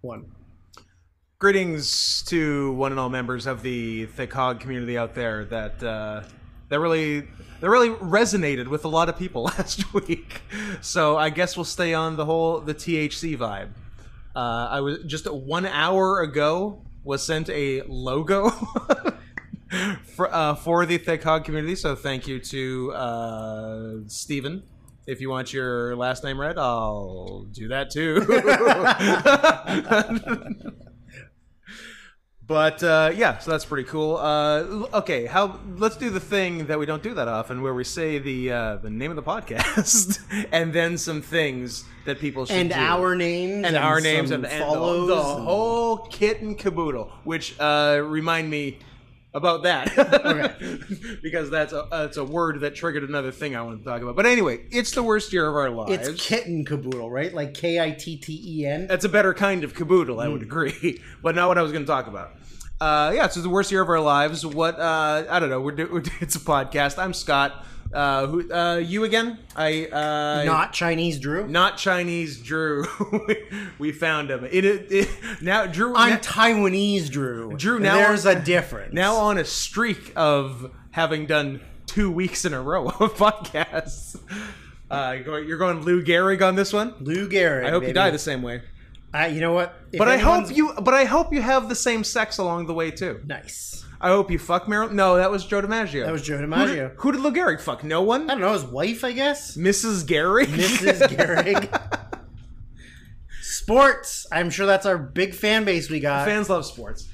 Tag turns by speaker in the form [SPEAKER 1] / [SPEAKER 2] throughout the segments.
[SPEAKER 1] One.
[SPEAKER 2] Greetings to one and all members of the Thick Hog community out there. That uh, that really that really resonated with a lot of people last week. So I guess we'll stay on the whole the THC vibe. Uh, I was just one hour ago was sent a logo for, uh, for the Thick Hog community. So thank you to uh, Stephen. If you want your last name read, I'll do that too. But uh, yeah, so that's pretty cool. Uh, l- okay, how? Let's do the thing that we don't do that often, where we say the uh, the name of the podcast and then some things that people should
[SPEAKER 1] And
[SPEAKER 2] do.
[SPEAKER 1] our names.
[SPEAKER 2] and our names
[SPEAKER 1] some
[SPEAKER 2] and, and the-
[SPEAKER 1] follows.
[SPEAKER 2] the,
[SPEAKER 1] and-
[SPEAKER 2] whole kit and caboodle. Which uh, remind me about that because that's a that's a word that triggered another thing I want to talk about. But anyway, it's the worst year of our lives.
[SPEAKER 1] It's kitten caboodle, right? Like K I T T E N.
[SPEAKER 2] That's a better kind of caboodle, I would
[SPEAKER 1] Hmm.
[SPEAKER 2] agree, but not what I was going to talk about. Uh, yeah, so the worst year of our lives. What uh, I don't know. We're, do- we're do- it's a podcast. I'm Scott. Uh, who uh, you again? I uh,
[SPEAKER 1] Not Chinese Drew.
[SPEAKER 2] not Chinese Drew. we found him. It, it, it now Drew.
[SPEAKER 1] I'm
[SPEAKER 2] now-
[SPEAKER 1] Taiwanese Drew.
[SPEAKER 2] Drew, now-
[SPEAKER 1] there's a difference.
[SPEAKER 2] now on a streak of having done two weeks in a row of podcasts. Uh, you're going- you're going Lou Gehrig on this one.
[SPEAKER 1] Lou Gehrig.
[SPEAKER 2] I hope
[SPEAKER 1] baby.
[SPEAKER 2] you die the same way.
[SPEAKER 1] I, you know what? If
[SPEAKER 2] But I
[SPEAKER 1] anyone's-
[SPEAKER 2] hope you. But I hope you have the same sex along the way too.
[SPEAKER 1] Nice.
[SPEAKER 2] I hope you fuck Meryl. No, that was Joe DiMaggio.
[SPEAKER 1] That was Joe
[SPEAKER 2] Who
[SPEAKER 1] DiMaggio.
[SPEAKER 2] did, who did Lou Gehrig fuck? No one.
[SPEAKER 1] I don't know his wife, I guess.
[SPEAKER 2] Mrs. Gehrig.
[SPEAKER 1] Mrs. Gehrig. Sports. I'm sure that's our big fan base we got.
[SPEAKER 2] Fans love sports.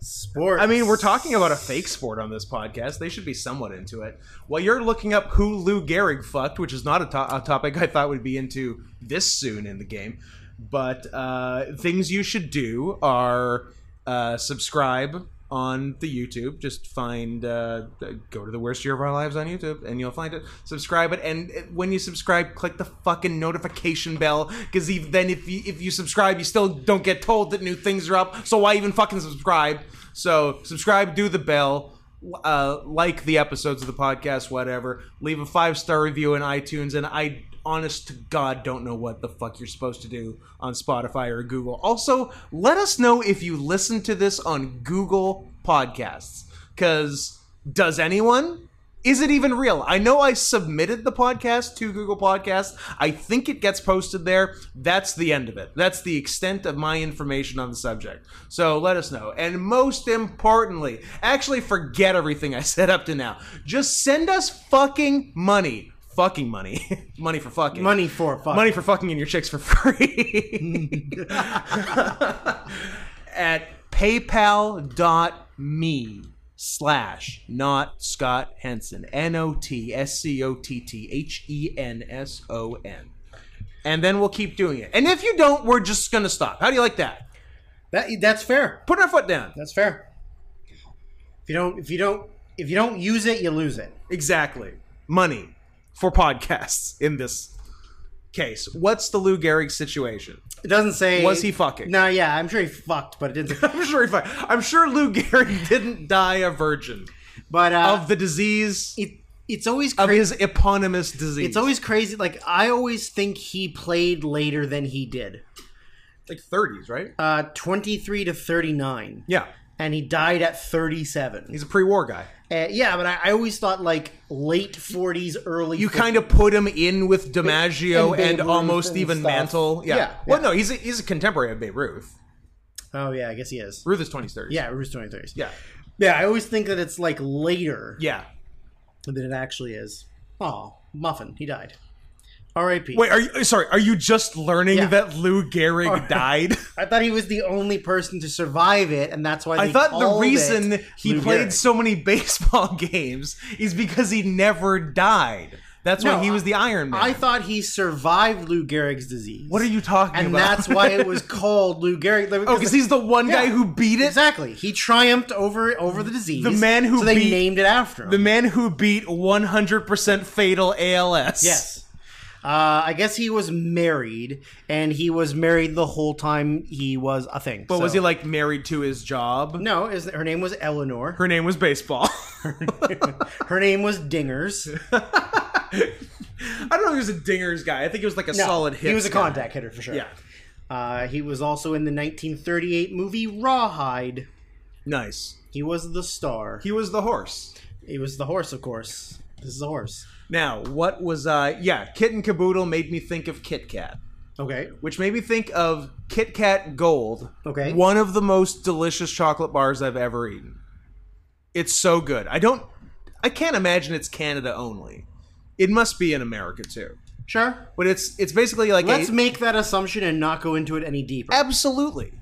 [SPEAKER 1] Sports.
[SPEAKER 2] I mean, we're talking about a fake sport on this podcast. They should be somewhat into it. While you're looking up who Lou Gehrig fucked, which is not a, to- a topic I thought would be into this soon in the game, but uh, things you should do are uh, subscribe on the YouTube. Just find, uh, go to the worst year of our lives on YouTube, and you'll find it. Subscribe it, and uh, when you subscribe, click the fucking notification bell, because then if you if you subscribe, you still don't get told that new things are up. So why even fucking subscribe? So subscribe, do the bell. Uh, like the episodes of the podcast, whatever. Leave a five star review in iTunes, and I honest to God don't know what the fuck you're supposed to do on Spotify or Google. Also, let us know if you listen to this on Google Podcasts. Because does anyone? Is it even real? I know I submitted the podcast to Google Podcasts. I think it gets posted there. That's the end of it. That's the extent of my information on the subject. So let us know. And most importantly, actually forget everything I said up to now. Just send us fucking money. Fucking money. money for fucking.
[SPEAKER 1] money for fuck.
[SPEAKER 2] Money for fucking and your chicks for free. At paypal.me slash not Scott Henson. N O T S C O T T H E N S O N. And then we'll keep doing it. And if you don't, we're just going to stop. How do you like that?
[SPEAKER 1] That, that's fair.
[SPEAKER 2] Put our foot down.
[SPEAKER 1] That's fair. If you don't, if you don't, if you don't use it, you lose it.
[SPEAKER 2] Exactly. Money for podcasts in this case. What's the Lou Gehrig situation?
[SPEAKER 1] It doesn't say.
[SPEAKER 2] Was he fucking?
[SPEAKER 1] No, yeah, I'm sure he fucked, but it didn't. Say,
[SPEAKER 2] I'm sure he fucked. I'm sure Lou Gehrig didn't die a virgin
[SPEAKER 1] but uh,
[SPEAKER 2] of the disease
[SPEAKER 1] it, it's always
[SPEAKER 2] of
[SPEAKER 1] crazy.
[SPEAKER 2] his eponymous disease.
[SPEAKER 1] It's always crazy. Like I always think he played later than he did.
[SPEAKER 2] like 30s, right?
[SPEAKER 1] Uh, 23 to 39,
[SPEAKER 2] yeah,
[SPEAKER 1] and he died at 37.
[SPEAKER 2] he's a pre-war guy.
[SPEAKER 1] Uh, yeah, but I, I always thought like late 40s, early.
[SPEAKER 2] You kind of put him in with DiMaggio
[SPEAKER 1] And Babe
[SPEAKER 2] and,
[SPEAKER 1] Ruth
[SPEAKER 2] almost
[SPEAKER 1] and
[SPEAKER 2] even
[SPEAKER 1] stuff.
[SPEAKER 2] Mantle. Yeah.
[SPEAKER 1] Yeah,
[SPEAKER 2] Well,
[SPEAKER 1] yeah.
[SPEAKER 2] no, he's a, he's a contemporary of Babe Ruth.
[SPEAKER 1] Oh yeah, I guess he is.
[SPEAKER 2] Ruth is 20s, 30s.
[SPEAKER 1] Yeah, Roost 23s.
[SPEAKER 2] yeah,
[SPEAKER 1] Yeah, I always think that it's like later
[SPEAKER 2] yeah.
[SPEAKER 1] than it actually is. Oh, Muffin, he died. R.I.P.
[SPEAKER 2] Wait, are you sorry? Are you just learning
[SPEAKER 1] Yeah.
[SPEAKER 2] that Lou Gehrig
[SPEAKER 1] Or-
[SPEAKER 2] died?
[SPEAKER 1] I thought he was the only person to survive it, and that's why
[SPEAKER 2] I
[SPEAKER 1] they
[SPEAKER 2] thought the
[SPEAKER 1] called
[SPEAKER 2] reason
[SPEAKER 1] it
[SPEAKER 2] he
[SPEAKER 1] Lou
[SPEAKER 2] played
[SPEAKER 1] Gehrig.
[SPEAKER 2] so many baseball games is because he never died. That's
[SPEAKER 1] No,
[SPEAKER 2] why he was the Iron Man.
[SPEAKER 1] I thought he survived Lou Gehrig's disease.
[SPEAKER 2] what are you talking
[SPEAKER 1] And
[SPEAKER 2] about?
[SPEAKER 1] that's why it was called Lou Gehrig.
[SPEAKER 2] Oh, because he's the one guy
[SPEAKER 1] Yeah.
[SPEAKER 2] who beat it.
[SPEAKER 1] exactly he triumphed over over the disease.
[SPEAKER 2] The man who
[SPEAKER 1] so they
[SPEAKER 2] beat-
[SPEAKER 1] named it after him.
[SPEAKER 2] The man who beat 100% fatal ALS.
[SPEAKER 1] yes. Uh, I guess he was married, and he was married the whole time he was a thing.
[SPEAKER 2] But was he like married to his job?
[SPEAKER 1] No, is her name was Eleanor.
[SPEAKER 2] Her name was baseball.
[SPEAKER 1] Her name was Dingers.
[SPEAKER 2] I don't know if he was a dingers guy. I think he was like a solid hit.
[SPEAKER 1] He was a contact hitter for sure.
[SPEAKER 2] Yeah.
[SPEAKER 1] Uh, he was also in the 1938 movie Rawhide.
[SPEAKER 2] Nice.
[SPEAKER 1] He was the star.
[SPEAKER 2] He was the horse.
[SPEAKER 1] He was the horse, of course. This is a horse.
[SPEAKER 2] Now, what was uh yeah, Kit and Caboodle made me think of Kit Kat,
[SPEAKER 1] Okay.
[SPEAKER 2] which made me think of Kit Kat Gold.
[SPEAKER 1] Okay.
[SPEAKER 2] One of the most delicious chocolate bars I've ever eaten. It's so good. I don't I can't imagine it's Canada only. It must be in America too.
[SPEAKER 1] Sure.
[SPEAKER 2] But it's it's basically like
[SPEAKER 1] Let's
[SPEAKER 2] a,
[SPEAKER 1] make that assumption and not go into it any deeper.
[SPEAKER 2] Absolutely.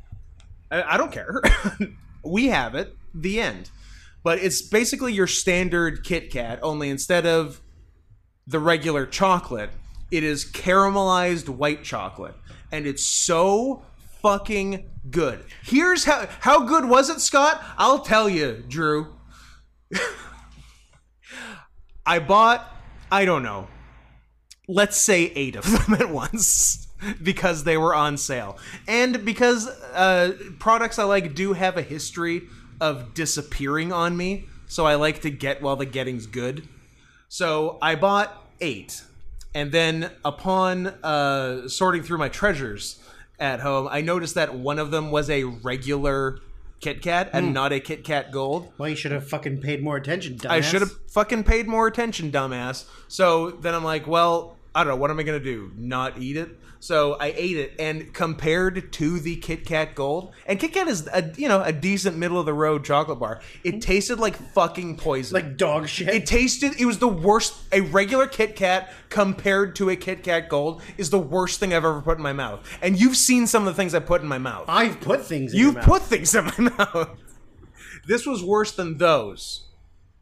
[SPEAKER 2] I, I don't care. we have it. The end. But it's basically your standard Kit Kat, only instead of the regular chocolate, it is caramelized white chocolate. And it's so fucking good. Here's how how good was it, Scott? I'll tell you, Drew. I bought, I don't know, let's say eight of them at once because they were on sale and because uh, products i like do have a history of disappearing on me so i like to get while the getting's good so i bought eight and then upon uh, sorting through my treasures at home i noticed that one of them was a regular kit kat and not a kit kat gold
[SPEAKER 1] Well, you should have fucking paid more attention. Dumbass.
[SPEAKER 2] I should have fucking paid more attention, dumbass. So then I'm like, well, I don't know. What am I going to do? Not eat it? So I ate it, and compared to the Kit Kat Gold, and Kit Kat is a you know a decent middle of the road chocolate bar. It tasted like fucking poison.
[SPEAKER 1] like dog shit.
[SPEAKER 2] it tasted. It was the worst. A regular Kit Kat compared to a Kit Kat Gold is the worst thing I've ever put in my mouth. And you've seen some of the things I put in my mouth.
[SPEAKER 1] I've put things. in
[SPEAKER 2] You
[SPEAKER 1] your mouth.
[SPEAKER 2] put things in my mouth. This was worse than those.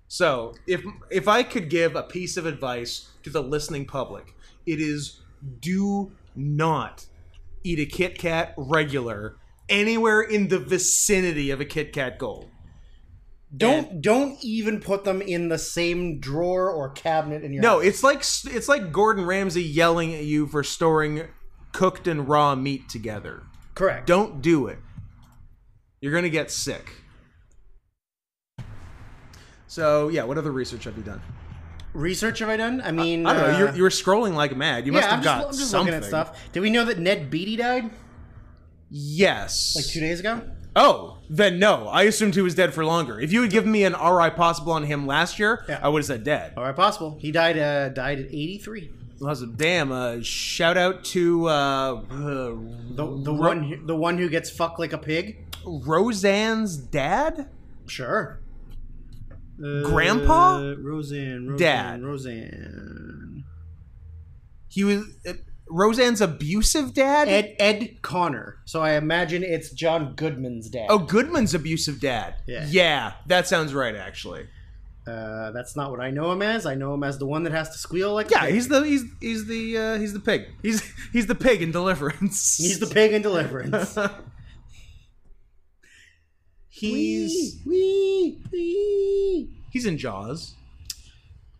[SPEAKER 2] So, if if I could give a piece of advice to the listening public, it is do not eat a Kit Kat regular anywhere in the vicinity of a Kit Kat Gold.
[SPEAKER 1] Don't don't even put them in the same drawer or cabinet in your.
[SPEAKER 2] No,
[SPEAKER 1] house.
[SPEAKER 2] it's like it's like Gordon Ramsay yelling at you for storing cooked and raw meat together.
[SPEAKER 1] correct.
[SPEAKER 2] Don't do it. You're gonna get sick. So yeah, what other research have you done?
[SPEAKER 1] research have I done? I mean,
[SPEAKER 2] I don't know.
[SPEAKER 1] uh,
[SPEAKER 2] You're, you were scrolling like mad. You must
[SPEAKER 1] yeah,
[SPEAKER 2] have
[SPEAKER 1] I'm
[SPEAKER 2] got
[SPEAKER 1] just, I'm just
[SPEAKER 2] something.
[SPEAKER 1] looking at stuff. Did we know that Ned Beatty died
[SPEAKER 2] Yes.
[SPEAKER 1] like two days ago?
[SPEAKER 2] oh, then no. I assumed he was dead for longer. If you had given me an RI possible on him last year,
[SPEAKER 1] Yeah.
[SPEAKER 2] I would have said dead.
[SPEAKER 1] All right, possible. He died. Uh, died at 83.
[SPEAKER 2] Also, damn. Uh, shout out to uh, uh,
[SPEAKER 1] The the one who- the one who gets fucked like a pig.
[SPEAKER 2] Roseanne's dad.
[SPEAKER 1] Sure. Uh,
[SPEAKER 2] Grandpa?
[SPEAKER 1] Roseanne, Roseanne,
[SPEAKER 2] Dad.
[SPEAKER 1] Roseanne,
[SPEAKER 2] He was uh, Roseanne's abusive dad.
[SPEAKER 1] Ed Ed Connor. So I imagine it's John Goodman's dad.
[SPEAKER 2] Oh, Goodman's abusive dad.
[SPEAKER 1] Yeah.
[SPEAKER 2] that sounds right actually.
[SPEAKER 1] Uh, that's not what I know him as. I know him as the one that has to squeal like. a
[SPEAKER 2] Yeah,
[SPEAKER 1] pig.
[SPEAKER 2] he's the he's he's the uh, he's the pig. He's he's the pig in Deliverance.
[SPEAKER 1] he's the pig in Deliverance.
[SPEAKER 2] he's
[SPEAKER 1] wee wee.
[SPEAKER 2] he's in Jaws.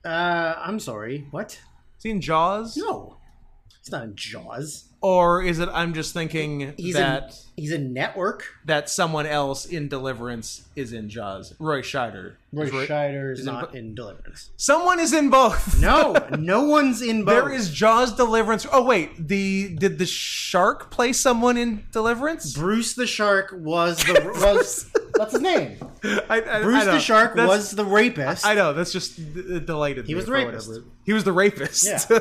[SPEAKER 1] Uh, I'm sorry. What?
[SPEAKER 2] Is he in Jaws?
[SPEAKER 1] No, he's not in Jaws.
[SPEAKER 2] Or is it? I'm just thinking
[SPEAKER 1] He's
[SPEAKER 2] that
[SPEAKER 1] in. He's in Network.
[SPEAKER 2] that someone else in Deliverance is in Jaws. Roy Scheider.
[SPEAKER 1] Roy
[SPEAKER 2] Is Roy-
[SPEAKER 1] Scheider is
[SPEAKER 2] is in
[SPEAKER 1] not
[SPEAKER 2] bo-
[SPEAKER 1] in Deliverance.
[SPEAKER 2] Someone is in both.
[SPEAKER 1] No, no one's in both.
[SPEAKER 2] There is Jaws Deliverance. Oh wait, the did the shark play someone in Deliverance?
[SPEAKER 1] Bruce the Shark was the was that's his name.
[SPEAKER 2] I- I- I
[SPEAKER 1] Bruce
[SPEAKER 2] know.
[SPEAKER 1] the Shark
[SPEAKER 2] That's-
[SPEAKER 1] was the rapist.
[SPEAKER 2] I know that's just d- d- delighted. He
[SPEAKER 1] was the rapist.
[SPEAKER 2] He was the rapist.
[SPEAKER 1] Yeah.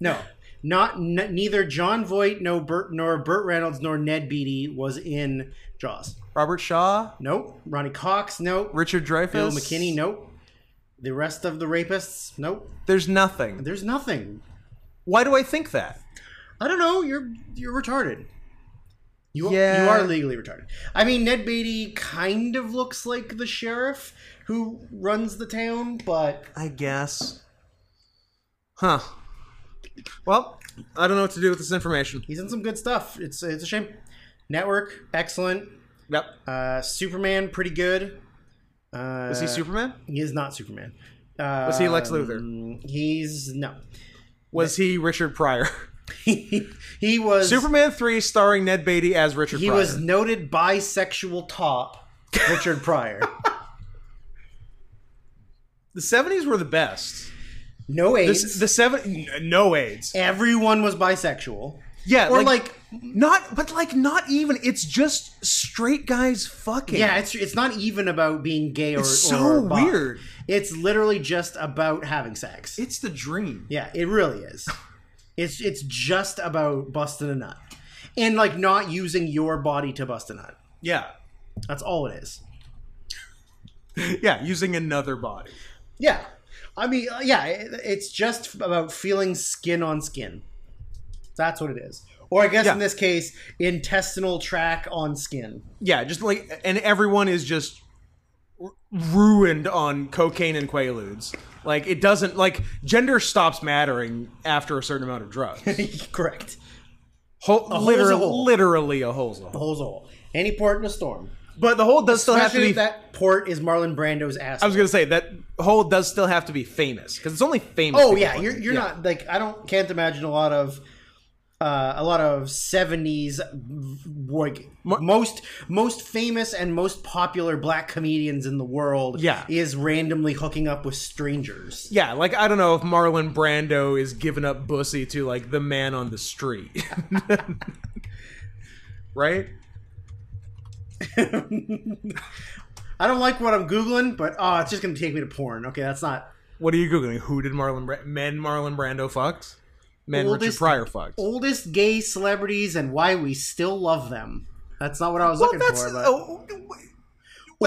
[SPEAKER 1] no, not n- neither John Voight, no Bert, nor Burt Reynolds, nor Ned Beatty was in Jaws.
[SPEAKER 2] Robert Shaw,
[SPEAKER 1] Nope. Ronnie Cox. Nope.
[SPEAKER 2] Richard Dreyfuss,
[SPEAKER 1] Bill McKinney. Nope. The rest of the rapists. Nope.
[SPEAKER 2] There's nothing.
[SPEAKER 1] There's nothing.
[SPEAKER 2] Why do I think that?
[SPEAKER 1] I don't know. You're you're retarded. You
[SPEAKER 2] Yeah.
[SPEAKER 1] you are legally retarded. I mean, Ned Beatty kind of looks like the sheriff who runs the town, but
[SPEAKER 2] I guess. Huh. Well, I don't know what to do with this information.
[SPEAKER 1] he's in some good stuff. It's it's a shame. Network excellent.
[SPEAKER 2] Yep.
[SPEAKER 1] Uh, Superman pretty good. Uh,
[SPEAKER 2] Is he Superman?
[SPEAKER 1] He is not Superman. Uh,
[SPEAKER 2] Was he Lex Luthor?
[SPEAKER 1] He's no.
[SPEAKER 2] Was he Richard Pryor?
[SPEAKER 1] he was
[SPEAKER 2] Superman three, starring Ned Beatty as Richard.
[SPEAKER 1] He
[SPEAKER 2] Pryor.
[SPEAKER 1] was noted bisexual top Richard Pryor.
[SPEAKER 2] The seventies were the best.
[SPEAKER 1] No
[SPEAKER 2] The,
[SPEAKER 1] AIDS.
[SPEAKER 2] s- the seven, n- no AIDS.
[SPEAKER 1] Everyone was bisexual.
[SPEAKER 2] Yeah,
[SPEAKER 1] Or
[SPEAKER 2] like,
[SPEAKER 1] like,
[SPEAKER 2] not, but like not even. It's just straight guys fucking.
[SPEAKER 1] yeah, it's it's not even about being gay or
[SPEAKER 2] It's
[SPEAKER 1] or
[SPEAKER 2] so
[SPEAKER 1] bi.
[SPEAKER 2] weird.
[SPEAKER 1] It's literally just about having sex.
[SPEAKER 2] it's the dream.
[SPEAKER 1] yeah, it really is. It's it's just about busting a nut, and like not using your body to bust a nut.
[SPEAKER 2] Yeah,
[SPEAKER 1] That's all it is.
[SPEAKER 2] yeah, using another body.
[SPEAKER 1] Yeah, I mean, uh, yeah, it, it's just about feeling skin on skin. That's what it is. Or I guess
[SPEAKER 2] Yeah.
[SPEAKER 1] in this case, intestinal tract on skin.
[SPEAKER 2] Yeah, just like, and everyone is just r- ruined on cocaine and quaaludes. Like it doesn't like gender stops mattering after a certain amount of drugs.
[SPEAKER 1] Correct.
[SPEAKER 2] Whole,
[SPEAKER 1] hole's
[SPEAKER 2] literally,
[SPEAKER 1] a hole.
[SPEAKER 2] literally a hole's a hole.
[SPEAKER 1] Hole's a hole. Any port in a storm.
[SPEAKER 2] But the hole does still have to
[SPEAKER 1] Especially
[SPEAKER 2] be.
[SPEAKER 1] if that port is Marlon Brando's ass.
[SPEAKER 2] I was gonna say that hole does still have to be famous because it's only famous.
[SPEAKER 1] oh
[SPEAKER 2] people
[SPEAKER 1] yeah,
[SPEAKER 2] like
[SPEAKER 1] you're
[SPEAKER 2] it.
[SPEAKER 1] you're not like I don't can't imagine a lot of uh, a lot of seventies like most most famous and most popular black comedians in the world.
[SPEAKER 2] Yeah.
[SPEAKER 1] is randomly hooking up with strangers.
[SPEAKER 2] Yeah, like I don't know if Marlon Brando is giving up bussy to like the man on the street, right?
[SPEAKER 1] I don't like what I'm googling, but oh, it's just gonna take me to porn. Okay, that's not
[SPEAKER 2] What are you googling? Who did Marlon Bra- men Marlon Brando fucked? Men
[SPEAKER 1] Oldest-
[SPEAKER 2] Richard Pryor fucked.
[SPEAKER 1] oldest gay celebrities and why we still love them. That's not what I was
[SPEAKER 2] Well,
[SPEAKER 1] looking
[SPEAKER 2] that's
[SPEAKER 1] for. But...
[SPEAKER 2] oh,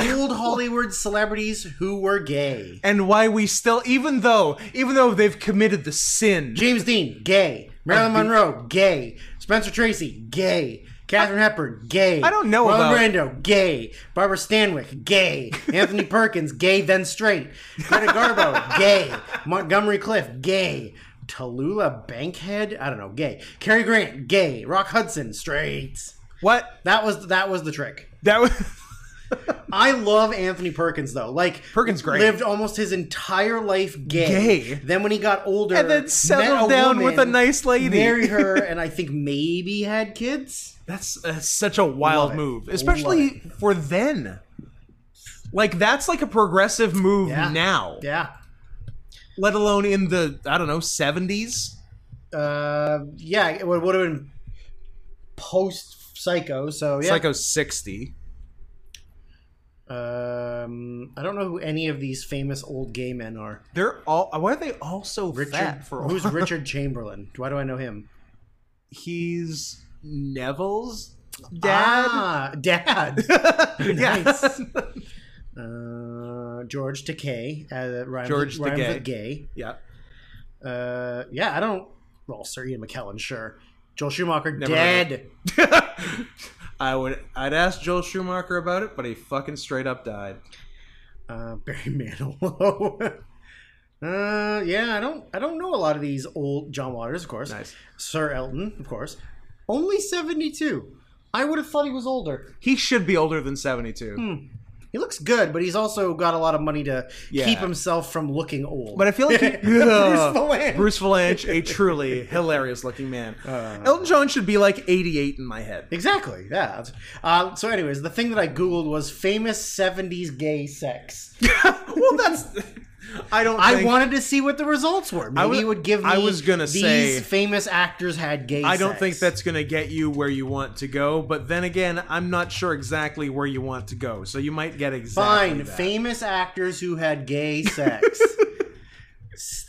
[SPEAKER 1] old Hollywood celebrities who were gay.
[SPEAKER 2] and why we still, even though, even though they've committed the sin.
[SPEAKER 1] James Dean, gay.
[SPEAKER 2] Oh,
[SPEAKER 1] Marilyn Monroe, gay. Spencer Tracy, gay. Katherine Hepburn, gay.
[SPEAKER 2] I don't know
[SPEAKER 1] Marlon
[SPEAKER 2] about-
[SPEAKER 1] Brando, gay. Barbara Stanwyck, gay. Anthony Perkins, gay then straight. Greta Garbo, gay. Montgomery Clift, gay. Tallulah Bankhead, I don't know, gay. Cary Grant, gay. Rock Hudson, straight.
[SPEAKER 2] What
[SPEAKER 1] That was that was the trick.
[SPEAKER 2] that was?
[SPEAKER 1] I love Anthony Perkins though. Like
[SPEAKER 2] Perkins great.
[SPEAKER 1] lived almost his entire life gay.
[SPEAKER 2] Gay.
[SPEAKER 1] Then when he got older,
[SPEAKER 2] And then
[SPEAKER 1] met
[SPEAKER 2] settled
[SPEAKER 1] a
[SPEAKER 2] down with
[SPEAKER 1] woman,
[SPEAKER 2] a nice lady.
[SPEAKER 1] married her, and I think maybe had kids.
[SPEAKER 2] That's, that's such a wild
[SPEAKER 1] Love it.
[SPEAKER 2] move, especially for then. Like that's like a progressive move
[SPEAKER 1] Yeah.
[SPEAKER 2] now,
[SPEAKER 1] Yeah,
[SPEAKER 2] let alone in the I don't know seventies.
[SPEAKER 1] uh, yeah. It would would have been post Psycho. So yeah.
[SPEAKER 2] Psycho sixty.
[SPEAKER 1] Um, I don't know who any of these famous old gay men are.
[SPEAKER 2] They're all. Why are they all so
[SPEAKER 1] Richard,
[SPEAKER 2] fat? For all-
[SPEAKER 1] who's Richard Chamberlain? Why do I know him?
[SPEAKER 2] he's Neville's dad.
[SPEAKER 1] Ah, dad. Ah.
[SPEAKER 2] yeah.
[SPEAKER 1] Nice. Uh, George Takei, uh, rhymes,
[SPEAKER 2] George
[SPEAKER 1] rhymes
[SPEAKER 2] Takei.
[SPEAKER 1] with gay.
[SPEAKER 2] yeah.
[SPEAKER 1] Uh, yeah, I don't. Well, Sir Ian McKellen, sure. Joel Schumacher,
[SPEAKER 2] Never
[SPEAKER 1] dead.
[SPEAKER 2] heard I would. I'd ask Joel Schumacher about it, but he fucking straight up died.
[SPEAKER 1] Uh, Barry Manilow. uh, yeah, I don't. I don't know a lot of these old John Waters, of course.
[SPEAKER 2] Nice.
[SPEAKER 1] Sir Elton, of course. Only seventy-two. I would have thought he was older.
[SPEAKER 2] He should be older than seventy-two.
[SPEAKER 1] Hmm. He looks good, but he's also got a lot of money to
[SPEAKER 2] Yeah.
[SPEAKER 1] keep himself from looking old.
[SPEAKER 2] But I feel like he,
[SPEAKER 1] Bruce
[SPEAKER 2] Ugh.
[SPEAKER 1] Valanche.
[SPEAKER 2] Bruce Valanche, a truly hilarious looking man.
[SPEAKER 1] Uh.
[SPEAKER 2] Elton John should be like 88 in my head.
[SPEAKER 1] Exactly. Yeah. Uh, so, anyways, the thing that I googled was famous '70s gay sex.
[SPEAKER 2] well, that's. I don't.
[SPEAKER 1] I
[SPEAKER 2] think-
[SPEAKER 1] wanted to see what the results were. Maybe
[SPEAKER 2] was-
[SPEAKER 1] it would give me.
[SPEAKER 2] I was gonna
[SPEAKER 1] these
[SPEAKER 2] say-
[SPEAKER 1] famous actors had gay.
[SPEAKER 2] I don't
[SPEAKER 1] sex.
[SPEAKER 2] think that's going to get you where you want to go. But then again, I'm not sure exactly where you want to go. So you might get exactly
[SPEAKER 1] fine.
[SPEAKER 2] that.
[SPEAKER 1] Famous actors who had gay sex.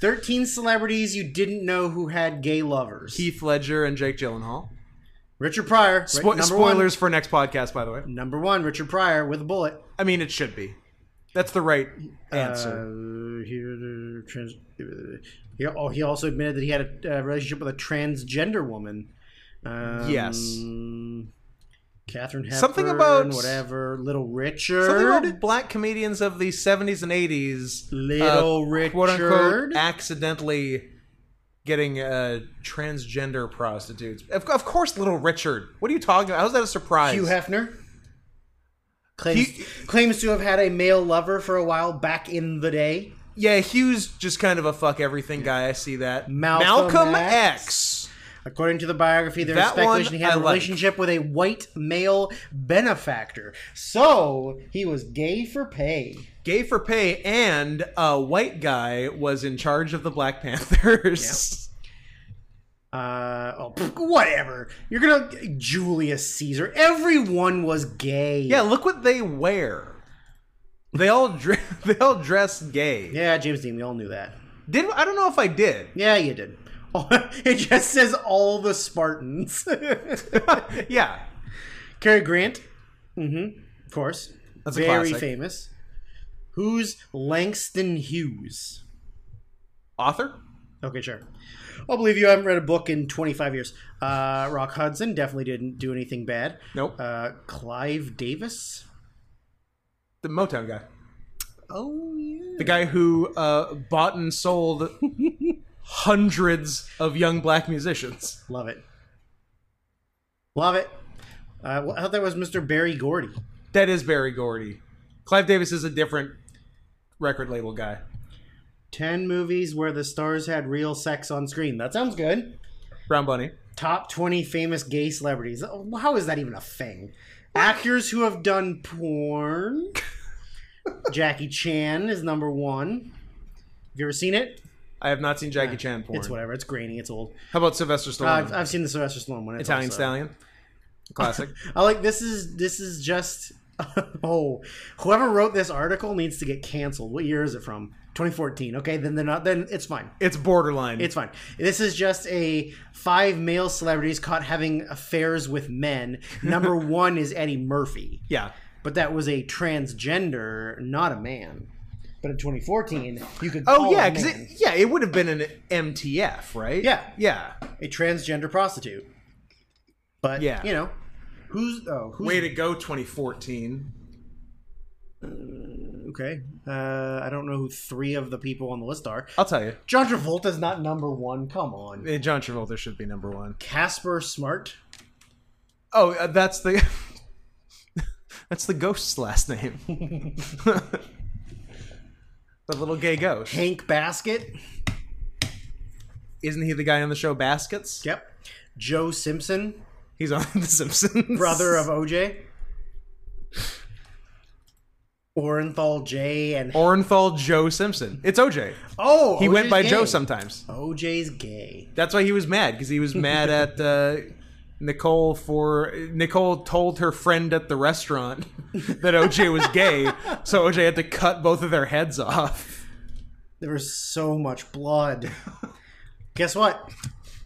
[SPEAKER 1] Thirteen celebrities you didn't know who had gay lovers.
[SPEAKER 2] Heath Ledger and Jake Gyllenhaal.
[SPEAKER 1] Richard Pryor.
[SPEAKER 2] Spo-
[SPEAKER 1] right, number
[SPEAKER 2] spoilers for next podcast, by the way.
[SPEAKER 1] One, number one, Richard Pryor with a bullet.
[SPEAKER 2] I mean, it should be. That's the right answer.
[SPEAKER 1] Uh, he, trans, he, oh, he also admitted that he had a uh, relationship with a transgender woman. Um,
[SPEAKER 2] Yes.
[SPEAKER 1] Catherine Hepburn.
[SPEAKER 2] Something about-
[SPEAKER 1] whatever. Little Richard.
[SPEAKER 2] Something about black comedians of the 70s and 80s.
[SPEAKER 1] Little Richard.
[SPEAKER 2] quote unquote accidentally getting uh, transgender prostitutes. Of, of course, Little Richard. What are you talking about? How's that a surprise?
[SPEAKER 1] Hugh Hefner. Claims,
[SPEAKER 2] He-
[SPEAKER 1] claims to have had a male lover for a while back in the day.
[SPEAKER 2] yeah, Hugh's just kind of a fuck everything guy. I see that.
[SPEAKER 1] Malcolm X.
[SPEAKER 2] X.
[SPEAKER 1] According to the biography, there's
[SPEAKER 2] That one
[SPEAKER 1] speculation he had
[SPEAKER 2] I
[SPEAKER 1] a
[SPEAKER 2] like.
[SPEAKER 1] relationship with a white male benefactor. So he was gay for pay.
[SPEAKER 2] Gay for pay, and a white guy was in charge of the Black Panthers.
[SPEAKER 1] Uh, oh, pff, whatever. You're gonna Julius Caesar. Everyone was gay.
[SPEAKER 2] Yeah, look what they wear. They all dre- they all dress gay.
[SPEAKER 1] yeah, James Dean. We all knew that.
[SPEAKER 2] Did I don't know if I did.
[SPEAKER 1] Yeah, you did. Oh, it just says all the Spartans.
[SPEAKER 2] yeah,
[SPEAKER 1] Cary Grant. Mm-hmm. Of course.
[SPEAKER 2] That's a
[SPEAKER 1] Very
[SPEAKER 2] classic.
[SPEAKER 1] famous. Who's Langston Hughes?
[SPEAKER 2] author.
[SPEAKER 1] Okay, sure. I'll believe you. I haven't read a book in 25 years. Uh, Rock Hudson definitely didn't do anything bad.
[SPEAKER 2] Nope.
[SPEAKER 1] Uh, Clive Davis.
[SPEAKER 2] the Motown guy.
[SPEAKER 1] Oh yeah.
[SPEAKER 2] The guy who uh, bought and sold hundreds of young black musicians.
[SPEAKER 1] Love it. Love it. Uh, well, I thought that was Mr. Barry Gordy.
[SPEAKER 2] That is Barry Gordy. Clive Davis is a different record label guy.
[SPEAKER 1] Ten movies where the stars had real sex on screen. That sounds good.
[SPEAKER 2] Brown Bunny.
[SPEAKER 1] Top 20 famous gay celebrities. Oh, How is that even a thing? Actors who have done porn. Jackie Chan is number one. Have you ever seen it?
[SPEAKER 2] I have not seen Jackie Chan porn.
[SPEAKER 1] It's whatever. It's grainy. It's old.
[SPEAKER 2] How about Sylvester
[SPEAKER 1] Uh,
[SPEAKER 2] Stallone?
[SPEAKER 1] I've, I've seen the Sylvester Stallone one. It's
[SPEAKER 2] Italian
[SPEAKER 1] also-
[SPEAKER 2] Stallion. Classic.
[SPEAKER 1] I like this is this is just oh whoever wrote this article needs to get canceled. What year is it from? 2014. Okay, then they're not. Then it's fine.
[SPEAKER 2] it's borderline.
[SPEAKER 1] It's fine. This is just a five male celebrities caught having affairs with men. Number one is Eddie Murphy,
[SPEAKER 2] yeah.
[SPEAKER 1] but that was a transgender, not a man. But in 2014, you could
[SPEAKER 2] Oh
[SPEAKER 1] call
[SPEAKER 2] yeah,
[SPEAKER 1] a,
[SPEAKER 2] because
[SPEAKER 1] man
[SPEAKER 2] it, yeah, it would have been an MTF, right?
[SPEAKER 1] Yeah.
[SPEAKER 2] yeah.
[SPEAKER 1] a transgender prostitute. But
[SPEAKER 2] Yeah.
[SPEAKER 1] you know, who's oh who's
[SPEAKER 2] Way to go, 2014.
[SPEAKER 1] Okay. Uh, I don't know who three of the people on the list are.
[SPEAKER 2] I'll tell you,
[SPEAKER 1] John Travolta's not number one. Come on.
[SPEAKER 2] Eh, John Travolta should be number one.
[SPEAKER 1] Casper Smart.
[SPEAKER 2] Oh, uh, that's the that's the ghost's last name. the little gay ghost.
[SPEAKER 1] Hank Basket.
[SPEAKER 2] Isn't he the guy on the show Baskets?
[SPEAKER 1] Yep. Joe Simpson,
[SPEAKER 2] He's on The Simpsons.
[SPEAKER 1] brother of OJ. Orenthal J and
[SPEAKER 2] Orenthal Joe Simpson. It's OJ.
[SPEAKER 1] oh,
[SPEAKER 2] He went
[SPEAKER 1] OJ's
[SPEAKER 2] by
[SPEAKER 1] gay.
[SPEAKER 2] Joe sometimes.
[SPEAKER 1] OJ's gay.
[SPEAKER 2] That's why he was mad because he was mad at uh, Nicole for Nicole told her friend at the restaurant that OJ was gay, so OJ had to cut both of their heads off.
[SPEAKER 1] There was so much blood. Guess what?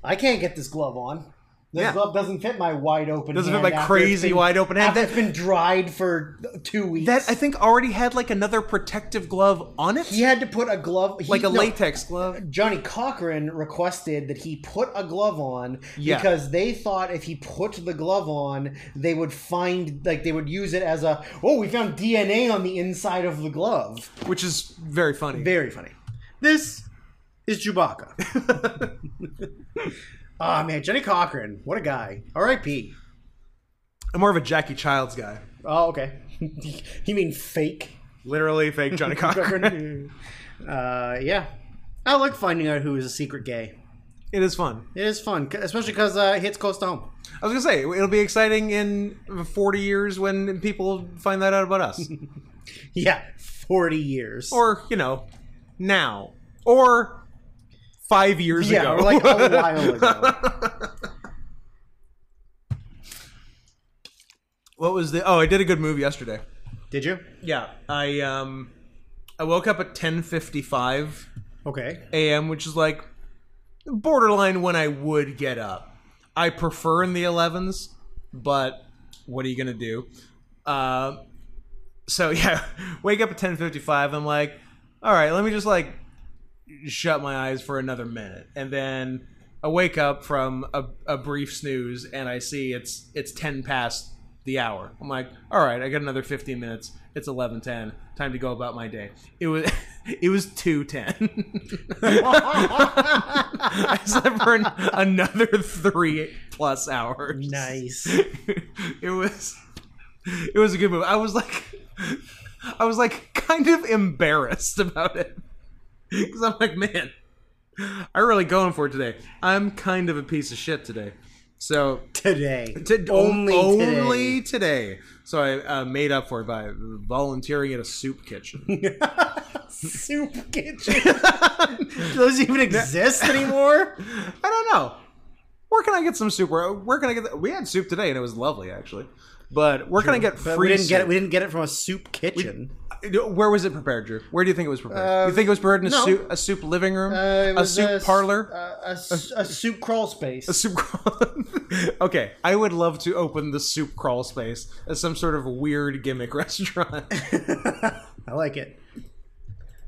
[SPEAKER 1] I can't get this glove on. This
[SPEAKER 2] Yeah.
[SPEAKER 1] glove doesn't fit my wide open.
[SPEAKER 2] Doesn't fit
[SPEAKER 1] hand
[SPEAKER 2] my
[SPEAKER 1] after it's
[SPEAKER 2] crazy
[SPEAKER 1] been-
[SPEAKER 2] wide open hand.
[SPEAKER 1] After
[SPEAKER 2] That-
[SPEAKER 1] it's been dried for two weeks.
[SPEAKER 2] That I think already had like another protective glove on it,
[SPEAKER 1] he had to put a glove he-
[SPEAKER 2] like a
[SPEAKER 1] no,
[SPEAKER 2] latex glove.
[SPEAKER 1] Johnny Cochran requested that he put a glove on
[SPEAKER 2] Yeah.
[SPEAKER 1] because they thought if he put the glove on, they would find like they would use it as a oh we found DNA on the inside of the glove.
[SPEAKER 2] which is very funny.
[SPEAKER 1] Very funny. This is Chewbacca. Ah man, Johnny Cochran, what a guy. R.I.P.
[SPEAKER 2] I'm more of a Jackie Childs guy.
[SPEAKER 1] Oh okay, you mean fake?
[SPEAKER 2] Literally fake Johnny Cochran.
[SPEAKER 1] Cochran? uh, yeah, I like finding out who is a secret gay.
[SPEAKER 2] it is fun.
[SPEAKER 1] It is fun, c- especially because uh, it hits close to home.
[SPEAKER 2] I was gonna say it'll be exciting in 40 years when people find that out about us,
[SPEAKER 1] Yeah, 40 years.
[SPEAKER 2] or you know, now, or five years
[SPEAKER 1] yeah,
[SPEAKER 2] ago.
[SPEAKER 1] or like a while ago.
[SPEAKER 2] what was the? Oh, I did a good move yesterday.
[SPEAKER 1] Did you?
[SPEAKER 2] Yeah, I um, I woke up at 10:55
[SPEAKER 1] Okay.
[SPEAKER 2] a.m., which is like borderline when I would get up. I prefer in the 11s, but what are you gonna do? Uh, so yeah, wake up at 10:55. I'm like, all right, let me just like shut my eyes for another minute, and then I wake up from a, a brief snooze, and I see it's it's 10 past the hour. I'm like, all right, I got another 15 minutes. It's 11:10. Time to go about my day. It was it was 2:10. I slept for an, another three plus hours.
[SPEAKER 1] nice.
[SPEAKER 2] it was it was a good move. I was like I was like kind of embarrassed about it because I'm like, man, I'm really going for it today. I'm kind of a piece of shit today. So
[SPEAKER 1] Today.
[SPEAKER 2] to,
[SPEAKER 1] only,
[SPEAKER 2] only today. So I uh, made up for it by volunteering at a soup kitchen.
[SPEAKER 1] today. Soup kitchen. Do those even exist anymore?
[SPEAKER 2] I don't know. where can I get some soup? Where, where can I get? The, we had soup today, and it was lovely actually. But where can I get
[SPEAKER 1] But we
[SPEAKER 2] free?
[SPEAKER 1] didn't get it.
[SPEAKER 2] soup? Uh,
[SPEAKER 1] We didn't get it from a soup kitchen.
[SPEAKER 2] Where was it prepared, Drew? Where do you think it was prepared?
[SPEAKER 1] Uh,
[SPEAKER 2] you think it was prepared in a
[SPEAKER 1] no.
[SPEAKER 2] soup, a soup living room,
[SPEAKER 1] Uh, it
[SPEAKER 2] a
[SPEAKER 1] was uh,
[SPEAKER 2] soup parlor,
[SPEAKER 1] a, a- a soup crawl space.
[SPEAKER 2] a soup crawl? okay, I would love to open the soup crawl space as some sort of weird gimmick restaurant.
[SPEAKER 1] I like it.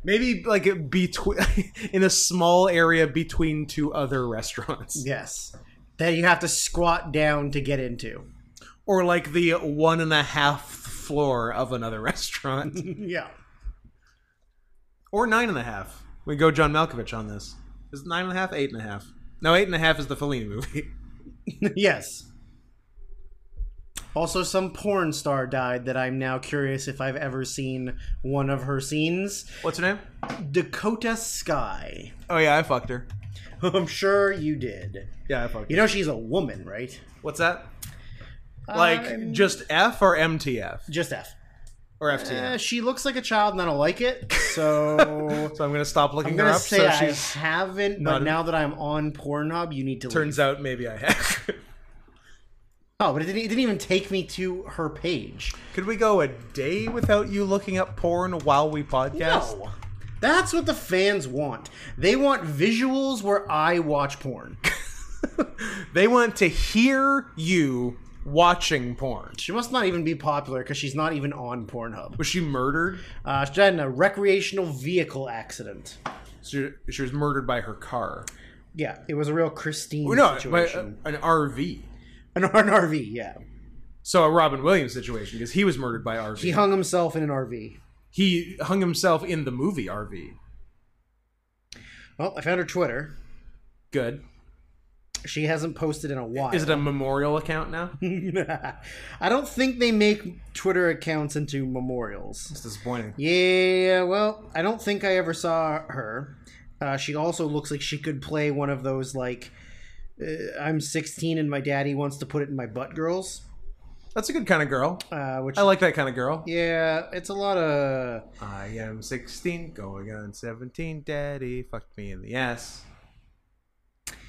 [SPEAKER 2] Maybe like it between in a small area between two other restaurants,
[SPEAKER 1] Yes, that you have to squat down to get into.
[SPEAKER 2] or like the one and a half floor of another restaurant,
[SPEAKER 1] Yeah,
[SPEAKER 2] or nine and a half. We go John Malkovich on this. Is it nine and a half, eight and a half? No, eight and a half is the Fellini movie.
[SPEAKER 1] yes. Also, some porn star died that I'm now curious if I've ever seen one of her scenes.
[SPEAKER 2] What's her name?
[SPEAKER 1] Dakota Sky.
[SPEAKER 2] Oh yeah, I fucked her.
[SPEAKER 1] I'm sure you did.
[SPEAKER 2] Yeah, I fucked
[SPEAKER 1] You know she's a woman, right?
[SPEAKER 2] What's that? Like
[SPEAKER 1] I'm-
[SPEAKER 2] just F or MTF
[SPEAKER 1] just F.
[SPEAKER 2] or
[SPEAKER 1] Eh,
[SPEAKER 2] FTF.
[SPEAKER 1] she looks like a child, and I don't like it. So
[SPEAKER 2] so I'm gonna stop
[SPEAKER 1] uh,
[SPEAKER 2] looking
[SPEAKER 1] I'm
[SPEAKER 2] her
[SPEAKER 1] gonna
[SPEAKER 2] up.
[SPEAKER 1] say
[SPEAKER 2] So
[SPEAKER 1] I
[SPEAKER 2] she's
[SPEAKER 1] haven't.
[SPEAKER 2] not
[SPEAKER 1] But
[SPEAKER 2] a-
[SPEAKER 1] now that I'm on Pornhub, you need to leave.
[SPEAKER 2] turns out maybe I have.
[SPEAKER 1] Oh, but it didn't, it didn't even take me to her page.
[SPEAKER 2] Could we go a day without you looking up porn while we podcast?
[SPEAKER 1] No. That's what the fans want. They want visuals where I watch porn.
[SPEAKER 2] They want to hear you watching porn.
[SPEAKER 1] She must not even be popular because she's not even on Pornhub.
[SPEAKER 2] Was she murdered?
[SPEAKER 1] Uh, she died in a recreational vehicle accident.
[SPEAKER 2] She, she was murdered by her car.
[SPEAKER 1] Yeah, it was a real Christine
[SPEAKER 2] No, by uh,
[SPEAKER 1] situation.
[SPEAKER 2] an RV.
[SPEAKER 1] An, an RV, yeah.
[SPEAKER 2] So a Robin Williams situation because he was murdered by RV.
[SPEAKER 1] He hung himself in an RV.
[SPEAKER 2] he hung himself in the movie RV.
[SPEAKER 1] Well, I found her Twitter.
[SPEAKER 2] Good.
[SPEAKER 1] She hasn't posted in a while.
[SPEAKER 2] Is it a memorial account now?
[SPEAKER 1] I don't think they make Twitter accounts into memorials.
[SPEAKER 2] It's disappointing.
[SPEAKER 1] Yeah, well, I don't think I ever saw her. Uh, she also looks like she could play one of those like uh, I'm 16 and my daddy wants to put it in my butt girls.
[SPEAKER 2] That's a good kind of girl.
[SPEAKER 1] Uh, which
[SPEAKER 2] I like that kind of girl.
[SPEAKER 1] yeah, it's a lot of
[SPEAKER 2] I am 16, going on 17. Daddy fucked me in the ass.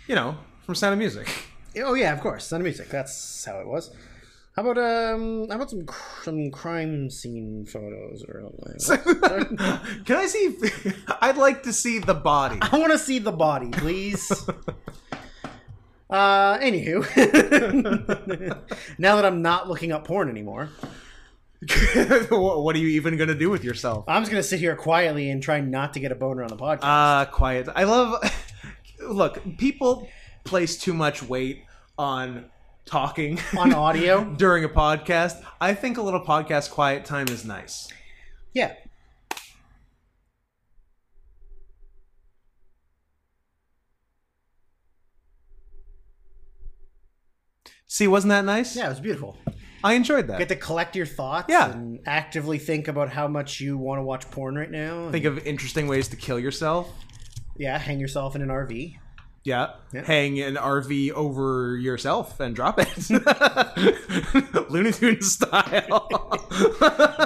[SPEAKER 2] You know, from Sound of Music.
[SPEAKER 1] oh yeah, of course, Sound of Music. That's how it was. How about um? How about some cr- some crime scene photos or something?
[SPEAKER 2] Can I see? I'd like to see the body.
[SPEAKER 1] I want to see the body, please. uh, anywho, now that I'm not looking up porn anymore.
[SPEAKER 2] Wha- what are you even gonna do with yourself?
[SPEAKER 1] I'm just gonna sit here quietly and try not to get a boner on the podcast.
[SPEAKER 2] Ah, quiet. I love. Look, people place too much weight on talking
[SPEAKER 1] on audio,
[SPEAKER 2] during a podcast. I think a little podcast quiet time is nice.
[SPEAKER 1] yeah.
[SPEAKER 2] See, wasn't that nice?
[SPEAKER 1] Yeah, it was beautiful.
[SPEAKER 2] I enjoyed that.
[SPEAKER 1] Get to collect your thoughts
[SPEAKER 2] Yeah.
[SPEAKER 1] and actively think about how much you want to watch porn right now. and-
[SPEAKER 2] Think of interesting ways to kill yourself.
[SPEAKER 1] yeah, hang yourself in an RV.
[SPEAKER 2] Yeah.
[SPEAKER 1] Yeah.
[SPEAKER 2] Hang an RV over yourself and drop it. Looney Tunes style.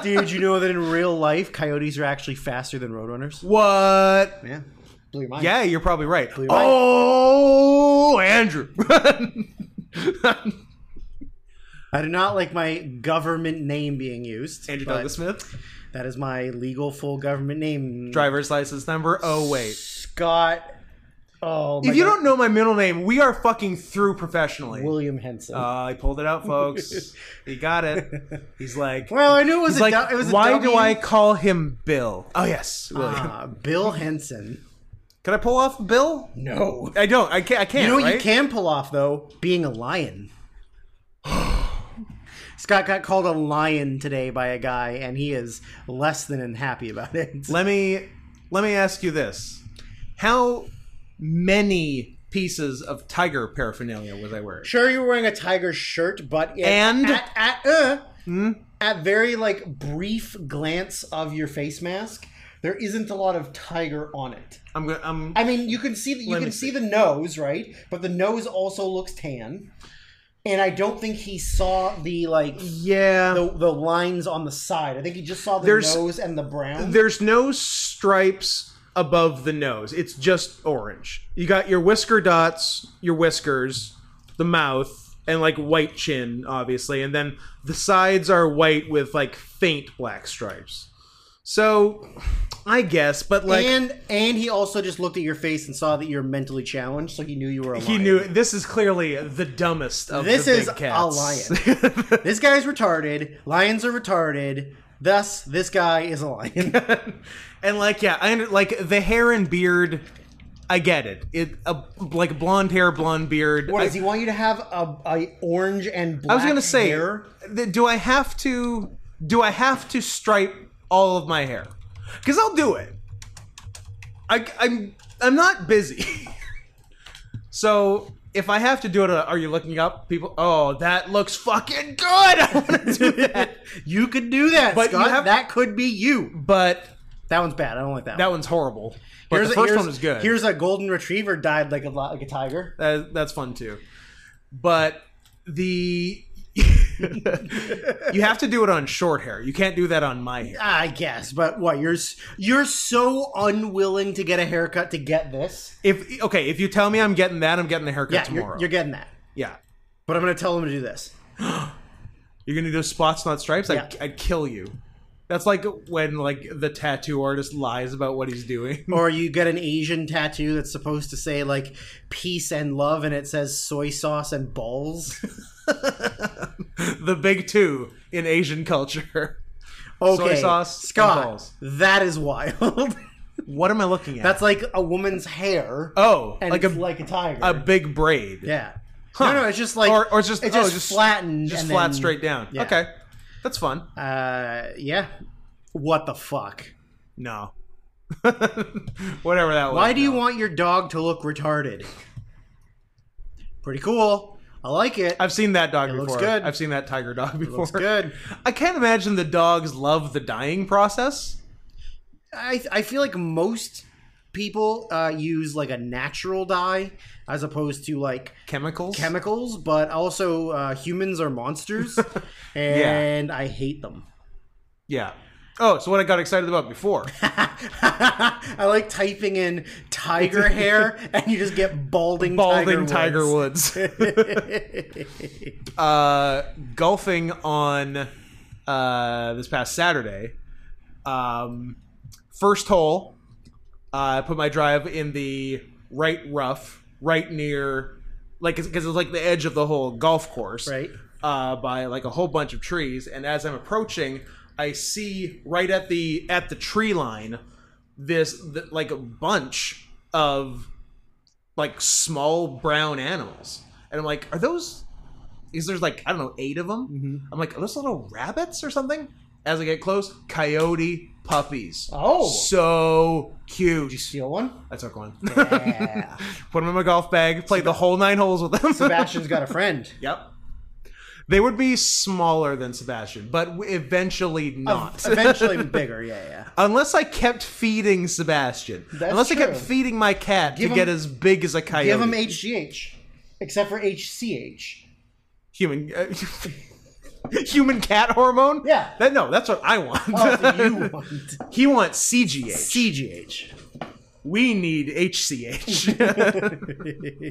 [SPEAKER 1] Dude, you know that in real life, coyotes are actually faster than roadrunners?
[SPEAKER 2] what?
[SPEAKER 1] Yeah. Blew your mind.
[SPEAKER 2] Yeah, you're probably right.
[SPEAKER 1] You're right.
[SPEAKER 2] Oh, Andrew.
[SPEAKER 1] I do not like my government name being used.
[SPEAKER 2] Andrew
[SPEAKER 1] but
[SPEAKER 2] Douglas Smith.
[SPEAKER 1] That is my legal full government name.
[SPEAKER 2] Driver's license number. Oh, wait.
[SPEAKER 1] Scott. Oh, my
[SPEAKER 2] If you
[SPEAKER 1] God.
[SPEAKER 2] don't know my middle name, we are fucking through professionally.
[SPEAKER 1] William Henson.
[SPEAKER 2] Uh, I pulled it out, folks. he got it. He's like,
[SPEAKER 1] well, I knew it was
[SPEAKER 2] he's
[SPEAKER 1] a
[SPEAKER 2] like
[SPEAKER 1] du- it was a
[SPEAKER 2] why do
[SPEAKER 1] W.
[SPEAKER 2] I call him Bill? Oh, yes, William.
[SPEAKER 1] Ah, Bill Henson.
[SPEAKER 2] Can I pull off Bill?
[SPEAKER 1] No.
[SPEAKER 2] I don't. I can't. I can't.
[SPEAKER 1] You know what
[SPEAKER 2] right?
[SPEAKER 1] you can pull off though? Being a lion. Scott got called a lion today by a guy, and he is less than unhappy about it.
[SPEAKER 2] Let me let me ask you this: How many pieces of tiger paraphernalia was I wearing?
[SPEAKER 1] Sure, you're wearing a tiger shirt, but it,
[SPEAKER 2] And? Hmm?
[SPEAKER 1] at at, uh, at very like brief glance of your face mask, there isn't a lot of tiger on it.
[SPEAKER 2] I'm gonna. I'm.
[SPEAKER 1] I mean, you can see the, you
[SPEAKER 2] Let me
[SPEAKER 1] can see. the nose, right? But the nose also looks tan, and I don't think he saw the like
[SPEAKER 2] yeah.
[SPEAKER 1] the, the lines on the side. I think he just saw the
[SPEAKER 2] There's-
[SPEAKER 1] nose and the brown.
[SPEAKER 2] There's no stripes above the nose. It's just orange. You got your whisker dots, your whiskers, the mouth, and like white chin, obviously, and then the sides are white with like faint black stripes. So, I guess, but like
[SPEAKER 1] and and he also just looked at your face and saw that you're mentally challenged, so he knew you were a lion.
[SPEAKER 2] he knew this is clearly the dumbest of
[SPEAKER 1] This
[SPEAKER 2] the big
[SPEAKER 1] is a
[SPEAKER 2] cats.
[SPEAKER 1] this guy's retarded. Lions are retarded. Thus, this guy is a lion.
[SPEAKER 2] and like yeah, I under, like the hair and beard. I get it. It a, like blonde hair, blonde beard.
[SPEAKER 1] What
[SPEAKER 2] I-
[SPEAKER 1] does he want you to have a, a orange and black?
[SPEAKER 2] I was gonna say,
[SPEAKER 1] hair?
[SPEAKER 2] th- do I have to? Do I have to stripe all of my hair? Because I'll do it. I, I'm I'm not busy, so if I have to do it, uh, are you looking up people? Oh, that looks fucking good. I want to do that.
[SPEAKER 1] you could do that,
[SPEAKER 2] But you
[SPEAKER 1] Scott.
[SPEAKER 2] have-
[SPEAKER 1] that could be you.
[SPEAKER 2] But
[SPEAKER 1] That one's bad. I don't like that.
[SPEAKER 2] that
[SPEAKER 1] one.
[SPEAKER 2] one's horrible. But the first one was good.
[SPEAKER 1] Here's a golden retriever died like a lo- like a tiger.
[SPEAKER 2] That, that's fun too. But the you have to do it on short hair. You can't do that on my hair.
[SPEAKER 1] I guess, but what you're s- you're so unwilling to get a haircut to get this.
[SPEAKER 2] If okay, if you tell me I'm getting that, I'm getting the haircut
[SPEAKER 1] Yeah, you're-
[SPEAKER 2] tomorrow.
[SPEAKER 1] you're getting that.
[SPEAKER 2] yeah,
[SPEAKER 1] But I'm gonna tell him to do this.
[SPEAKER 2] you're gonna do spots, not stripes.
[SPEAKER 1] Yeah.
[SPEAKER 2] I, I'd kill you. That's like when like the tattoo artist lies about what he's doing.
[SPEAKER 1] or you get an Asian tattoo that's supposed to say like peace and love and it says soy sauce and balls.
[SPEAKER 2] the big two in Asian culture.
[SPEAKER 1] Okay.
[SPEAKER 2] sauce and
[SPEAKER 1] Scott,
[SPEAKER 2] balls.
[SPEAKER 1] That is wild.
[SPEAKER 2] What am I looking at?
[SPEAKER 1] that's like a woman's hair
[SPEAKER 2] oh,
[SPEAKER 1] and
[SPEAKER 2] like
[SPEAKER 1] it's
[SPEAKER 2] a
[SPEAKER 1] like a tiger.
[SPEAKER 2] a big braid.
[SPEAKER 1] yeah.
[SPEAKER 2] Huh.
[SPEAKER 1] No, no, it's just like
[SPEAKER 2] or, or it's just
[SPEAKER 1] it
[SPEAKER 2] oh,
[SPEAKER 1] just, flattened
[SPEAKER 2] just
[SPEAKER 1] and
[SPEAKER 2] flat
[SPEAKER 1] then-
[SPEAKER 2] straight down.
[SPEAKER 1] yeah.
[SPEAKER 2] Okay, that's fun.
[SPEAKER 1] Uh yeah. What the fuck?
[SPEAKER 2] No, whatever that was.
[SPEAKER 1] Why do you want your dog to look retarded? Pretty cool. I like it.
[SPEAKER 2] I've seen that dog before.
[SPEAKER 1] looks good.
[SPEAKER 2] I've seen that tiger dog before.
[SPEAKER 1] Looks good.
[SPEAKER 2] I can't imagine the dogs love the dying process.
[SPEAKER 1] I I feel like most people uh, use like a natural dye as opposed to like
[SPEAKER 2] Chemicals.
[SPEAKER 1] chemicals, but also uh, humans are monsters, and I hate them.
[SPEAKER 2] yeah. Oh, so what I got excited about before?
[SPEAKER 1] I like typing in tiger hair, and you just get balding
[SPEAKER 2] Balding
[SPEAKER 1] tiger
[SPEAKER 2] Tiger
[SPEAKER 1] woods.
[SPEAKER 2] Woods. uh, golfing on uh, this past Saturday. Um, first hole, uh, I put my drive in the right rough, right near, like, because it was like the edge of the whole golf course.
[SPEAKER 1] Right.
[SPEAKER 2] uh, by like a whole bunch of trees and as i'm approaching i see right at the at the tree line this th- like a bunch of like small brown animals and i'm like are those is there's like i don't know eight of them
[SPEAKER 1] Mm-hmm.
[SPEAKER 2] i'm like are those little rabbits or something as i get close coyote puppies
[SPEAKER 1] Oh.
[SPEAKER 2] so cute
[SPEAKER 1] Steal one.
[SPEAKER 2] i took one
[SPEAKER 1] Yeah.
[SPEAKER 2] put them in my golf bag played the whole nine holes with them
[SPEAKER 1] Sebastian's got a friend.
[SPEAKER 2] Yep. They would be smaller than Sebastian, but w- eventually not.
[SPEAKER 1] Eventually bigger. Yeah, yeah.
[SPEAKER 2] Unless I kept feeding Sebastian.
[SPEAKER 1] That's
[SPEAKER 2] Unless I kept
[SPEAKER 1] true.
[SPEAKER 2] feeding my cat
[SPEAKER 1] Give
[SPEAKER 2] to
[SPEAKER 1] him-
[SPEAKER 2] get as big as a coyote.
[SPEAKER 1] Give him HGH, except for HCH.
[SPEAKER 2] human uh, human cat hormone.
[SPEAKER 1] Yeah.
[SPEAKER 2] That, no, that's what I want.
[SPEAKER 1] Oh, so you want
[SPEAKER 2] he wants CGH.
[SPEAKER 1] CGH.
[SPEAKER 2] We need HCH.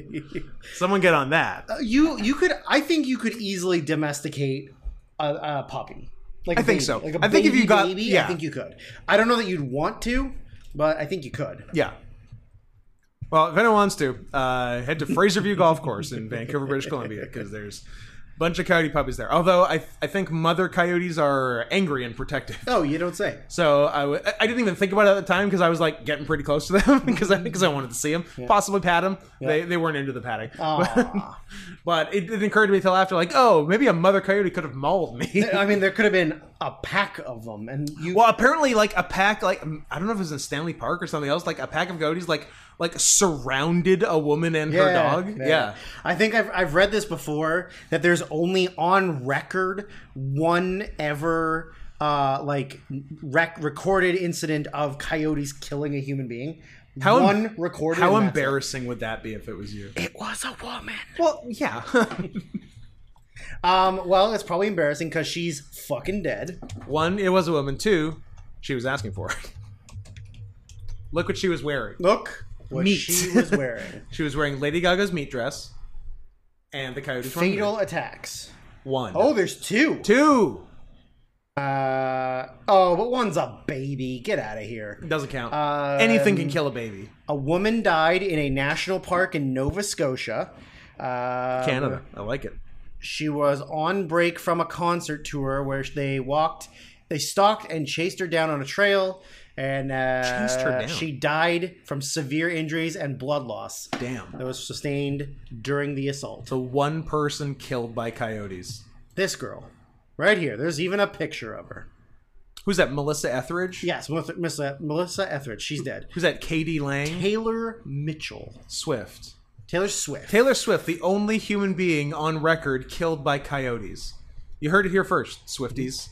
[SPEAKER 2] Someone get on that.
[SPEAKER 1] you you could I think you could easily domesticate a, a puppy. Like I
[SPEAKER 2] think so. I think if you got-
[SPEAKER 1] baby, I
[SPEAKER 2] yeah.
[SPEAKER 1] think you could. I don't know that you'd want to, but I think you could.
[SPEAKER 2] Yeah. Well, if anyone wants to, uh, head to Fraser View Golf Course in Vancouver, British Columbia, because there's a bunch of coyote puppies there. Although I, I think mother coyotes are angry and protective.
[SPEAKER 1] Oh, you don't say.
[SPEAKER 2] So I, w- I didn't even think about it at the time because I was like getting pretty close to them because I, because I wanted to see them, possibly pat them. They, they weren't into the patting.
[SPEAKER 1] Aw.
[SPEAKER 2] But it didn't occur to me till after, like, oh, maybe a mother coyote could have mauled me.
[SPEAKER 1] I mean, there could have been a pack of them, and you.
[SPEAKER 2] Well, apparently, like a pack, like mm, I don't know if it was in Stanley Park or something else, like a pack of coyotes, like like surrounded a woman and her dog. Yeah.
[SPEAKER 1] I think I've, I've read this before that there's only on record one ever uh, like rec- recorded incident of coyotes killing a human being.
[SPEAKER 2] How em-
[SPEAKER 1] one recorded.
[SPEAKER 2] How
[SPEAKER 1] and that's it.
[SPEAKER 2] embarrassing would that be if it was you?
[SPEAKER 1] It was a woman.
[SPEAKER 2] Well, yeah.
[SPEAKER 1] Um, well, it's probably embarrassing because she's fucking dead.
[SPEAKER 2] One, it was a woman. Two, she was asking for it. Look what she was wearing.
[SPEAKER 1] Look what
[SPEAKER 2] Meat.
[SPEAKER 1] she was wearing.
[SPEAKER 2] She was wearing Lady Gaga's meat dress, and the Coyotes were
[SPEAKER 1] Fatal attacks.
[SPEAKER 2] one.
[SPEAKER 1] Oh, there's two.
[SPEAKER 2] two
[SPEAKER 1] Uh, oh, but one's a baby. Get out of here.
[SPEAKER 2] doesn't count.
[SPEAKER 1] Um,
[SPEAKER 2] Anything can kill a baby.
[SPEAKER 1] A woman died in a national park in Nova Scotia. Uh,
[SPEAKER 2] Canada, I like it.
[SPEAKER 1] she was on break from a concert tour where they walked, they stalked and chased her down on a trail, and uh,
[SPEAKER 2] Chased her down.
[SPEAKER 1] she died from severe injuries and blood loss
[SPEAKER 2] Damn.
[SPEAKER 1] that was sustained during the assault.
[SPEAKER 2] So one person killed by coyotes.
[SPEAKER 1] This girl, right here, there's even a picture of her.
[SPEAKER 2] Who's that? Melissa Etheridge.
[SPEAKER 1] Yes, Melissa- Melissa, Melissa Etheridge, she's dead.
[SPEAKER 2] Who's that? Katie Lang.
[SPEAKER 1] Taylor Mitchell,
[SPEAKER 2] Swift.
[SPEAKER 1] Taylor Swift.
[SPEAKER 2] Taylor Swift, the only human being on record killed by coyotes. You heard it here first, Swifties.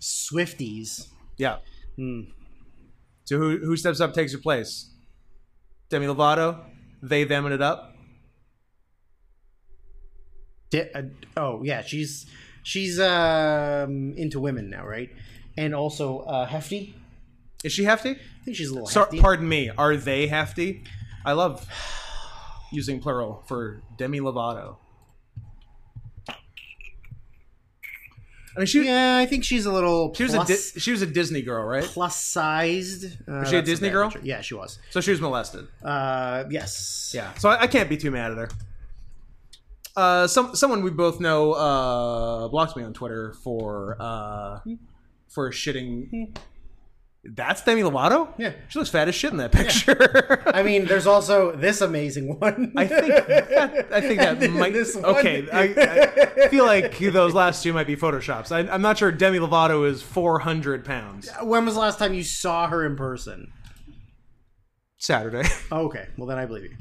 [SPEAKER 1] Swifties.
[SPEAKER 2] Yeah.
[SPEAKER 1] Hmm.
[SPEAKER 2] So who who steps up takes your place? Demi Lovato, they them it up.
[SPEAKER 1] Di- uh, oh yeah, she's she's um, into women now, right? And also uh, hefty.
[SPEAKER 2] Is she hefty?
[SPEAKER 1] I think she's a little
[SPEAKER 2] Sor-
[SPEAKER 1] hefty.
[SPEAKER 2] pardon me. Are they hefty? I love using plural for Demi Lovato. I mean, she
[SPEAKER 1] yeah, I think she's a little
[SPEAKER 2] she was a
[SPEAKER 1] plus,
[SPEAKER 2] Di- she was a Disney girl, right?
[SPEAKER 1] plus sized. Uh,
[SPEAKER 2] she a
[SPEAKER 1] that's
[SPEAKER 2] Disney
[SPEAKER 1] bad
[SPEAKER 2] girl?
[SPEAKER 1] picture. Yeah, she was.
[SPEAKER 2] So she was molested.
[SPEAKER 1] Uh, yes.
[SPEAKER 2] Yeah. So I, I can't be too mad at her. Uh, some someone we both know uh, blocked me on Twitter for uh, for shitting. That's Demi Lovato.
[SPEAKER 1] Yeah.
[SPEAKER 2] she looks fat as shit in that picture.
[SPEAKER 1] I mean, there's also this amazing one.
[SPEAKER 2] I think that, I think that
[SPEAKER 1] And
[SPEAKER 2] might
[SPEAKER 1] this one.
[SPEAKER 2] okay. I, I feel like those last two might be photoshops. I, I'm not sure Demi Lovato is 400 pounds.
[SPEAKER 1] when was the last time you saw her in person?
[SPEAKER 2] Saturday.
[SPEAKER 1] Oh, okay, well then I believe you.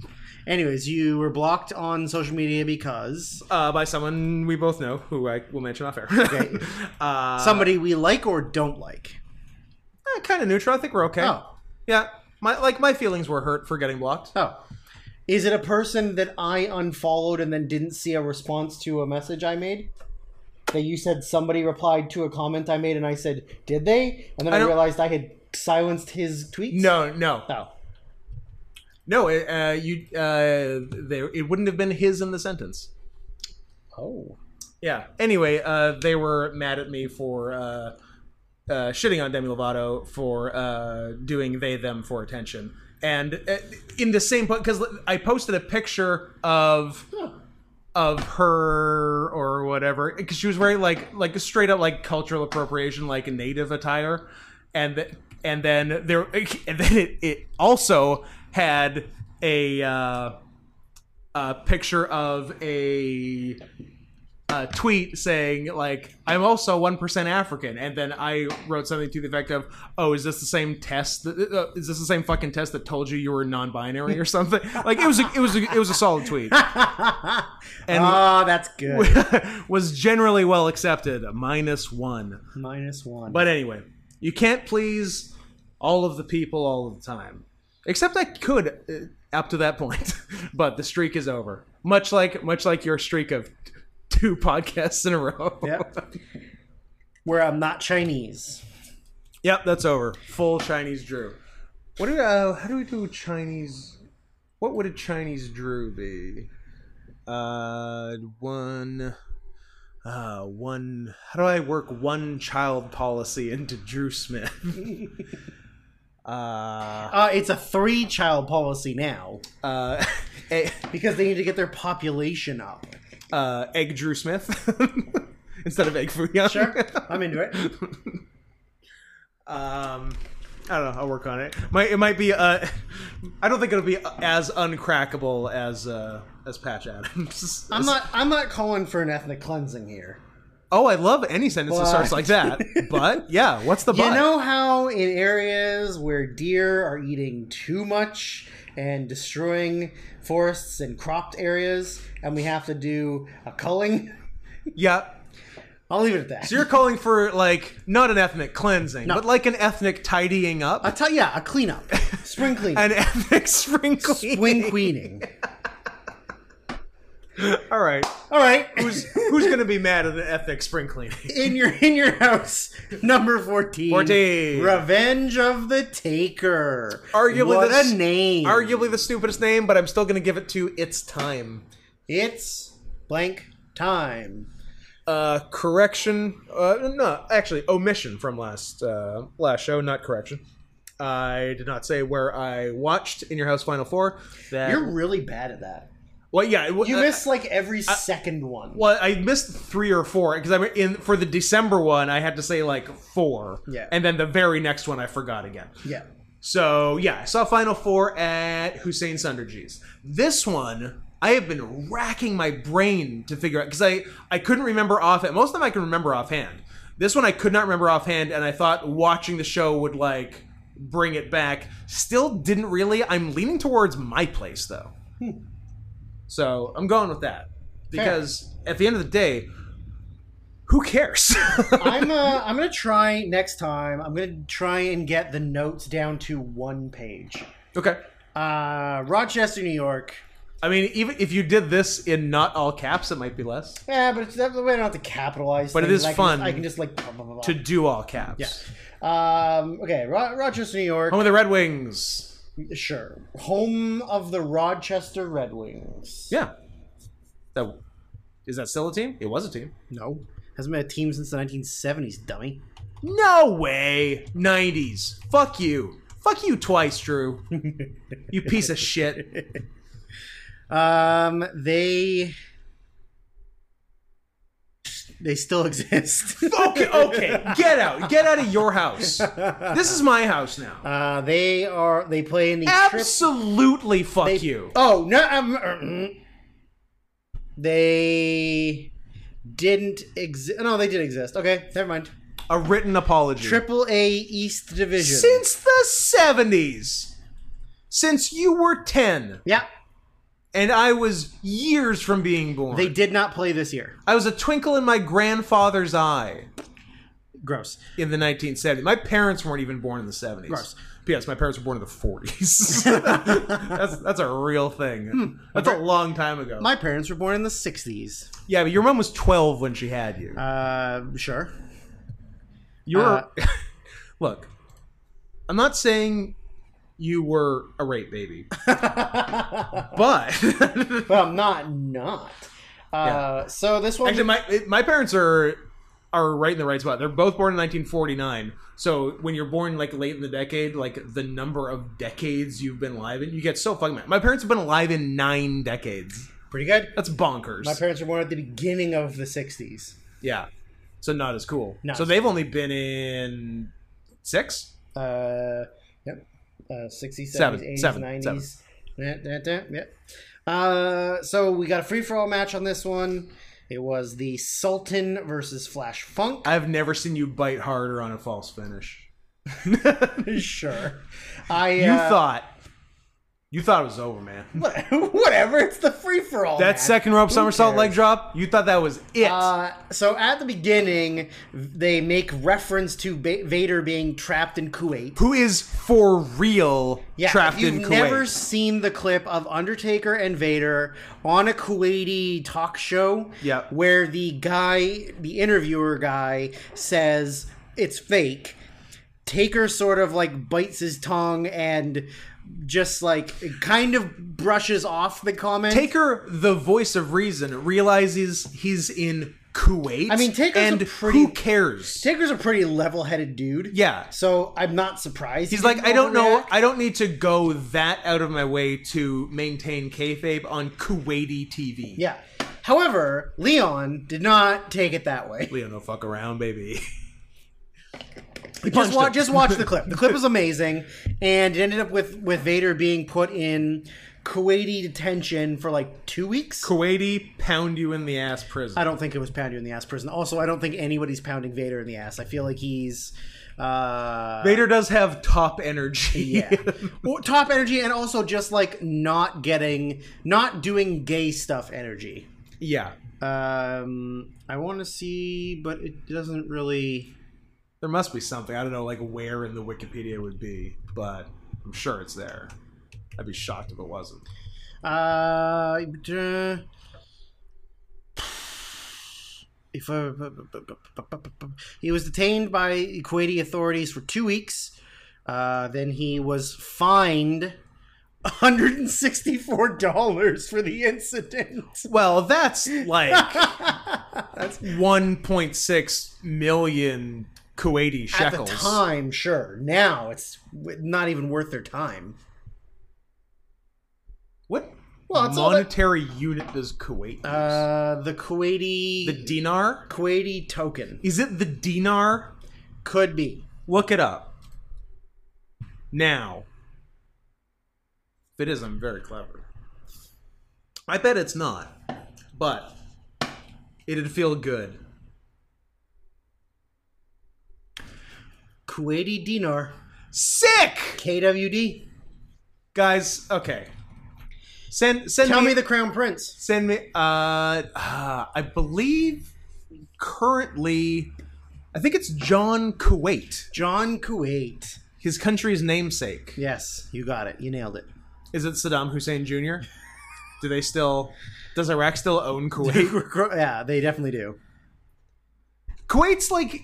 [SPEAKER 1] Anyways, you were blocked on social media because
[SPEAKER 2] uh, by someone we both know who I will mention off air.
[SPEAKER 1] Okay.
[SPEAKER 2] uh,
[SPEAKER 1] somebody we like or don't like.
[SPEAKER 2] eh, kind of neutral. I think we're okay.
[SPEAKER 1] Oh,
[SPEAKER 2] Yeah. My like my feelings were hurt for getting blocked.
[SPEAKER 1] oh. Is it a person that I unfollowed and then didn't see a response to a message I made? That you said somebody replied to a comment I made and I said, "Did they?" And then
[SPEAKER 2] I
[SPEAKER 1] I,
[SPEAKER 2] don't-
[SPEAKER 1] realized I had silenced his tweets.
[SPEAKER 2] No, no,
[SPEAKER 1] Oh.
[SPEAKER 2] no. it, Uh, you, uh, there. It wouldn't have been his in the sentence.
[SPEAKER 1] Oh.
[SPEAKER 2] Yeah. Anyway, uh, they were mad at me for uh, uh, shitting on Demi Lovato for uh, doing they them for attention, and uh, in the same because I posted a picture of of her or whatever because she was wearing like like a straight up like cultural appropriation like a native attire, and th- and then there and then it, it also had a. Uh, a picture of a a tweet saying like I'm also one percent African, and then I wrote something to the effect of, "Oh, is this the same test? That, uh, is this the same fucking test that told you you were non-binary or something?" like it was a, it was a, it was a solid tweet
[SPEAKER 1] And oh, that's good.
[SPEAKER 2] was generally well accepted. A minus one,
[SPEAKER 1] Minus one.
[SPEAKER 2] but anyway, you can't please all of the people all of the time. Except I could uh, up to that point, but the streak is over. Much like much like your streak of. t- Two podcasts in a row.
[SPEAKER 1] Yep. where I'm not Chinese.
[SPEAKER 2] Yep, that's over. Full Chinese Drew. What do uh, how do we do Chinese? What would a Chinese Drew be? Uh, one, uh, one. How do I work one child policy into Drew Smith? uh,
[SPEAKER 1] Uh, it's a three child policy now
[SPEAKER 2] uh, egg,
[SPEAKER 1] because they need to get their population up.
[SPEAKER 2] uh, egg Drew Smith instead of egg Fuyang.
[SPEAKER 1] Sure, I'm into it.
[SPEAKER 2] Um, I don't know. I'll work on it. Might it might be. Uh, I don't think it'll be as uncrackable as uh, as Patch Adams.
[SPEAKER 1] I'm not. I'm not calling for an ethnic cleansing here.
[SPEAKER 2] Oh, I love any sentence that
[SPEAKER 1] But-
[SPEAKER 2] starts like that. But yeah, what's the
[SPEAKER 1] You
[SPEAKER 2] but?
[SPEAKER 1] know how in areas where deer are eating too much and destroying forests and cropped areas, and we have to do a culling.
[SPEAKER 2] yeah.
[SPEAKER 1] I'll leave it at that.
[SPEAKER 2] So you're calling for like not an ethnic cleansing, but like an ethnic tidying up,
[SPEAKER 1] I tell you, yeah, a cleanup, spring cleanup,
[SPEAKER 2] an ethnic sprinkling.
[SPEAKER 1] spring queening.
[SPEAKER 2] All right.
[SPEAKER 1] All right,
[SPEAKER 2] Who's who's gonna be mad at an ethnic sprinkling?
[SPEAKER 1] in your in your house number 14
[SPEAKER 2] 14.
[SPEAKER 1] revenge of the taker
[SPEAKER 2] Arguably
[SPEAKER 1] what
[SPEAKER 2] the s-
[SPEAKER 1] a name
[SPEAKER 2] Arguably the stupidest name, but I'm still gonna give it to It's Time.
[SPEAKER 1] it's blank time.
[SPEAKER 2] Uh, correction. Uh, no, actually, omission from last uh, last show, not correction. I did not say where I watched in your house final four. That
[SPEAKER 1] You're really bad at that.
[SPEAKER 2] well, yeah, it wa-
[SPEAKER 1] You
[SPEAKER 2] uh,
[SPEAKER 1] miss like every second one.
[SPEAKER 2] Well, I missed three or four because I'm in for the December one. I had to say like four,
[SPEAKER 1] Yeah.
[SPEAKER 2] and then the very next one I forgot again.
[SPEAKER 1] yeah.
[SPEAKER 2] So yeah, I saw Final Four at Hussein Sunderji's. This one I have been racking my brain to figure out because I I couldn't remember offhand. Most of them I can remember offhand. This one I could not remember offhand, and I thought watching the show would like bring it back. Still didn't really. I'm leaning towards my place though. So I'm going with that because at the end of the day, who cares?
[SPEAKER 1] I'm uh, I'm gonna try next time. I'm gonna try and get the notes down to one page.
[SPEAKER 2] okay.
[SPEAKER 1] Uh, Rochester, New York.
[SPEAKER 2] I mean, even if you did this in not all caps, it might be less.
[SPEAKER 1] Yeah, but it's that way I don't have to capitalize.
[SPEAKER 2] But it
[SPEAKER 1] things.
[SPEAKER 2] is
[SPEAKER 1] I can
[SPEAKER 2] fun
[SPEAKER 1] Just, I can just like blah, blah, blah, blah.
[SPEAKER 2] to do all caps. Yeah.
[SPEAKER 1] Um, okay, Ro- Rochester, New York.
[SPEAKER 2] Home of the Red Wings.
[SPEAKER 1] Sure, home of the Rochester Red Wings.
[SPEAKER 2] Yeah. That is that still a team? It was a team.
[SPEAKER 1] No, hasn't been a team since the 1970s, dummy.
[SPEAKER 2] No way. Nineties. Fuck you. Fuck you twice, Drew. you piece of shit.
[SPEAKER 1] Um, they they still exist.
[SPEAKER 2] Okay, okay. Get out. Get out of your house. This is my house now.
[SPEAKER 1] Uh, they are they play in the trip.
[SPEAKER 2] Absolutely fuck
[SPEAKER 1] They,
[SPEAKER 2] you.
[SPEAKER 1] Oh no! Um, mm. they didn't exist. No, they did exist. Okay, never mind.
[SPEAKER 2] A written apology.
[SPEAKER 1] Triple A East Division.
[SPEAKER 2] Since the seventies. Since you were ten.
[SPEAKER 1] yeah,
[SPEAKER 2] And I was years from being born.
[SPEAKER 1] they did not play this year.
[SPEAKER 2] I was a twinkle in my grandfather's eye
[SPEAKER 1] Gross.
[SPEAKER 2] in the 1970s. My parents weren't even born in the 70s.
[SPEAKER 1] Gross.
[SPEAKER 2] P.S. My parents were born in the 40s. that's that's a real thing. That's a long time ago.
[SPEAKER 1] Hmm. My parents were born in the '60s.
[SPEAKER 2] yeah, but your mom was 12 when she had you.
[SPEAKER 1] Uh, sure.
[SPEAKER 2] you were look. I'm not saying you were a rape baby, but actually,
[SPEAKER 1] Well, not not. Uh, So this one,
[SPEAKER 2] my my parents are are right in the right spot. They're both born in 1949. So when you're born like late in the decade, like the number of decades you've been alive in, you get so fucking mad. My parents have been alive in nine decades.
[SPEAKER 1] pretty good.
[SPEAKER 2] That's bonkers.
[SPEAKER 1] My parents were born at the beginning of the '60s.
[SPEAKER 2] yeah. So not as cool.
[SPEAKER 1] Not
[SPEAKER 2] so
[SPEAKER 1] as
[SPEAKER 2] they've only been in six?
[SPEAKER 1] Uh, yep. Uh, 60s, 70s,
[SPEAKER 2] Seven,
[SPEAKER 1] 80s,
[SPEAKER 2] seven,
[SPEAKER 1] 90s.
[SPEAKER 2] seven.
[SPEAKER 1] Da, da, da, yep. Uh, so we got a free for all match on this one. It was the Sultan versus Flash Funk.
[SPEAKER 2] I've never seen you bite harder on a false finish.
[SPEAKER 1] sure. I
[SPEAKER 2] You
[SPEAKER 1] uh,
[SPEAKER 2] thought you thought it was over, man.
[SPEAKER 1] whatever. It's the free for all.
[SPEAKER 2] That second rope somersault
[SPEAKER 1] cares?
[SPEAKER 2] leg drop, you thought that was it.
[SPEAKER 1] Uh, so at the beginning, they make reference to ba- Vader being trapped in Kuwait.
[SPEAKER 2] Who is for real
[SPEAKER 1] Yeah,
[SPEAKER 2] trapped
[SPEAKER 1] if you've
[SPEAKER 2] in Kuwait?
[SPEAKER 1] never seen the clip of Undertaker and Vader on a Kuwaiti talk show,
[SPEAKER 2] Yeah.
[SPEAKER 1] where the guy, the interviewer guy, says it's fake. Taker sort of like bites his tongue and just like kind of brushes off the comment.
[SPEAKER 2] Taker, the voice of reason, realizes he's in Kuwait.
[SPEAKER 1] I mean, Taker's a
[SPEAKER 2] and
[SPEAKER 1] pretty-
[SPEAKER 2] who cares?
[SPEAKER 1] Taker's a pretty level-headed dude.
[SPEAKER 2] yeah,
[SPEAKER 1] So I'm not surprised.
[SPEAKER 2] he's like, I don't know, I don't need to go that out of my way to maintain kayfabe on Kuwaiti TV.
[SPEAKER 1] yeah. However, Leon did not take it that way.
[SPEAKER 2] Leo, no fuck around, baby.
[SPEAKER 1] just
[SPEAKER 2] punched
[SPEAKER 1] watch,
[SPEAKER 2] him.
[SPEAKER 1] just watch the clip. The clip is amazing, and it ended up with with Vader being put in Kuwaiti detention for like two weeks.
[SPEAKER 2] Kuwaiti pound you in the ass prison.
[SPEAKER 1] I don't think it was pound you in the ass prison. Also, I don't think anybody's pounding Vader in the ass. I feel like he's uh
[SPEAKER 2] Vader does have top energy.
[SPEAKER 1] yeah Well, top energy and also just like not getting not doing gay stuff energy.
[SPEAKER 2] yeah.
[SPEAKER 1] Um, I want to see, but it doesn't really.
[SPEAKER 2] There must be something. I don't know, like where in the Wikipedia it would be, but I'm sure it's there. I'd be shocked if it wasn't.
[SPEAKER 1] Uh, but, uh, if uh, I, he was detained by Kuwaiti authorities for two weeks. Uh, then he was fined $164 for the incident.
[SPEAKER 2] Well, that's like that's 1.6 million Kuwaiti shekels.
[SPEAKER 1] At the time, sure. Now it's w- not even worth their time.
[SPEAKER 2] What
[SPEAKER 1] Well, it's all that-
[SPEAKER 2] monetary unit does Kuwait use?
[SPEAKER 1] Uh, the Kuwaiti
[SPEAKER 2] the dinar?
[SPEAKER 1] Kuwaiti token
[SPEAKER 2] Is it the dinar?
[SPEAKER 1] could be.
[SPEAKER 2] Look it up. Now. If it is, I'm very clever. I bet it's not. But it'd feel good.
[SPEAKER 1] Kuwaiti dinar,
[SPEAKER 2] Sick!
[SPEAKER 1] KWD.
[SPEAKER 2] Guys, okay. Send send
[SPEAKER 1] Tell
[SPEAKER 2] me,
[SPEAKER 1] me the crown prince.
[SPEAKER 2] send me uh, uh I believe currently I think it's John Kuwait,
[SPEAKER 1] John Kuwait.
[SPEAKER 2] his country's namesake.
[SPEAKER 1] Yes, you got it. You nailed it.
[SPEAKER 2] Is it Saddam Hussein Jr.? Do they still does Iraq still own Kuwait?
[SPEAKER 1] yeah, they definitely do.
[SPEAKER 2] Kuwait's like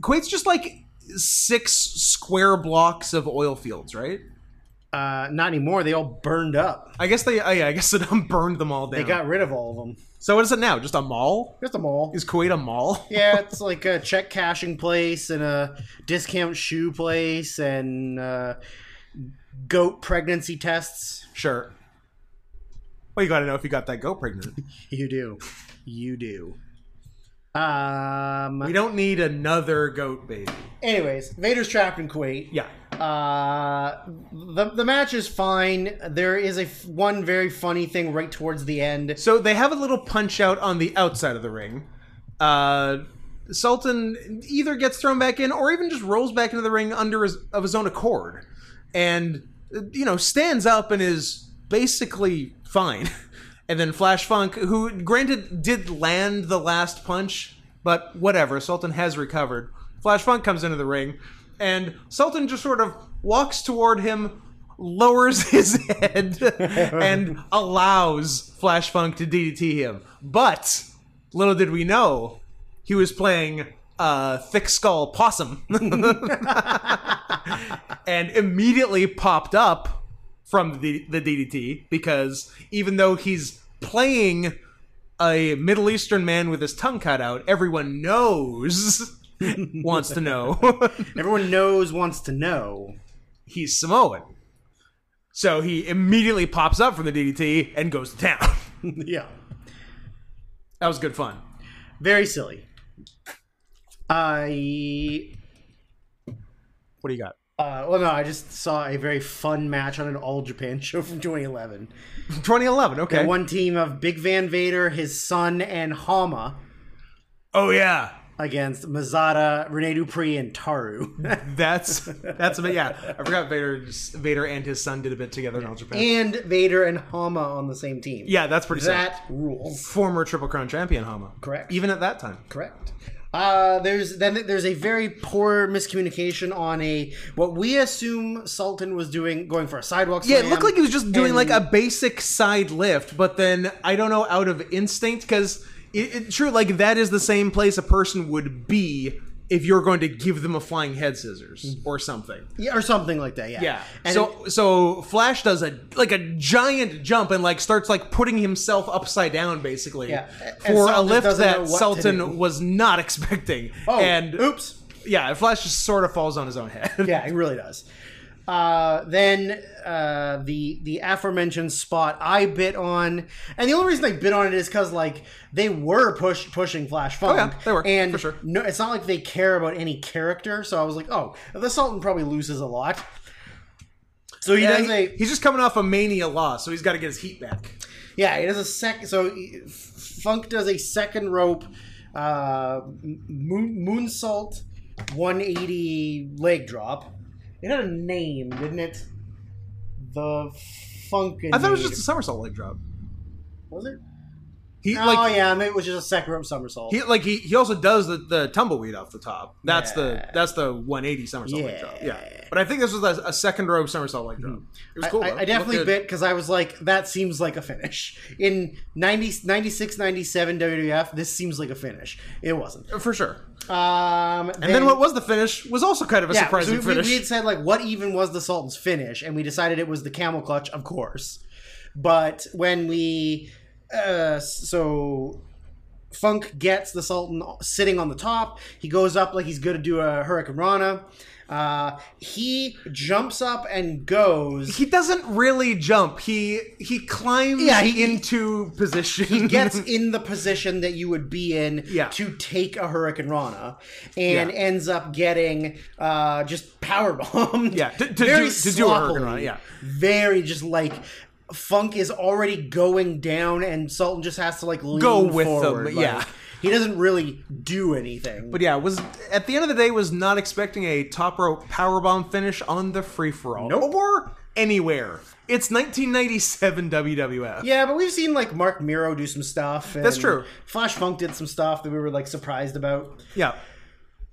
[SPEAKER 2] Kuwait's just like six square blocks of oil fields, right?
[SPEAKER 1] Uh, not anymore. They all burned up.
[SPEAKER 2] I guess they oh yeah, I guess Saddam burned them all down.
[SPEAKER 1] They got rid of all of them.
[SPEAKER 2] so what is it now? Just a mall?
[SPEAKER 1] Here's them all.
[SPEAKER 2] Is Kuwait a mall?
[SPEAKER 1] Yeah, it's like a check cashing place and a discount shoe place and uh, goat pregnancy tests.
[SPEAKER 2] Sure. Well, you got to know if you got that goat pregnant.
[SPEAKER 1] You do. You do. Um.
[SPEAKER 2] We don't need another goat baby.
[SPEAKER 1] Anyways, Vader's trapped in Kuwait.
[SPEAKER 2] Yeah.
[SPEAKER 1] Uh, the the match is fine. There is a f- one very funny thing right towards the end.
[SPEAKER 2] So they have a little punch out on the outside of the ring. Uh, Sultan either gets thrown back in or even just rolls back into the ring under his of his own accord, and uh, you know stands up and is basically fine. And then Flash Funk, who granted did land the last punch, but whatever, Sultan has recovered. Flash Funk comes into the ring, and Sultan just sort of walks toward him, lowers his head, and allows Flash Funk to DDT him. But little did we know, he was playing uh, Thick Skull Possum, and immediately popped up from the, the DDT because even though he's playing a Middle Eastern man with his tongue cut out, everyone knows, wants to know,
[SPEAKER 1] Everyone knows wants to know.
[SPEAKER 2] he's Samoan. So he immediately pops up from the DDT and goes to town.
[SPEAKER 1] yeah,
[SPEAKER 2] that was good fun.
[SPEAKER 1] very silly. I
[SPEAKER 2] What do you got?
[SPEAKER 1] uh, well no, I just saw a very fun match on an All Japan show from 2011.
[SPEAKER 2] 2011, okay.
[SPEAKER 1] One team of Big Van Vader, his son, and Hama
[SPEAKER 2] Oh, yeah.
[SPEAKER 1] against Mazada, Rene Dupree, and Taru.
[SPEAKER 2] That's that's a bit yeah. I forgot Vader Vader and his son did a bit together in All Japan.
[SPEAKER 1] and Vader and Hama on the same team.
[SPEAKER 2] yeah, that's pretty sick.
[SPEAKER 1] That rules.
[SPEAKER 2] Former Triple Crown champion Hama.
[SPEAKER 1] Correct.
[SPEAKER 2] Even at that time.
[SPEAKER 1] Correct. Uh, there's then there's a very poor miscommunication on a what we assume Sultan was doing going for a sidewalk.
[SPEAKER 2] Yeah, it
[SPEAKER 1] slam.
[SPEAKER 2] looked like he was just doing
[SPEAKER 1] And-
[SPEAKER 2] like a basic side lift, but then I don't know out of instinct because it, it true like that is the same place a person would be if you're going to give them a flying head scissors or something.
[SPEAKER 1] yeah, or something like that. Mm-hmm. Yeah.
[SPEAKER 2] Yeah.
[SPEAKER 1] And it-
[SPEAKER 2] so so Flash does a like a giant jump and like starts like putting himself upside down basically
[SPEAKER 1] Yeah. And
[SPEAKER 2] for a
[SPEAKER 1] Sultan
[SPEAKER 2] lift
[SPEAKER 1] doesn't know
[SPEAKER 2] that
[SPEAKER 1] what to do.
[SPEAKER 2] Sultan was not expecting.
[SPEAKER 1] oh,
[SPEAKER 2] and
[SPEAKER 1] oops.
[SPEAKER 2] yeah, Flash just sort of falls on his own head.
[SPEAKER 1] Yeah, he really does. Uh, then uh, the the aforementioned spot I bit on, and the only reason I bit on it is because like they were push pushing Flash Funk.
[SPEAKER 2] Oh, yeah, they were,
[SPEAKER 1] and
[SPEAKER 2] for sure.
[SPEAKER 1] No, it's not like they care about any character. So I was like, oh, the Sultan probably loses a lot. So he
[SPEAKER 2] Yeah,
[SPEAKER 1] does
[SPEAKER 2] he-
[SPEAKER 1] a
[SPEAKER 2] he's just coming off a mania loss, so he's got to get his heat back.
[SPEAKER 1] Yeah, it is a sec. So e, F- Funk does a second rope, uh, m- moon moonsault, one eighty leg drop. It had a name, didn't it? The Funk.
[SPEAKER 2] I thought it was just a somersault leg drop.
[SPEAKER 1] Was it?
[SPEAKER 2] He
[SPEAKER 1] oh
[SPEAKER 2] like
[SPEAKER 1] yeah, maybe it was just a second rope somersault.
[SPEAKER 2] he like he, he also does the, the tumbleweed off the top. That's the
[SPEAKER 1] Yeah.
[SPEAKER 2] that's the 180 somersault leg drop. Yeah.
[SPEAKER 1] Yeah.
[SPEAKER 2] But I think this was a, a second row somersault leg drop. It was
[SPEAKER 1] I-
[SPEAKER 2] cool.
[SPEAKER 1] I,
[SPEAKER 2] though.
[SPEAKER 1] I
[SPEAKER 2] It
[SPEAKER 1] definitely
[SPEAKER 2] looked good.
[SPEAKER 1] bit because I was like, that seems like a finish. In 90, 96, 97 WWF, this seems like a finish. It wasn't.
[SPEAKER 2] for sure.
[SPEAKER 1] Um,
[SPEAKER 2] And then, what was the finish was also kind of a
[SPEAKER 1] yeah, so
[SPEAKER 2] surprising
[SPEAKER 1] we, we-
[SPEAKER 2] finish.
[SPEAKER 1] we had said, like, what even was the Sultan's finish? And we decided it was the camel clutch, of course. But when we. Uh, so. Funk gets the Sultan sitting on the top. He goes up like he's going to do a Hurricane Rana. Uh, he jumps up and goes.
[SPEAKER 2] he doesn't really jump. He he climbs
[SPEAKER 1] Yeah, he-
[SPEAKER 2] into position.
[SPEAKER 1] he gets in the position that you would be in
[SPEAKER 2] Yeah.
[SPEAKER 1] to take a Hurricane Rana, and
[SPEAKER 2] Yeah.
[SPEAKER 1] ends up getting uh, just power bombed.
[SPEAKER 2] Yeah, to- to do- to do a Hurricane Rana, yeah.
[SPEAKER 1] very just like Funk is already going down, and Sultan just has to like lean
[SPEAKER 2] Go with them,
[SPEAKER 1] forward, like,
[SPEAKER 2] yeah.
[SPEAKER 1] he doesn't really do anything.
[SPEAKER 2] But yeah, was at the end of the day was not expecting a top rope powerbomb finish on the free for all
[SPEAKER 1] Nope.
[SPEAKER 2] or anywhere. It's 1997 WWF.
[SPEAKER 1] yeah, but we've seen like Mark Miro do some stuff. And
[SPEAKER 2] That's true.
[SPEAKER 1] Flash Funk did some stuff that we were like surprised about.
[SPEAKER 2] yeah.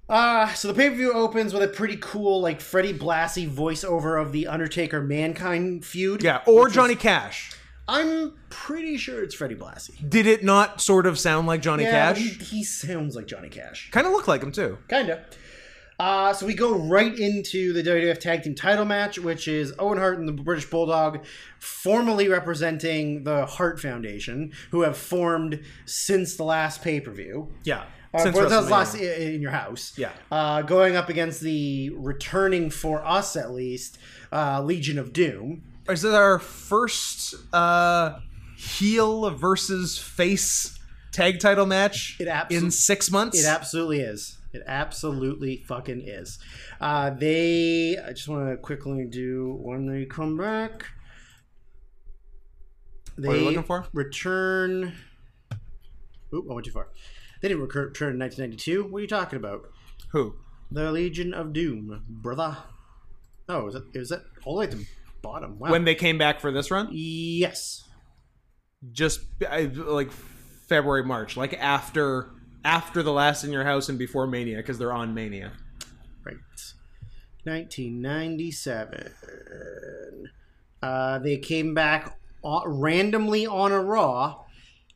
[SPEAKER 1] Uh, so the pay per view opens with a pretty cool, like, Freddie Blassie voiceover of the Undertaker Mankind feud.
[SPEAKER 2] Yeah, or Johnny Cash.
[SPEAKER 1] I'm pretty sure it's Freddie Blassie.
[SPEAKER 2] Did it not sort of sound like Johnny
[SPEAKER 1] Yeah, He,
[SPEAKER 2] Cash?
[SPEAKER 1] he sounds like Johnny Cash.
[SPEAKER 2] Kind of looked like him too.
[SPEAKER 1] Kinda. Uh, so we go right into the WWF Tag Team title match, which is Owen Hart and the British Bulldog, formerly representing the Hart Foundation, who have formed since the last pay per view.
[SPEAKER 2] Yeah.
[SPEAKER 1] Uh,
[SPEAKER 2] Since
[SPEAKER 1] well, that was
[SPEAKER 2] WrestleMania.
[SPEAKER 1] last i- in your house.
[SPEAKER 2] Yeah.
[SPEAKER 1] Uh, going up against the returning for us at least uh, Legion of Doom.
[SPEAKER 2] Is it our first uh, heel versus face tag title match
[SPEAKER 1] It abso-
[SPEAKER 2] in six months?
[SPEAKER 1] It absolutely is. It absolutely fucking is. Uh, they. I just want to quickly do when they come back. They
[SPEAKER 2] are you looking for?
[SPEAKER 1] return. Oop! I went too far. They didn't recur- return in 1992. What are you talking about?
[SPEAKER 2] Who?
[SPEAKER 1] The Legion of Doom, brother. Oh, is it? Is it all the way at the bottom? Wow.
[SPEAKER 2] When they came back for this run?
[SPEAKER 1] yes.
[SPEAKER 2] just I, like February, March, like after after the last in your house and before Mania, because they're on Mania.
[SPEAKER 1] Right. 1997. Uh, they came back o- randomly on a Raw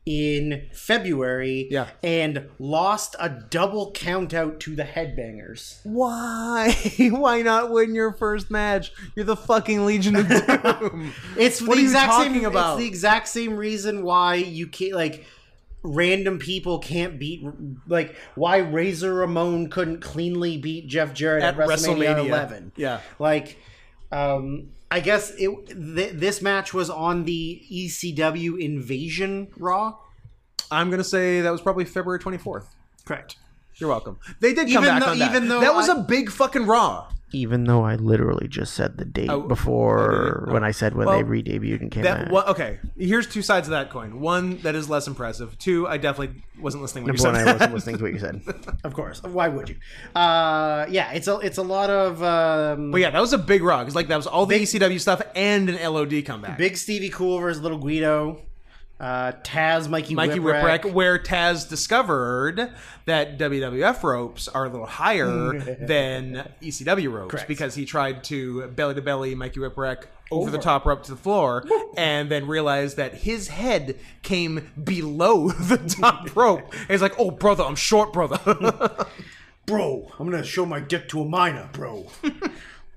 [SPEAKER 1] in February
[SPEAKER 2] Yeah.
[SPEAKER 1] and lost a double count out to the Headbangers.
[SPEAKER 2] Why? Why not win your first match? You're the fucking Legion of Doom.
[SPEAKER 1] It's
[SPEAKER 2] What
[SPEAKER 1] the
[SPEAKER 2] are you
[SPEAKER 1] exact
[SPEAKER 2] talking
[SPEAKER 1] same.
[SPEAKER 2] about?
[SPEAKER 1] It's the exact same reason why you can't like random people can't beat like why Razor Ramon couldn't cleanly beat Jeff Jarrett at, WrestleMania, 11.
[SPEAKER 2] Yeah.
[SPEAKER 1] Like, um, I guess it th- this match was on the ECW Invasion Raw.
[SPEAKER 2] I'm gonna say that was probably February 24th.
[SPEAKER 1] Correct.
[SPEAKER 2] You're welcome. They did
[SPEAKER 1] Even
[SPEAKER 2] come back
[SPEAKER 1] though-
[SPEAKER 2] on that.
[SPEAKER 1] even though
[SPEAKER 2] that was
[SPEAKER 1] I-
[SPEAKER 2] a big fucking Raw.
[SPEAKER 1] Even though I literally just said the date
[SPEAKER 2] Oh,
[SPEAKER 1] before
[SPEAKER 2] okay.
[SPEAKER 1] when I said when
[SPEAKER 2] Well,
[SPEAKER 1] they re-debuted and came
[SPEAKER 2] That one, okay. Here's two sides of that coin. One that is less impressive. Two, I definitely wasn't listening when you said
[SPEAKER 1] when I
[SPEAKER 2] that.
[SPEAKER 1] wasn't listening to what you said. Of course. Why would you? Uh, yeah, it's a it's a lot of um,
[SPEAKER 2] But yeah, that was a big Raw because like that was all the ECW stuff and an LOD comeback.
[SPEAKER 1] big Stevie Cool versus Little Guido, uh, Taz, Mikey,
[SPEAKER 2] Mikey Whipwreck, where Taz discovered that WWF ropes are a little higher than ECW ropes because he tried to belly to belly Mikey Whipwreck over, the top rope to the floor and then realized that his head came below the top rope. And he's like, oh, brother, I'm short, brother.
[SPEAKER 1] Bro, I'm gonna show my dick to a minor, bro.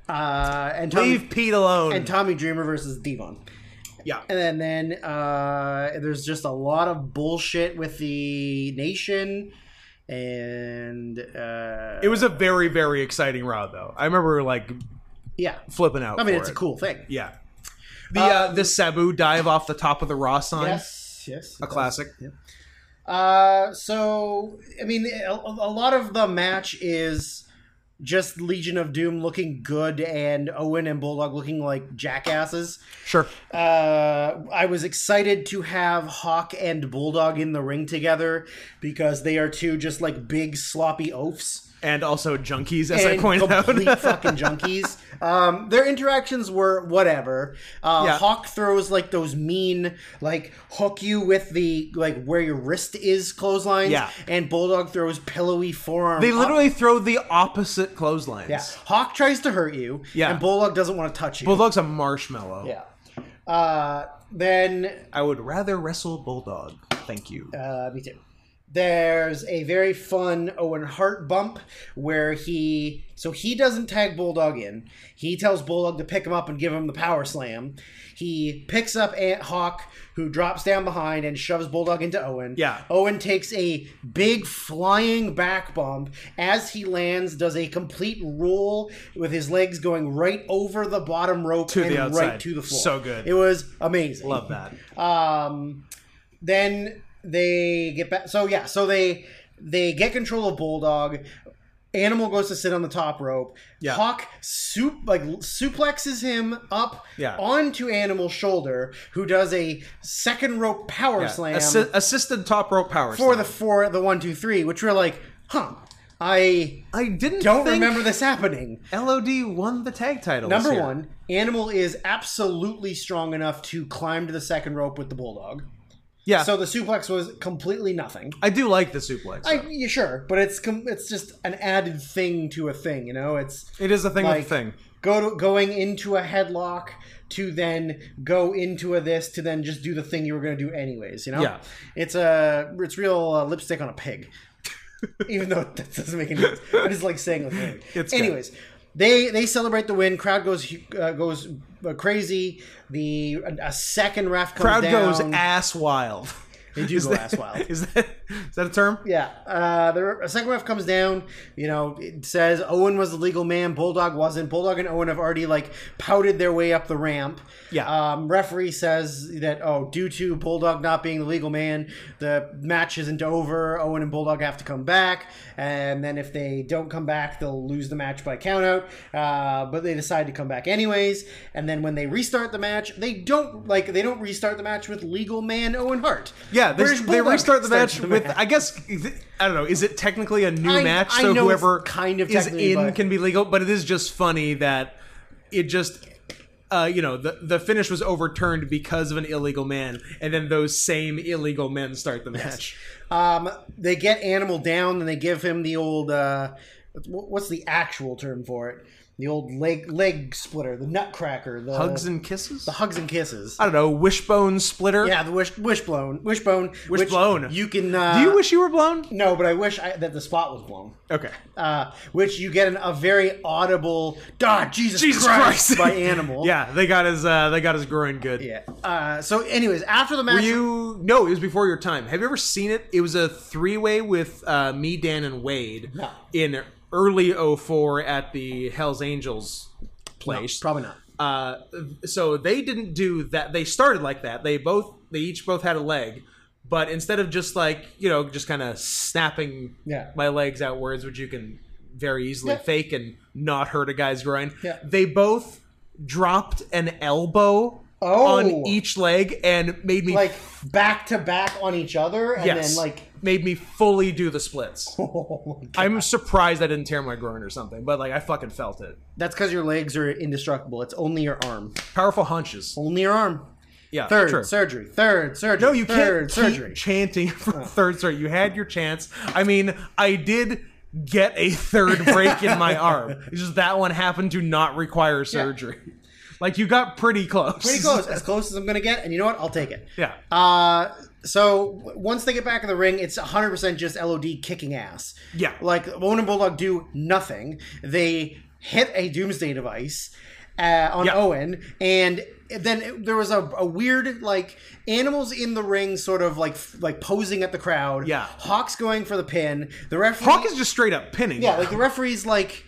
[SPEAKER 1] uh, and Tommy,
[SPEAKER 2] Leave Pete alone.
[SPEAKER 1] and Tommy Dreamer versus Devon.
[SPEAKER 2] yeah.
[SPEAKER 1] And then, then uh, there's just a lot of bullshit with the nation, and uh,
[SPEAKER 2] It was a very, very exciting Raw, though. I remember like
[SPEAKER 1] yeah,
[SPEAKER 2] flipping out.
[SPEAKER 1] I mean
[SPEAKER 2] for
[SPEAKER 1] it's
[SPEAKER 2] it.
[SPEAKER 1] a cool thing.
[SPEAKER 2] Yeah. The, uh, the Sabu dive off the top of the Raw sign.
[SPEAKER 1] Yes, yes,
[SPEAKER 2] A classic.
[SPEAKER 1] Uh, so I mean, a, a lot of the match is just Legion of Doom looking good and Owen and Bulldog looking like jackasses.
[SPEAKER 2] Sure.
[SPEAKER 1] uh, I was excited to have Hawk and Bulldog in the ring together because they are two just like big sloppy oafs.
[SPEAKER 2] and also junkies, as I
[SPEAKER 1] and
[SPEAKER 2] pointed out.
[SPEAKER 1] complete fucking junkies. Um, their interactions were whatever. Uh,
[SPEAKER 2] Yeah.
[SPEAKER 1] Hawk throws like those mean, like hook you with the like where your wrist is clotheslines.
[SPEAKER 2] Yeah.
[SPEAKER 1] And Bulldog throws pillowy forearm.
[SPEAKER 2] they
[SPEAKER 1] up-
[SPEAKER 2] literally throw the opposite clotheslines.
[SPEAKER 1] Yeah. Hawk tries to hurt you.
[SPEAKER 2] Yeah.
[SPEAKER 1] And Bulldog doesn't want to touch you.
[SPEAKER 2] Bulldog's a marshmallow.
[SPEAKER 1] yeah. Uh, then
[SPEAKER 2] I would rather wrestle Bulldog. Thank you.
[SPEAKER 1] Uh, me too. There's a very fun Owen Hart bump where he so he doesn't tag Bulldog in. He tells Bulldog to pick him up and give him the power slam. He picks up Ant Hawk, who drops down behind and shoves Bulldog into Owen.
[SPEAKER 2] Yeah.
[SPEAKER 1] Owen takes a big flying back bump as he lands, does a complete roll with his legs going right over the bottom rope
[SPEAKER 2] To the
[SPEAKER 1] and right
[SPEAKER 2] outside.
[SPEAKER 1] to the floor.
[SPEAKER 2] So good.
[SPEAKER 1] It was amazing.
[SPEAKER 2] Love that.
[SPEAKER 1] Um, then they get back. So yeah, so they they get control of Bulldog. Animal goes to sit on the top rope.
[SPEAKER 2] Yeah.
[SPEAKER 1] Hawk sup- like suplexes him up
[SPEAKER 2] Yeah.
[SPEAKER 1] onto Animal's shoulder, who does a second rope power
[SPEAKER 2] Yeah.
[SPEAKER 1] slam
[SPEAKER 2] Assi- assisted top rope power
[SPEAKER 1] for the
[SPEAKER 2] slam.
[SPEAKER 1] for the one two three, which we're like, huh, I
[SPEAKER 2] I didn't
[SPEAKER 1] don't
[SPEAKER 2] think
[SPEAKER 1] remember this happening.
[SPEAKER 2] LOD won the tag titles.
[SPEAKER 1] Number
[SPEAKER 2] here.
[SPEAKER 1] one, Animal is absolutely strong enough to climb to the second rope with the Bulldog.
[SPEAKER 2] Yeah.
[SPEAKER 1] So
[SPEAKER 2] So
[SPEAKER 1] the suplex was completely nothing.
[SPEAKER 2] I do like the suplex.
[SPEAKER 1] I, yeah, sure, but it's com- it's just an added thing to a thing, you know. It's
[SPEAKER 2] it is a thing
[SPEAKER 1] like
[SPEAKER 2] with a thing.
[SPEAKER 1] go to, going into a headlock to then go into a this to then just do the thing you were going to do anyways, you know.
[SPEAKER 2] Yeah.
[SPEAKER 1] it's a it's real uh, lipstick on a pig, even though that doesn't make any sense. I just like saying the thing.
[SPEAKER 2] It's good.
[SPEAKER 1] anyways. They, they celebrate the win. Crowd goes uh, goes uh, crazy. The a, a second ref comes
[SPEAKER 2] Crowd goes
[SPEAKER 1] down.
[SPEAKER 2] ass wild.
[SPEAKER 1] They do go ass wild.
[SPEAKER 2] Is that is that a term?
[SPEAKER 1] Yeah, uh, the a second ref comes down. You know, it says Owen was the legal man. Bulldog wasn't. Bulldog and Owen have already like pouted their way up the ramp.
[SPEAKER 2] Yeah.
[SPEAKER 1] Um, referee says that oh, due to Bulldog not being the legal man, the match isn't over. Owen and Bulldog have to come back, and then if they don't come back, they'll lose the match by countout. Uh, but they decide to come back anyways. And then when they restart the match, they don't like they don't restart the match with legal man Owen Hart.
[SPEAKER 2] Yeah, they,
[SPEAKER 1] British
[SPEAKER 2] they
[SPEAKER 1] Bulldog
[SPEAKER 2] restart the
[SPEAKER 1] starts
[SPEAKER 2] match with. I guess I don't know. Is it technically a new
[SPEAKER 1] I-
[SPEAKER 2] match?
[SPEAKER 1] I
[SPEAKER 2] So
[SPEAKER 1] know it's
[SPEAKER 2] whoever
[SPEAKER 1] kind of
[SPEAKER 2] is
[SPEAKER 1] technically,
[SPEAKER 2] in
[SPEAKER 1] but-
[SPEAKER 2] can be legal. But it is just funny that it just. Uh, you know the the finish was overturned because of an illegal man, and then those same illegal men start the match.
[SPEAKER 1] Um, they get Animal down and they give him the old uh, wh- what's the actual term for it? The old leg leg splitter, the nutcracker, the
[SPEAKER 2] Hugs and kisses.
[SPEAKER 1] the hugs and kisses.
[SPEAKER 2] I don't know. Wishbone splitter.
[SPEAKER 1] yeah, the wish wish blown wishbone which
[SPEAKER 2] blown.
[SPEAKER 1] You can. Uh,
[SPEAKER 2] Do you wish you were blown?
[SPEAKER 1] No, but I wish I, that the spot was blown.
[SPEAKER 2] Okay.
[SPEAKER 1] Uh, which you get an, a very audible "God, Jesus,
[SPEAKER 2] Jesus
[SPEAKER 1] Christ,
[SPEAKER 2] Christ
[SPEAKER 1] by Animal.
[SPEAKER 2] Yeah, they got his uh, they got his groin good.
[SPEAKER 1] yeah. Uh, so, anyways, after the match,
[SPEAKER 2] Were you no, it was before your time. Have you ever seen it? It was a three way with uh, me, Dan, and Wade
[SPEAKER 1] No.
[SPEAKER 2] in early 04 at the Hell's Angels
[SPEAKER 1] No,
[SPEAKER 2] place.
[SPEAKER 1] probably not.
[SPEAKER 2] uh, so they didn't do that. They started like that. They both they each both had a leg, but instead of just like you know just kind of snapping
[SPEAKER 1] Yeah.
[SPEAKER 2] my legs outwards, which you can very easily
[SPEAKER 1] Yeah.
[SPEAKER 2] fake and not hurt a guy's groin,
[SPEAKER 1] Yeah.
[SPEAKER 2] they both dropped an elbow
[SPEAKER 1] Oh.
[SPEAKER 2] on each leg and made me
[SPEAKER 1] Like back to back on each other, and
[SPEAKER 2] yes,
[SPEAKER 1] then like,
[SPEAKER 2] made me fully do the splits.
[SPEAKER 1] oh my God.
[SPEAKER 2] I'm surprised I didn't tear my groin or something, but like I fucking felt it.
[SPEAKER 1] That's because your legs are indestructible. It's only your arm.
[SPEAKER 2] Powerful hunches.
[SPEAKER 1] Only your arm.
[SPEAKER 2] Yeah,
[SPEAKER 1] Third
[SPEAKER 2] Uh, true.
[SPEAKER 1] surgery. Third surgery.
[SPEAKER 2] No, you
[SPEAKER 1] third
[SPEAKER 2] can't
[SPEAKER 1] surgery. Oh.
[SPEAKER 2] keep chanting for third surgery. You had your chance. I mean, I did get a third break in my arm. It's just that one happened to not require surgery. Like you got pretty close.
[SPEAKER 1] Pretty close. As close as I'm gonna get. And you know what? I'll take it.
[SPEAKER 2] Yeah.
[SPEAKER 1] Uh, so w- once they get back in the ring, it's 100% just LOD kicking ass.
[SPEAKER 2] Yeah.
[SPEAKER 1] Like, Owen and Bulldog do nothing. They hit a doomsday device uh, on
[SPEAKER 2] Yeah.
[SPEAKER 1] Owen, and then it- there was a, a weird, like, animals in the ring sort of like f- like posing at the crowd.
[SPEAKER 2] Yeah.
[SPEAKER 1] Hawk's going for the pin. The referee.
[SPEAKER 2] Hawk is just straight up pinning.
[SPEAKER 1] Yeah, like the referee's like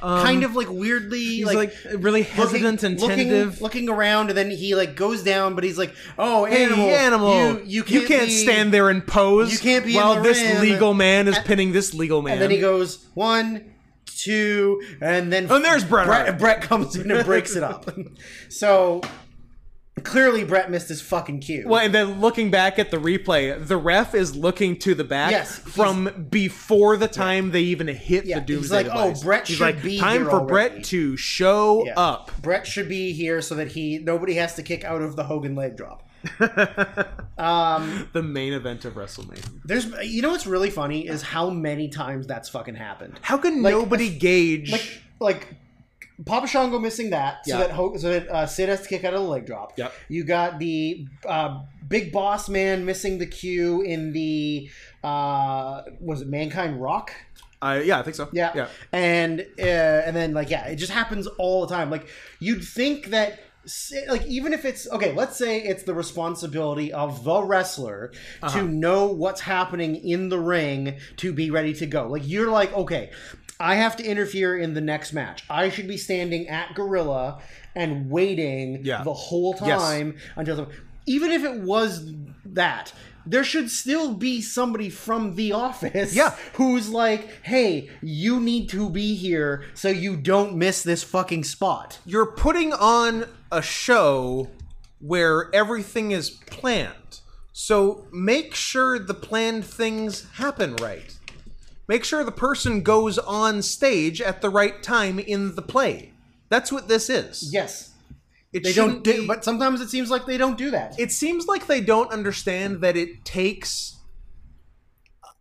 [SPEAKER 1] kind of like weirdly
[SPEAKER 2] Um, he's like,
[SPEAKER 1] like,
[SPEAKER 2] really
[SPEAKER 1] looking-
[SPEAKER 2] hesitant and
[SPEAKER 1] looking,
[SPEAKER 2] tentative.
[SPEAKER 1] looking around, and then he like goes down, but he's like, "Oh,
[SPEAKER 2] Hey,
[SPEAKER 1] animal,
[SPEAKER 2] animal,
[SPEAKER 1] you you can't, be-"
[SPEAKER 2] stand there and pose.
[SPEAKER 1] you can't be in
[SPEAKER 2] while
[SPEAKER 1] the
[SPEAKER 2] this
[SPEAKER 1] ring.
[SPEAKER 2] legal man is pinning this legal man.
[SPEAKER 1] And then he goes one, two, and then
[SPEAKER 2] Oh, And there's Bret Hart.
[SPEAKER 1] Brett comes in and breaks it up. So Clearly, Brett missed his fucking cue.
[SPEAKER 2] Well, and then looking back at the replay, the ref is looking to the back
[SPEAKER 1] Yes, he's-
[SPEAKER 2] from before the time they even hit
[SPEAKER 1] Yeah,
[SPEAKER 2] the
[SPEAKER 1] he's
[SPEAKER 2] doomsday
[SPEAKER 1] like, oh,
[SPEAKER 2] device.
[SPEAKER 1] Brett
[SPEAKER 2] he's
[SPEAKER 1] should
[SPEAKER 2] like,
[SPEAKER 1] be
[SPEAKER 2] time
[SPEAKER 1] here
[SPEAKER 2] for
[SPEAKER 1] already."
[SPEAKER 2] Brett to show
[SPEAKER 1] Yeah.
[SPEAKER 2] up.
[SPEAKER 1] Brett should be here so that he nobody has to kick out of the Hogan leg drop. um,
[SPEAKER 2] The main event of WrestleMania.
[SPEAKER 1] there's you know what's really funny is how many times that's fucking happened.
[SPEAKER 2] How can
[SPEAKER 1] Like-
[SPEAKER 2] nobody gauge?
[SPEAKER 1] Like like Papa Shango missing that so
[SPEAKER 2] Yeah.
[SPEAKER 1] that Ho- so that uh, Sid has to kick out of the leg drop.
[SPEAKER 2] Yep.
[SPEAKER 1] You got the uh, big boss man missing the cue in the uh, was it Mankind Rock?
[SPEAKER 2] I yeah, I think so.
[SPEAKER 1] Yeah.
[SPEAKER 2] yeah.
[SPEAKER 1] And uh, and then like yeah, it just happens all the time. Like you'd think that s- like even if it's okay, let's say it's the responsibility of the wrestler
[SPEAKER 2] Uh-huh.
[SPEAKER 1] to know what's happening in the ring to be ready to go. Like you're like okay, I have to interfere in the next match. I should be standing at Gorilla and waiting
[SPEAKER 2] Yeah.
[SPEAKER 1] the whole
[SPEAKER 2] Yes.
[SPEAKER 1] time until the, even if it was that there should still be somebody from the office
[SPEAKER 2] Yeah.
[SPEAKER 1] who's like, hey, you need to be here so you don't miss this fucking spot.
[SPEAKER 2] You're putting on a show where everything is planned. So make sure the planned things happen right. Make sure the person goes on stage at the right time in the play. That's what this is.
[SPEAKER 1] Yes.
[SPEAKER 2] It
[SPEAKER 1] They don't
[SPEAKER 2] shouldn't
[SPEAKER 1] do
[SPEAKER 2] be-
[SPEAKER 1] but sometimes it seems like they don't do that.
[SPEAKER 2] it seems like they don't understand that it takes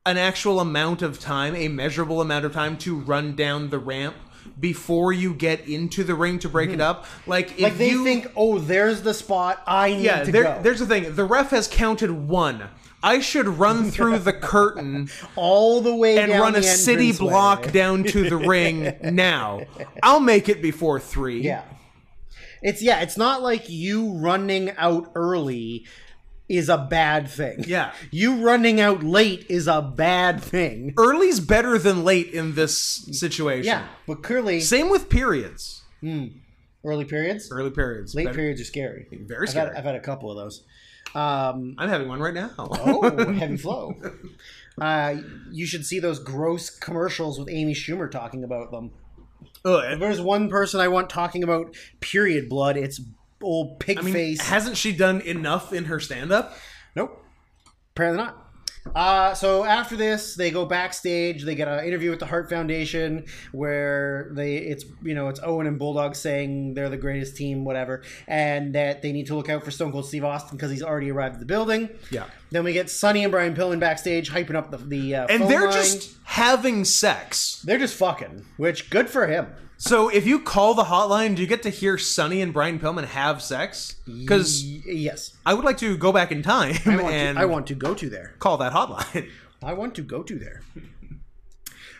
[SPEAKER 2] an actual amount of time, a measurable amount of time to run down the ramp before you get into the ring to break it up. Like if
[SPEAKER 1] Mm-hmm. like they
[SPEAKER 2] you
[SPEAKER 1] think, oh, there's the spot I need
[SPEAKER 2] yeah,
[SPEAKER 1] to
[SPEAKER 2] there,
[SPEAKER 1] go.
[SPEAKER 2] there's the thing. The ref has counted one. I should run through the curtain
[SPEAKER 1] All the way
[SPEAKER 2] and
[SPEAKER 1] down
[SPEAKER 2] run
[SPEAKER 1] the
[SPEAKER 2] a city
[SPEAKER 1] entranceway.
[SPEAKER 2] block down to the ring now. I'll make it before three.
[SPEAKER 1] Yeah. It's yeah, it's not like you running out early is a bad thing.
[SPEAKER 2] Yeah.
[SPEAKER 1] You running out late is a bad thing.
[SPEAKER 2] Early's better than late in this situation.
[SPEAKER 1] Yeah. But clearly
[SPEAKER 2] Same with periods.
[SPEAKER 1] early periods.
[SPEAKER 2] Early periods.
[SPEAKER 1] Late
[SPEAKER 2] better-
[SPEAKER 1] periods are scary.
[SPEAKER 2] Very
[SPEAKER 1] I've had,
[SPEAKER 2] scary.
[SPEAKER 1] I've had a couple of those. Um,
[SPEAKER 2] I'm having one right now.
[SPEAKER 1] oh, heavy flow. Uh, you should see those gross commercials with Amy Schumer talking about them. If
[SPEAKER 2] Ugh.
[SPEAKER 1] there's one person I want talking about period blood, it's old pig
[SPEAKER 2] I mean,
[SPEAKER 1] face.
[SPEAKER 2] hasn't she done enough in her stand-up?
[SPEAKER 1] nope. Apparently not. Uh, so after this, they go backstage. They get an interview with the Hart Foundation, where they it's you know it's Owen and Bulldog saying they're the greatest team, whatever, and that they need to look out for Stone Cold Steve Austin because he's already arrived at the building.
[SPEAKER 2] Yeah.
[SPEAKER 1] Then we get Sonny and Brian Pillman backstage hyping up the the uh,
[SPEAKER 2] And
[SPEAKER 1] phone
[SPEAKER 2] they're
[SPEAKER 1] line.
[SPEAKER 2] just having sex.
[SPEAKER 1] they're just fucking, which good for him.
[SPEAKER 2] So if you call the hotline, do you get to hear Sonny and Brian Pillman have sex? Because
[SPEAKER 1] Y- yes,
[SPEAKER 2] I would like to go back in time
[SPEAKER 1] I want,
[SPEAKER 2] and
[SPEAKER 1] to, I want to go to there.
[SPEAKER 2] call that hotline.
[SPEAKER 1] I want to go to there.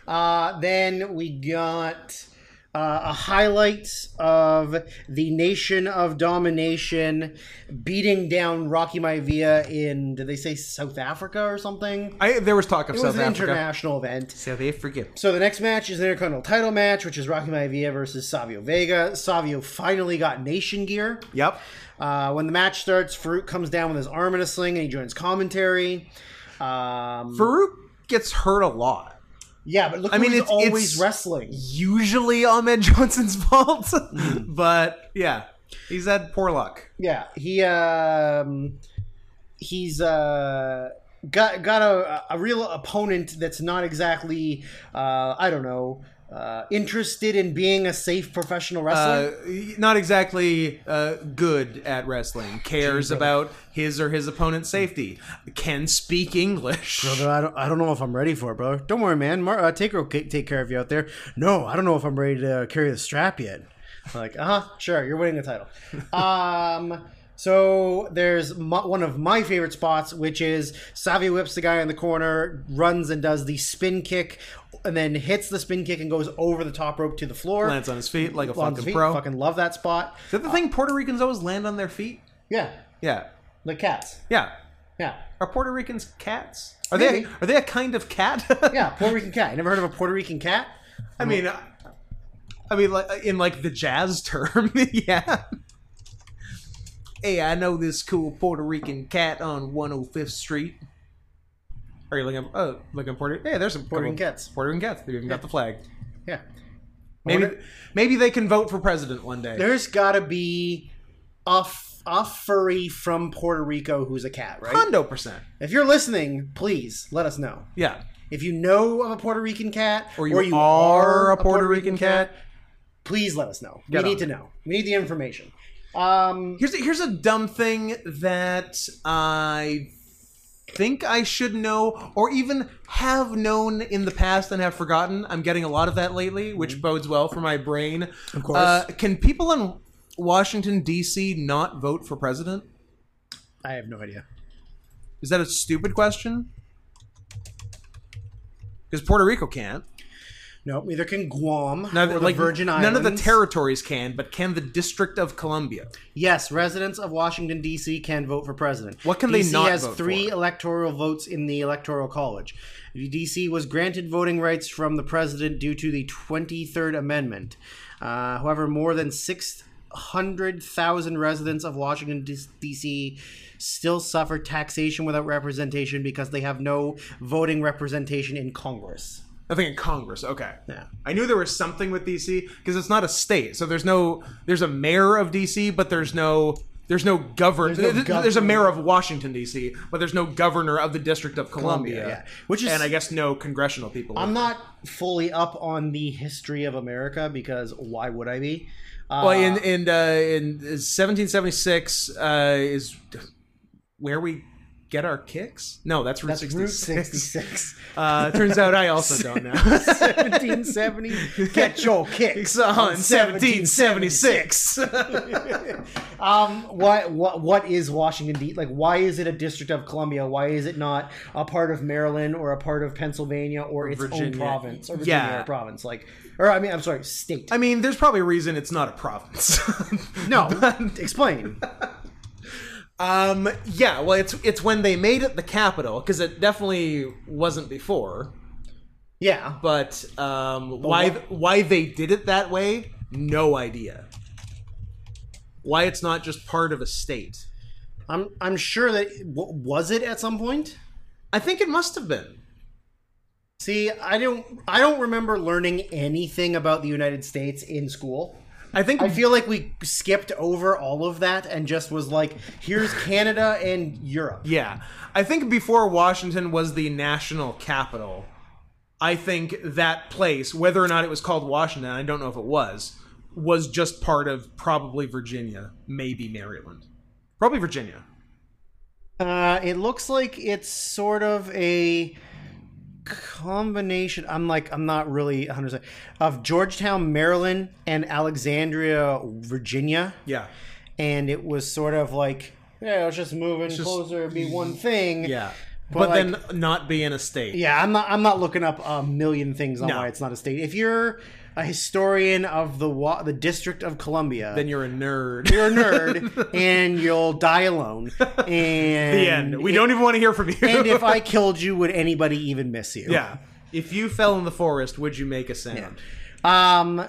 [SPEAKER 1] Uh, then we got uh, a highlight of the Nation of Domination beating down Rocky Maivia in did they say South Africa or something?
[SPEAKER 2] I, there was talk of
[SPEAKER 1] It
[SPEAKER 2] South
[SPEAKER 1] was an
[SPEAKER 2] Africa.
[SPEAKER 1] international event.
[SPEAKER 2] So they forgive.
[SPEAKER 1] So the next match is the Intercontinental title match, which is Rocky Maivia versus Savio Vega. Savio finally got nation gear.
[SPEAKER 2] Yep.
[SPEAKER 1] Uh, when the match starts, Farouk comes down with his arm in a sling and he joins commentary. Um,
[SPEAKER 2] Farouk gets hurt a lot.
[SPEAKER 1] yeah, but look,
[SPEAKER 2] I
[SPEAKER 1] I
[SPEAKER 2] mean,
[SPEAKER 1] mean, he's
[SPEAKER 2] it's-
[SPEAKER 1] always
[SPEAKER 2] it's-
[SPEAKER 1] wrestling.
[SPEAKER 2] Usually Ahmed Johnson's fault,
[SPEAKER 1] Hmm.
[SPEAKER 2] but yeah, he's had poor luck.
[SPEAKER 1] Yeah, he um, he's uh, got got a, a real opponent that's not exactly uh, I don't know uh, interested in being a safe professional wrestler.
[SPEAKER 2] uh, not exactly uh, good at wrestling. Cares about his or his opponent's safety. Can speak English.
[SPEAKER 1] Brother, I don't, I don't know if I'm ready for it, brother. Don't worry, man. Mar- uh, Taker will ca- take care of you out there. No, I don't know if I'm ready to carry the strap yet. Like, uh huh, sure, you're winning the title. um, so there's mo- one of my favorite spots, which is Savvy whips the guy in the corner, runs and does the spin kick, and then hits the spin kick and goes over the top rope to the floor.
[SPEAKER 2] Lands on his feet like a
[SPEAKER 1] On his
[SPEAKER 2] fucking
[SPEAKER 1] feet.
[SPEAKER 2] pro.
[SPEAKER 1] Fucking love that spot.
[SPEAKER 2] Is that the thing Puerto Ricans always land on their feet?
[SPEAKER 1] Yeah,
[SPEAKER 2] Uh, Yeah,
[SPEAKER 1] the cats.
[SPEAKER 2] yeah.
[SPEAKER 1] Yeah,
[SPEAKER 2] Are Puerto Ricans cats? Are
[SPEAKER 1] Maybe.
[SPEAKER 2] they are they a kind of cat?
[SPEAKER 1] yeah. Puerto Rican cat. You never heard of a Puerto Rican cat?
[SPEAKER 2] I mean, I, I mean, like in like the jazz term, yeah. Hey, I know this cool Puerto Rican cat on 105th Street. Are you looking? Oh, looking Puerto? Yeah, there's some
[SPEAKER 1] Puerto Rican cats.
[SPEAKER 2] Puerto Rican cats. They've even got the flag.
[SPEAKER 1] Yeah.
[SPEAKER 2] Maybe,
[SPEAKER 1] wonder-
[SPEAKER 2] maybe they can vote for president one day.
[SPEAKER 1] There's got to be a f- a furry from Puerto Rico who's a cat, right?
[SPEAKER 2] Hundo percent.
[SPEAKER 1] If you're listening, please let us know.
[SPEAKER 2] Yeah.
[SPEAKER 1] If you know of a Puerto Rican cat,
[SPEAKER 2] Or you, are, a Puerto, Rican, cat.
[SPEAKER 1] please let us know.
[SPEAKER 2] Get
[SPEAKER 1] we need
[SPEAKER 2] on
[SPEAKER 1] to know. We need the information. Um,
[SPEAKER 2] Here's a, here's a dumb thing that I think I should know, or even have known in the past and have forgotten. I'm getting a lot of that lately, which bodes well for my brain. Of
[SPEAKER 1] Mm-hmm. course.
[SPEAKER 2] Uh, can people in Washington D.C. not vote for president?
[SPEAKER 1] I have no idea.
[SPEAKER 2] Is that a stupid question? Because Puerto Rico can't.
[SPEAKER 1] No, neither can Guam
[SPEAKER 2] Now,
[SPEAKER 1] or
[SPEAKER 2] like,
[SPEAKER 1] the Virgin
[SPEAKER 2] none
[SPEAKER 1] Islands.
[SPEAKER 2] of the territories can, but can the District of Columbia?
[SPEAKER 1] Yes, residents of Washington D.C. can vote for president.
[SPEAKER 2] What can they not
[SPEAKER 1] has
[SPEAKER 2] vote
[SPEAKER 1] three
[SPEAKER 2] for?
[SPEAKER 1] electoral votes in the Electoral College. D.C. was granted voting rights from the president due to the 23rd Amendment. Uh, however, more than 600,000 residents of Washington D.C. still suffer taxation without representation because they have no voting representation in Congress.
[SPEAKER 2] I think in Congress. Okay.
[SPEAKER 1] Yeah.
[SPEAKER 2] I knew there was something with DC because it's not a state, so there's no there's a mayor of DC, but there's no there's no governor.
[SPEAKER 1] no
[SPEAKER 2] There's, there's a mayor of Washington DC, but there's no governor of the District of Columbia,
[SPEAKER 1] Columbia, yeah. Which is-
[SPEAKER 2] and I guess no congressional people.
[SPEAKER 1] I'm not fully up on the history of America because why would I be? Uh,
[SPEAKER 2] Well, in in uh, in 1776 uh, is where we get our kicks. No, that's Route
[SPEAKER 1] That's
[SPEAKER 2] 66.
[SPEAKER 1] Route 66.
[SPEAKER 2] Uh, turns out I also don't know.
[SPEAKER 1] 1770. Get your kicks
[SPEAKER 2] on
[SPEAKER 1] on 1776.
[SPEAKER 2] 1776.
[SPEAKER 1] Um, why, what, what is Washington D? Like, why is it a district of Columbia? Why is it not a part of Maryland or a part of Pennsylvania or its own
[SPEAKER 2] Virginia.
[SPEAKER 1] province or Virginia
[SPEAKER 2] Yeah.
[SPEAKER 1] or province? Like, or I mean, I'm sorry, state.
[SPEAKER 2] I mean, there's probably a reason it's not a province.
[SPEAKER 1] no, explain.
[SPEAKER 2] Um. Yeah. Well, it's it's when they made it the capital because it definitely wasn't before.
[SPEAKER 1] Yeah,
[SPEAKER 2] But um, why why they did it that way? No idea. Why it's not just part of a state?
[SPEAKER 1] I'm I'm sure that w- was it at some point.
[SPEAKER 2] I think it must have been.
[SPEAKER 1] See, I don't I don't remember learning anything about the United States in school.
[SPEAKER 2] I think
[SPEAKER 1] I feel like we skipped over all of that and just was like, here's Canada and Europe.
[SPEAKER 2] Yeah. I think before Washington was the national capital, I think that place, whether or not it was called Washington, I don't know if it was, was just part of probably Virginia, maybe Maryland. Probably Virginia.
[SPEAKER 1] Uh, it looks like it's sort of a combination. I'm like, I'm not really 100% of Georgetown, Maryland, and Alexandria, Virginia.
[SPEAKER 2] Yeah.
[SPEAKER 1] And it was sort of like, yeah, let's just move in
[SPEAKER 2] just-
[SPEAKER 1] closer, be one thing.
[SPEAKER 2] Yeah.
[SPEAKER 1] But
[SPEAKER 2] But,
[SPEAKER 1] like-
[SPEAKER 2] then not be in a state.
[SPEAKER 1] Yeah, I'm not. I'm not looking up a million things on
[SPEAKER 2] No.
[SPEAKER 1] why it's not a state. If you're a historian of the wa- the District of Columbia,
[SPEAKER 2] Then you're a nerd.
[SPEAKER 1] you're a nerd and you'll die alone. And
[SPEAKER 2] the end. We don't even want to hear from you.
[SPEAKER 1] And if I killed you, would anybody even miss you?
[SPEAKER 2] yeah. If you fell in the forest, would you make a sound?
[SPEAKER 1] Um.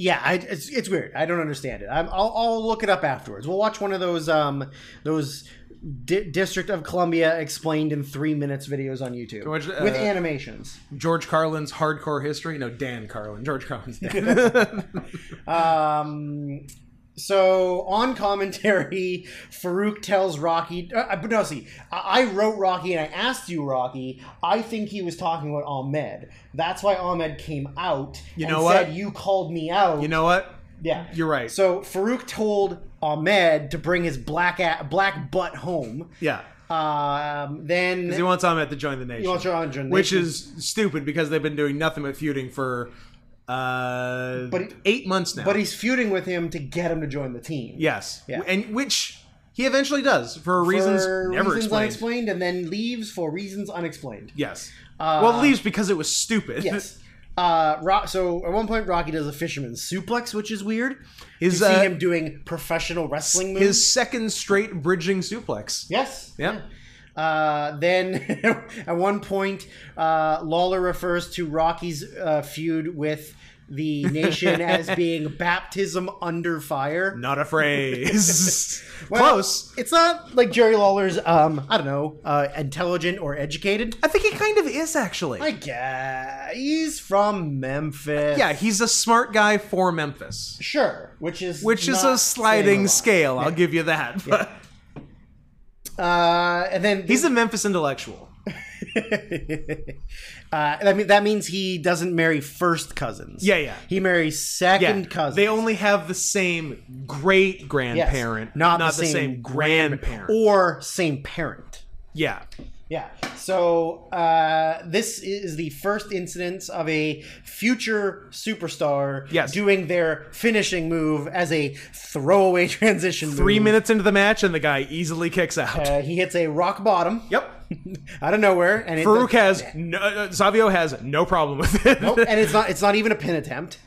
[SPEAKER 1] Yeah, I, it's, it's weird. I don't understand it. I'm, I'll, I'll look it up afterwards. We'll watch one of those um those D- District of Columbia explained in three minutes videos on YouTube
[SPEAKER 2] watch, uh,
[SPEAKER 1] with animations.
[SPEAKER 2] George Carlin's Hardcore History? No, Dan Carlin. George Carlin's Dan.
[SPEAKER 1] Um, so on commentary, Farouk tells Rocky. Uh, but no, see, I, I wrote Rocky and I asked you, Rocky. I think he was talking about Ahmed. That's why Ahmed came out. You and
[SPEAKER 2] know what?
[SPEAKER 1] Said, you called me out.
[SPEAKER 2] you know what?
[SPEAKER 1] Yeah,
[SPEAKER 2] You're right.
[SPEAKER 1] So Farouk told Ahmed to bring his black a- black butt home.
[SPEAKER 2] yeah.
[SPEAKER 1] Um, then
[SPEAKER 2] He wants Ahmed to join the nation.
[SPEAKER 1] wants Ahmed to join the
[SPEAKER 2] which
[SPEAKER 1] nation.
[SPEAKER 2] is stupid because they've been doing nothing but feuding for uh,
[SPEAKER 1] But-
[SPEAKER 2] eight months now.
[SPEAKER 1] but he's feuding with him to get him to join the team.
[SPEAKER 2] yes,
[SPEAKER 1] Yeah.
[SPEAKER 2] and which he eventually does for reasons
[SPEAKER 1] for
[SPEAKER 2] never
[SPEAKER 1] reasons
[SPEAKER 2] explained.
[SPEAKER 1] unexplained, and then leaves for reasons unexplained.
[SPEAKER 2] Yes, well, leaves because it was stupid.
[SPEAKER 1] Uh, Yes. Uh, Ro- so at one point, Rocky does a fisherman's suplex, which is weird.
[SPEAKER 2] His,
[SPEAKER 1] you see
[SPEAKER 2] uh,
[SPEAKER 1] him doing professional wrestling moves.
[SPEAKER 2] his second straight bridging suplex.
[SPEAKER 1] yes.
[SPEAKER 2] Yeah.
[SPEAKER 1] Uh, then at one point, uh, Lawler refers to Rocky's uh, feud with the nation as being baptism under fire.
[SPEAKER 2] Not a phrase.
[SPEAKER 1] Well,
[SPEAKER 2] Close.
[SPEAKER 1] It's not like Jerry Lawler's, um, I don't know, uh, intelligent or educated.
[SPEAKER 2] I think he kind of is actually.
[SPEAKER 1] I guess he's from Memphis.
[SPEAKER 2] yeah, he's a smart guy for Memphis,
[SPEAKER 1] sure. Which is
[SPEAKER 2] which is
[SPEAKER 1] not
[SPEAKER 2] a
[SPEAKER 1] saying a
[SPEAKER 2] sliding
[SPEAKER 1] lot.
[SPEAKER 2] scale. I'll give you that. But
[SPEAKER 1] Uh, and then
[SPEAKER 2] he's a Memphis intellectual.
[SPEAKER 1] uh, I mean, that means he doesn't marry first cousins.
[SPEAKER 2] Yeah, yeah.
[SPEAKER 1] He marries second cousins.
[SPEAKER 2] They only have the same great grandparent,
[SPEAKER 1] Not the
[SPEAKER 2] the,
[SPEAKER 1] same
[SPEAKER 2] same, grandparent.
[SPEAKER 1] or same parent.
[SPEAKER 2] yeah.
[SPEAKER 1] Yeah. So uh, this is the first instance of a future superstar
[SPEAKER 2] Yes.
[SPEAKER 1] doing their finishing move as a throwaway transition.
[SPEAKER 2] Three
[SPEAKER 1] move.
[SPEAKER 2] minutes into the match, and the guy easily kicks out.
[SPEAKER 1] Uh, he hits a rock bottom
[SPEAKER 2] yep.
[SPEAKER 1] out of nowhere, and it
[SPEAKER 2] Farouk has no, uh, Savio has no problem with it.
[SPEAKER 1] Nope, and it's not. It's not even a pin attempt.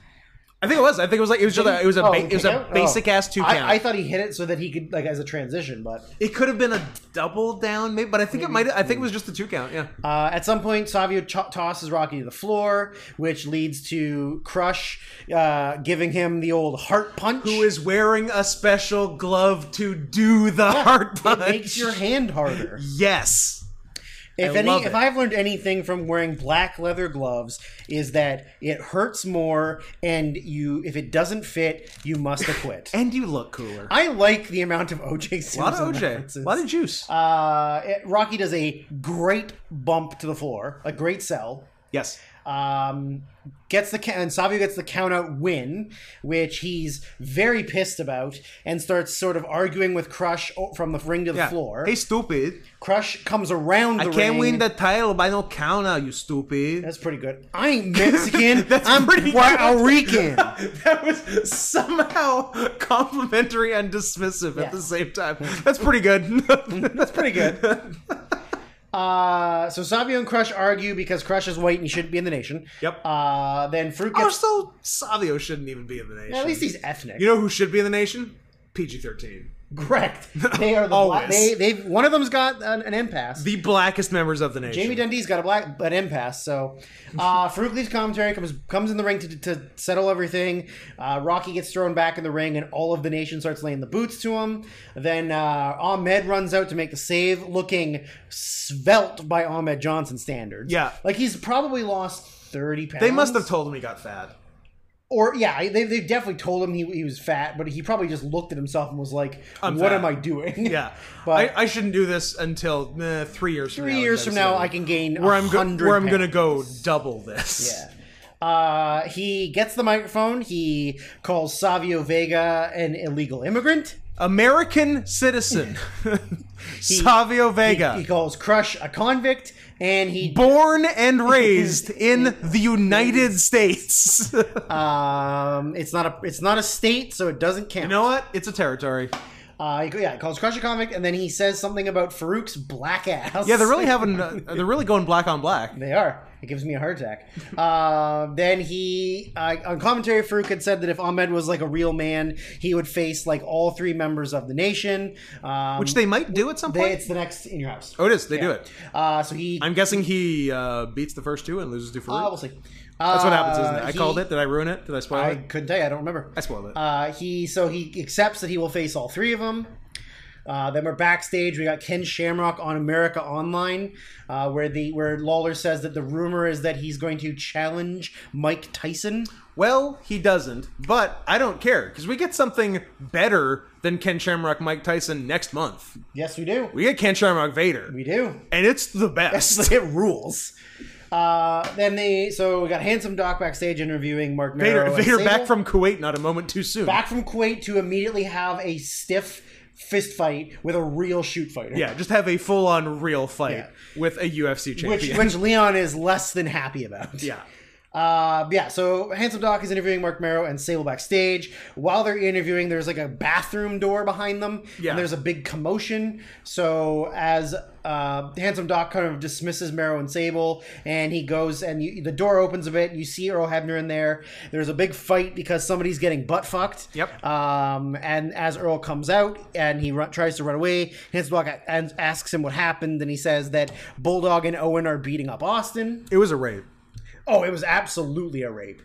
[SPEAKER 2] I think it was. I think it was like it was just a, it was a
[SPEAKER 1] Oh,
[SPEAKER 2] ba- it was
[SPEAKER 1] count?
[SPEAKER 2] a
[SPEAKER 1] Oh.
[SPEAKER 2] basic ass two
[SPEAKER 1] I-
[SPEAKER 2] count.
[SPEAKER 1] I, thought he hit it so that he could like as a transition, but
[SPEAKER 2] it could have been a double down, maybe, but I think it might. I think it was just a two count. Yeah.
[SPEAKER 1] uh, at some point, Savio cho- tosses Rocky to the floor, which leads to Crush uh, giving him the old heart punch.
[SPEAKER 2] Who is wearing a special glove to do the hard
[SPEAKER 1] it
[SPEAKER 2] punch?
[SPEAKER 1] makes your hand harder.
[SPEAKER 2] yes.
[SPEAKER 1] If
[SPEAKER 2] I
[SPEAKER 1] any,
[SPEAKER 2] love
[SPEAKER 1] if
[SPEAKER 2] it.
[SPEAKER 1] I've learned anything from wearing black leather gloves, is that it hurts more, and you if it doesn't fit, you must acquit.
[SPEAKER 2] And you look cooler.
[SPEAKER 1] I like the amount of OJ Simpson.
[SPEAKER 2] a lot of OJ.
[SPEAKER 1] references.
[SPEAKER 2] A lot of juice.
[SPEAKER 1] Uh, it- Rocky does a great bump to the floor, a great sell.
[SPEAKER 2] yes.
[SPEAKER 1] Um, gets the ca- and Savio gets the count out win, which he's very pissed about, and starts sort of arguing with Crush o- from the ring to the
[SPEAKER 2] Yeah.
[SPEAKER 1] floor.
[SPEAKER 2] Hey, stupid.
[SPEAKER 1] Crush comes around the
[SPEAKER 2] I
[SPEAKER 1] ring.
[SPEAKER 2] can't win the title by no count out, you stupid.
[SPEAKER 1] That's pretty good. I ain't Mexican.
[SPEAKER 2] That's
[SPEAKER 1] I'm
[SPEAKER 2] pretty
[SPEAKER 1] Puerto Rican.
[SPEAKER 2] That was somehow complimentary and dismissive
[SPEAKER 1] Yeah. Mm-hmm.
[SPEAKER 2] at the same time. That's pretty good. That's
[SPEAKER 1] pretty good. Uh, so Savio and Crush argue because Crush is white and he shouldn't be in the nation.
[SPEAKER 2] Yep.
[SPEAKER 1] Uh, then Fruit gets.
[SPEAKER 2] Also, Savio shouldn't even be in the nation.
[SPEAKER 1] at least he's ethnic.
[SPEAKER 2] You know who should be in the nation? PG thirteen.
[SPEAKER 1] Correct. They are the black,
[SPEAKER 2] Always.
[SPEAKER 1] they they one of them's got an, an impasse.
[SPEAKER 2] The blackest members of the nation.
[SPEAKER 1] Jamie Dundee's got a black an impasse. So, uh, Farouk leaves commentary comes comes in the ring to, to settle everything. Uh, Rocky gets thrown back in the ring, and all of the nation starts laying the boots to him. Then uh, Ahmed runs out to make the save, looking svelte by Ahmed Johnson standards.
[SPEAKER 2] Yeah.
[SPEAKER 1] like he's probably lost thirty pounds.
[SPEAKER 2] they must have told him he got fat.
[SPEAKER 1] or yeah, they they definitely told him he he was fat, but he probably just looked at himself and was like,
[SPEAKER 2] I'm
[SPEAKER 1] "What
[SPEAKER 2] fat."
[SPEAKER 1] am I doing?"
[SPEAKER 2] Yeah,
[SPEAKER 1] But-
[SPEAKER 2] I, I shouldn't do this until eh, three years.
[SPEAKER 1] Three years from now, I can gain
[SPEAKER 2] where I'm go-
[SPEAKER 1] 100
[SPEAKER 2] where I'm gonna
[SPEAKER 1] pounds.
[SPEAKER 2] go double this.
[SPEAKER 1] Yeah. Uh, he gets the microphone. He calls Savio Vega an illegal immigrant.
[SPEAKER 2] American citizen, Savio Vega,
[SPEAKER 1] He calls Crush a convict, and he
[SPEAKER 2] born and raised in the United States. you
[SPEAKER 1] um, it's not a it's not a state, so it doesn't count.
[SPEAKER 2] know what? It's a territory.
[SPEAKER 1] Uh, he- yeah, he calls Crush a convict, and then he says something about Farouk's black ass.
[SPEAKER 2] Yeah, they're really having. Uh, they're really going black on black.
[SPEAKER 1] They are. It gives me a heart attack. uh, then he, uh, on commentary, Farouk had said that if Ahmed was like a real man, he would face like all three members of the nation. Um,
[SPEAKER 2] Which they might do at some
[SPEAKER 1] they,
[SPEAKER 2] point.
[SPEAKER 1] it's the next in your house.
[SPEAKER 2] oh, it is. They do it.
[SPEAKER 1] Uh, so he.
[SPEAKER 2] I'm guessing he uh, beats the first two and loses to Farouk.
[SPEAKER 1] Uh, we'll see.
[SPEAKER 2] That's what happens, isn't it?
[SPEAKER 1] Uh,
[SPEAKER 2] I
[SPEAKER 1] he-
[SPEAKER 2] called it. Did I ruin it? Did Oh, I spoil
[SPEAKER 1] I
[SPEAKER 2] it?
[SPEAKER 1] couldn't tell you. I don't remember.
[SPEAKER 2] I spoiled it.
[SPEAKER 1] Uh, he so he accepts that he will face all three of them. Uh, then we're backstage. We got Ken Shamrock on America Online, uh, where the where Lawler says that the rumor is that he's going to challenge Mike Tyson.
[SPEAKER 2] well, he doesn't, but I don't care because we get something better than Ken Shamrock, Mike Tyson next month.
[SPEAKER 1] Yes, we do.
[SPEAKER 2] We get Ken Shamrock Vader,
[SPEAKER 1] We do.
[SPEAKER 2] and it's the best.
[SPEAKER 1] it rules. Uh, then they so we got handsome Doc backstage interviewing Mark Mero
[SPEAKER 2] Vader,
[SPEAKER 1] and
[SPEAKER 2] Vader
[SPEAKER 1] Sable.
[SPEAKER 2] back from Kuwait not a moment too soon.
[SPEAKER 1] back from Kuwait to immediately have a stiff fist fight with a real shoot fighter.
[SPEAKER 2] Yeah, just have a full on real fight
[SPEAKER 1] Yeah.
[SPEAKER 2] with a UFC
[SPEAKER 1] Which,
[SPEAKER 2] champion.
[SPEAKER 1] which Leon is less than happy about.
[SPEAKER 2] yeah.
[SPEAKER 1] Uh, yeah, so Handsome Doc is interviewing Mark Merrow and Sable backstage. While they're interviewing, there's like a bathroom door behind them.
[SPEAKER 2] Yeah.
[SPEAKER 1] And there's a big commotion. So as uh, Handsome Doc kind of dismisses Merrow and Sable, and he goes and you, the door opens a bit. You see Earl Hebner in there. There's a big fight because somebody's getting butt fucked.
[SPEAKER 2] Yep.
[SPEAKER 1] Um, and as Earl comes out and he run, tries to run away, Handsome Doc a- and asks him what happened, and he says that Bulldog and Owen are beating up Austin.
[SPEAKER 2] It was a rape.
[SPEAKER 1] Oh, it was absolutely a rape.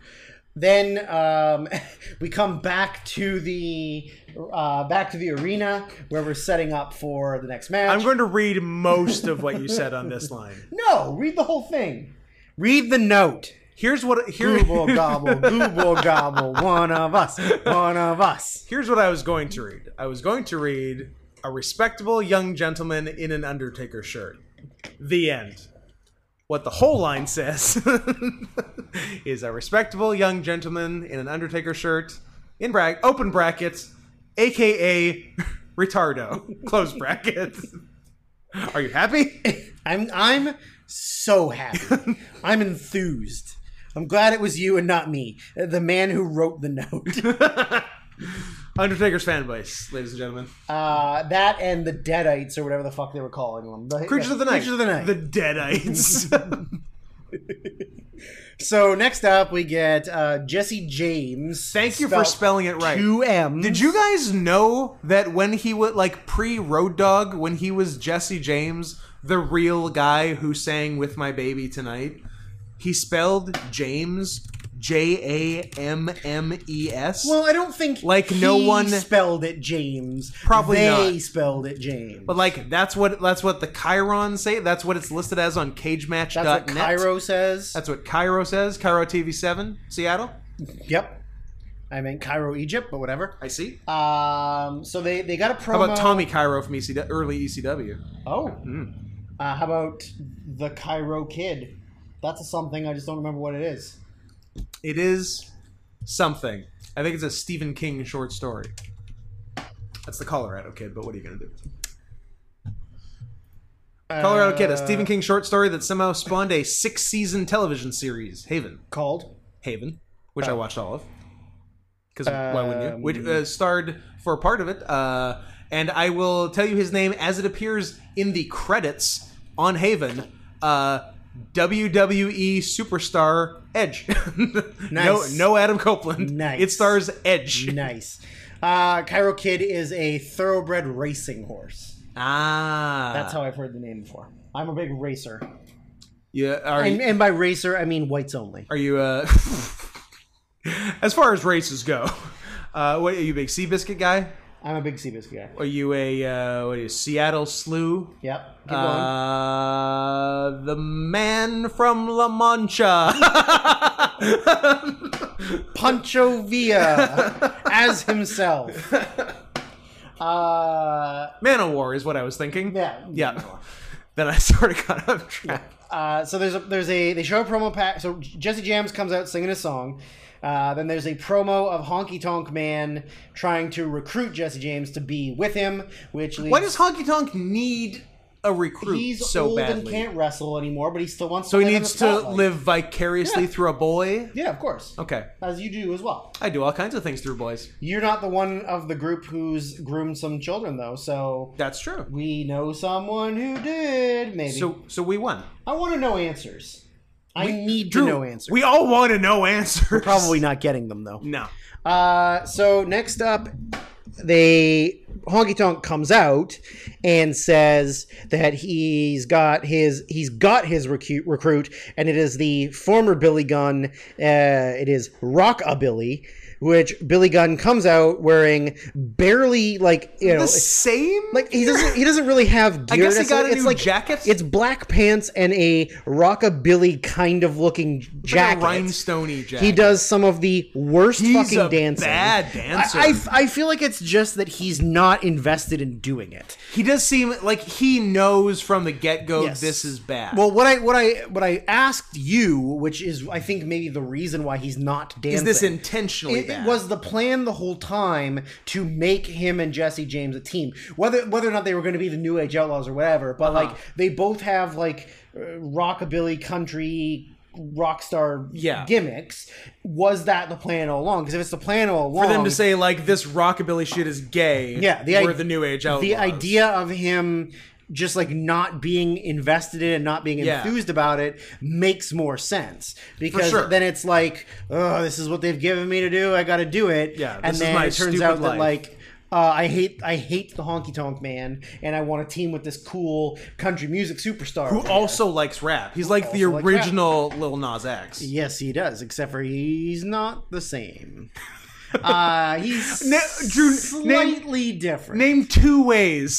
[SPEAKER 1] Then um, we come back to the uh, back to the arena where we're setting up for the next match.
[SPEAKER 2] I'm going to read most of what you said on this line.
[SPEAKER 1] no, read the whole thing. Read the note.
[SPEAKER 2] Here's what here,
[SPEAKER 1] Google gobble, Google gobble. One of us, one of us.
[SPEAKER 2] here's what I was going to read. I was going to read a respectable young gentleman in an Undertaker shirt. The end. What the whole line says is a respectable young gentleman in an Undertaker shirt, in bra- open brackets, aka retardo, close brackets. Are you happy?
[SPEAKER 1] I'm I'm so happy. I'm enthused. I'm glad it was you and not me, the man who wrote the note.
[SPEAKER 2] Undertaker's fan base, ladies and gentlemen.
[SPEAKER 1] Uh, that and the Deadites or whatever the fuck they were calling them. The,
[SPEAKER 2] Creatures of the night.
[SPEAKER 1] Creatures of the night.
[SPEAKER 2] Deadites.
[SPEAKER 1] so next up we get uh, Jesse James.
[SPEAKER 2] Thank you for spelling it right.
[SPEAKER 1] Two M.
[SPEAKER 2] Did you guys know that when he was like pre Road Dog, when he was Jesse James, the real guy who sang with my baby tonight, he spelled James J A M M E S.
[SPEAKER 1] Well, I don't think
[SPEAKER 2] Like,
[SPEAKER 1] he
[SPEAKER 2] no one-
[SPEAKER 1] spelled it James.
[SPEAKER 2] Probably
[SPEAKER 1] they
[SPEAKER 2] not.
[SPEAKER 1] spelled it James.
[SPEAKER 2] But like that's what that's what the Chiron say. That's what it's listed as on CageMatch.net.
[SPEAKER 1] That's what Cairo says.
[SPEAKER 2] That's what Cairo says. Cairo TV seven, Seattle.
[SPEAKER 1] yep. I meant Cairo, Egypt, but whatever.
[SPEAKER 2] I see.
[SPEAKER 1] Um, uh, so they they got a promo.
[SPEAKER 2] How about Tommy Cairo from ECW, early E ECW?
[SPEAKER 1] Oh.
[SPEAKER 2] Mm.
[SPEAKER 1] Uh, how about the Cairo Kid? That's a something I just don't remember what it is.
[SPEAKER 2] It is something. I think it's a Stephen King short story. That's the Colorado Kid, but what are you gonna do? Colorado Kid, a Stephen King short story that somehow spawned a six-season television series, Haven.
[SPEAKER 1] called.
[SPEAKER 2] Haven, which I watched all of. Because why wouldn't you?
[SPEAKER 1] Uh, Um,
[SPEAKER 2] Which uh, starred for part of it, uh, and I will tell you his name as it appears in the credits on Haven. Uh, WWE superstar Edge.
[SPEAKER 1] Nice.
[SPEAKER 2] No, no Adam Copeland.
[SPEAKER 1] Nice.
[SPEAKER 2] It stars Edge.
[SPEAKER 1] Nice. Uh, Cairo Kid is a thoroughbred racing horse.
[SPEAKER 2] Ah,
[SPEAKER 1] That's how I've heard the name before. I'm a big racer.
[SPEAKER 2] Yeah, are
[SPEAKER 1] And,
[SPEAKER 2] you,
[SPEAKER 1] and by racer, I mean whites only.
[SPEAKER 2] are you? Uh, as far as races go, uh, what are you a big Seabiscuit guy?
[SPEAKER 1] I'm a big Seabiscuit guy.
[SPEAKER 2] Are you a uh, what are you Seattle Slew?
[SPEAKER 1] Yep. Keep going.
[SPEAKER 2] Uh, the man from La Mancha.
[SPEAKER 1] Pancho Villa as himself. Uh,
[SPEAKER 2] Manowar is what I was thinking.
[SPEAKER 1] yeah.
[SPEAKER 2] Yeah. Then I sort of got off track.
[SPEAKER 1] Uh, so there's a there's a they show a promo pack. So Jesse Jams comes out singing a song. Uh, then there's a promo of Honky Tonk Man trying to recruit Jesse James to be with him, which leads
[SPEAKER 2] Why does Honky Tonk need a recruit
[SPEAKER 1] he's
[SPEAKER 2] so
[SPEAKER 1] old
[SPEAKER 2] badly?
[SPEAKER 1] and can't wrestle anymore, but he still wants.
[SPEAKER 2] so
[SPEAKER 1] to
[SPEAKER 2] he
[SPEAKER 1] live in
[SPEAKER 2] needs
[SPEAKER 1] the
[SPEAKER 2] to
[SPEAKER 1] spotlight.
[SPEAKER 2] live vicariously
[SPEAKER 1] Yeah.
[SPEAKER 2] through a boy.
[SPEAKER 1] Yeah, of course,
[SPEAKER 2] Okay,
[SPEAKER 1] as you do as well.
[SPEAKER 2] I do all kinds of things through boys.
[SPEAKER 1] You're not the one of the group who's groomed some children, though. So
[SPEAKER 2] That's true.
[SPEAKER 1] we know someone who did. Maybe
[SPEAKER 2] So, so we won.
[SPEAKER 1] I want to know answers. I need
[SPEAKER 2] Drew,
[SPEAKER 1] to know answers.
[SPEAKER 2] We all want to know answers.
[SPEAKER 1] Probably not getting them though.
[SPEAKER 2] no.
[SPEAKER 1] Uh, so next up, they Honky Tonk comes out and says that he's got his he's got his recu- recruit, and it is the former Billy Gunn. Uh, it is Rock a Billy, which Billy Gunn comes out wearing barely like you know.
[SPEAKER 2] The same.
[SPEAKER 1] like he doesn't he doesn't really have gear.
[SPEAKER 2] guess he got a
[SPEAKER 1] necessarily. it's
[SPEAKER 2] new
[SPEAKER 1] like
[SPEAKER 2] jacket.
[SPEAKER 1] It's black pants and a rockabilly kind of looking
[SPEAKER 2] like a
[SPEAKER 1] jacket.
[SPEAKER 2] rhinestone jacket.
[SPEAKER 1] He does some of the worst
[SPEAKER 2] He's
[SPEAKER 1] fucking
[SPEAKER 2] a
[SPEAKER 1] dancing.
[SPEAKER 2] bad dancer.
[SPEAKER 1] I, I, I feel like it's just that he's not invested in doing it.
[SPEAKER 2] He does seem like he knows from the get go
[SPEAKER 1] Yes.
[SPEAKER 2] this is bad.
[SPEAKER 1] Well, what I what I what I asked you, which is I think maybe the reason why he's not dancing,
[SPEAKER 2] is this intentionally
[SPEAKER 1] it, it
[SPEAKER 2] bad?
[SPEAKER 1] was the plan the whole time to make him and Jesse James a team. Whether whether or not they were going to be the New Age Outlaws or whatever, but
[SPEAKER 2] Uh-huh.
[SPEAKER 1] like they both have like uh, rockabilly country rock star
[SPEAKER 2] Yeah.
[SPEAKER 1] gimmicks. Was that the plan all along? Because if it's the plan all along,
[SPEAKER 2] for them to say like this rockabilly shit is gay.
[SPEAKER 1] Yeah, the
[SPEAKER 2] we're
[SPEAKER 1] i-
[SPEAKER 2] the new age outlaws.
[SPEAKER 1] the idea of him just like not being invested in and not being
[SPEAKER 2] Yeah.
[SPEAKER 1] enthused about it makes more sense because
[SPEAKER 2] sure.
[SPEAKER 1] then it's like oh this is what they've given me to do i gotta do it
[SPEAKER 2] Yeah,
[SPEAKER 1] and
[SPEAKER 2] this is
[SPEAKER 1] then
[SPEAKER 2] my
[SPEAKER 1] it turns
[SPEAKER 2] stupid
[SPEAKER 1] out that
[SPEAKER 2] life.
[SPEAKER 1] like Uh, I hate I hate the honky tonk man, and I want to team with this cool country music superstar.
[SPEAKER 2] Who also likes rap. He's like the
[SPEAKER 1] also likes rap.
[SPEAKER 2] original Lil Nas X.
[SPEAKER 1] yes, he does, except for he's not the same. Uh, he's
[SPEAKER 2] Na- Drew, name-
[SPEAKER 1] slightly different.
[SPEAKER 2] Name two ways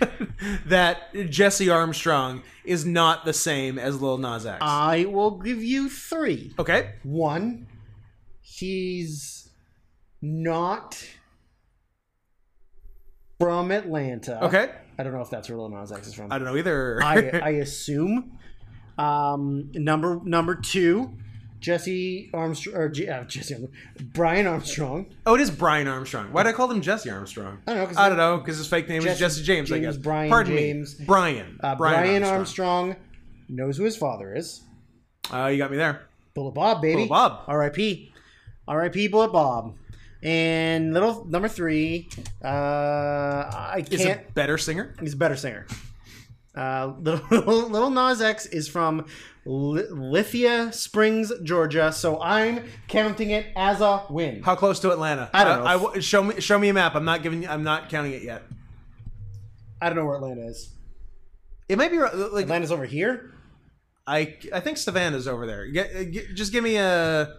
[SPEAKER 2] that Jesse Armstrong is not the same as Lil Nas X.
[SPEAKER 1] I will give you three.
[SPEAKER 2] okay.
[SPEAKER 1] One, he's not from Atlanta.
[SPEAKER 2] Okay.
[SPEAKER 1] I don't know if that's where Lil Nas X is from.
[SPEAKER 2] I don't know either.
[SPEAKER 1] I, I assume. Um, number number two, Jesse Armstrong or J- uh, Jesse Armstrong, Brian Armstrong.
[SPEAKER 2] oh, it is Brian Armstrong. Why'd I call him Jesse Armstrong?
[SPEAKER 1] I don't know, 'cause-
[SPEAKER 2] I don't know, because his fake name
[SPEAKER 1] Jesse
[SPEAKER 2] is Jesse James, I
[SPEAKER 1] James,
[SPEAKER 2] guess.
[SPEAKER 1] Brian
[SPEAKER 2] Pardon
[SPEAKER 1] James.
[SPEAKER 2] me. Brian.
[SPEAKER 1] Uh, Brian, Armstrong. knows who his father is.
[SPEAKER 2] Uh, you got me there.
[SPEAKER 1] Bullet Bob, baby.
[SPEAKER 2] Bullet Bob.
[SPEAKER 1] R.I.P. R.I.P. Bullet Bob. And little number three, uh, I
[SPEAKER 2] Is
[SPEAKER 1] can't.
[SPEAKER 2] a better singer.
[SPEAKER 1] He's a better singer. Uh, little, little Nas X is from Li- Lithia Springs, Georgia, so I'm counting it as a win.
[SPEAKER 2] How close to Atlanta? Uh,
[SPEAKER 1] I don't know.
[SPEAKER 2] w- show me show me a map. I'm not giving. you- I'm not counting it yet.
[SPEAKER 1] I don't know where Atlanta is.
[SPEAKER 2] It might be like
[SPEAKER 1] Atlanta's over here.
[SPEAKER 2] I I think Savannah's over there. Get, uh, get, just give me a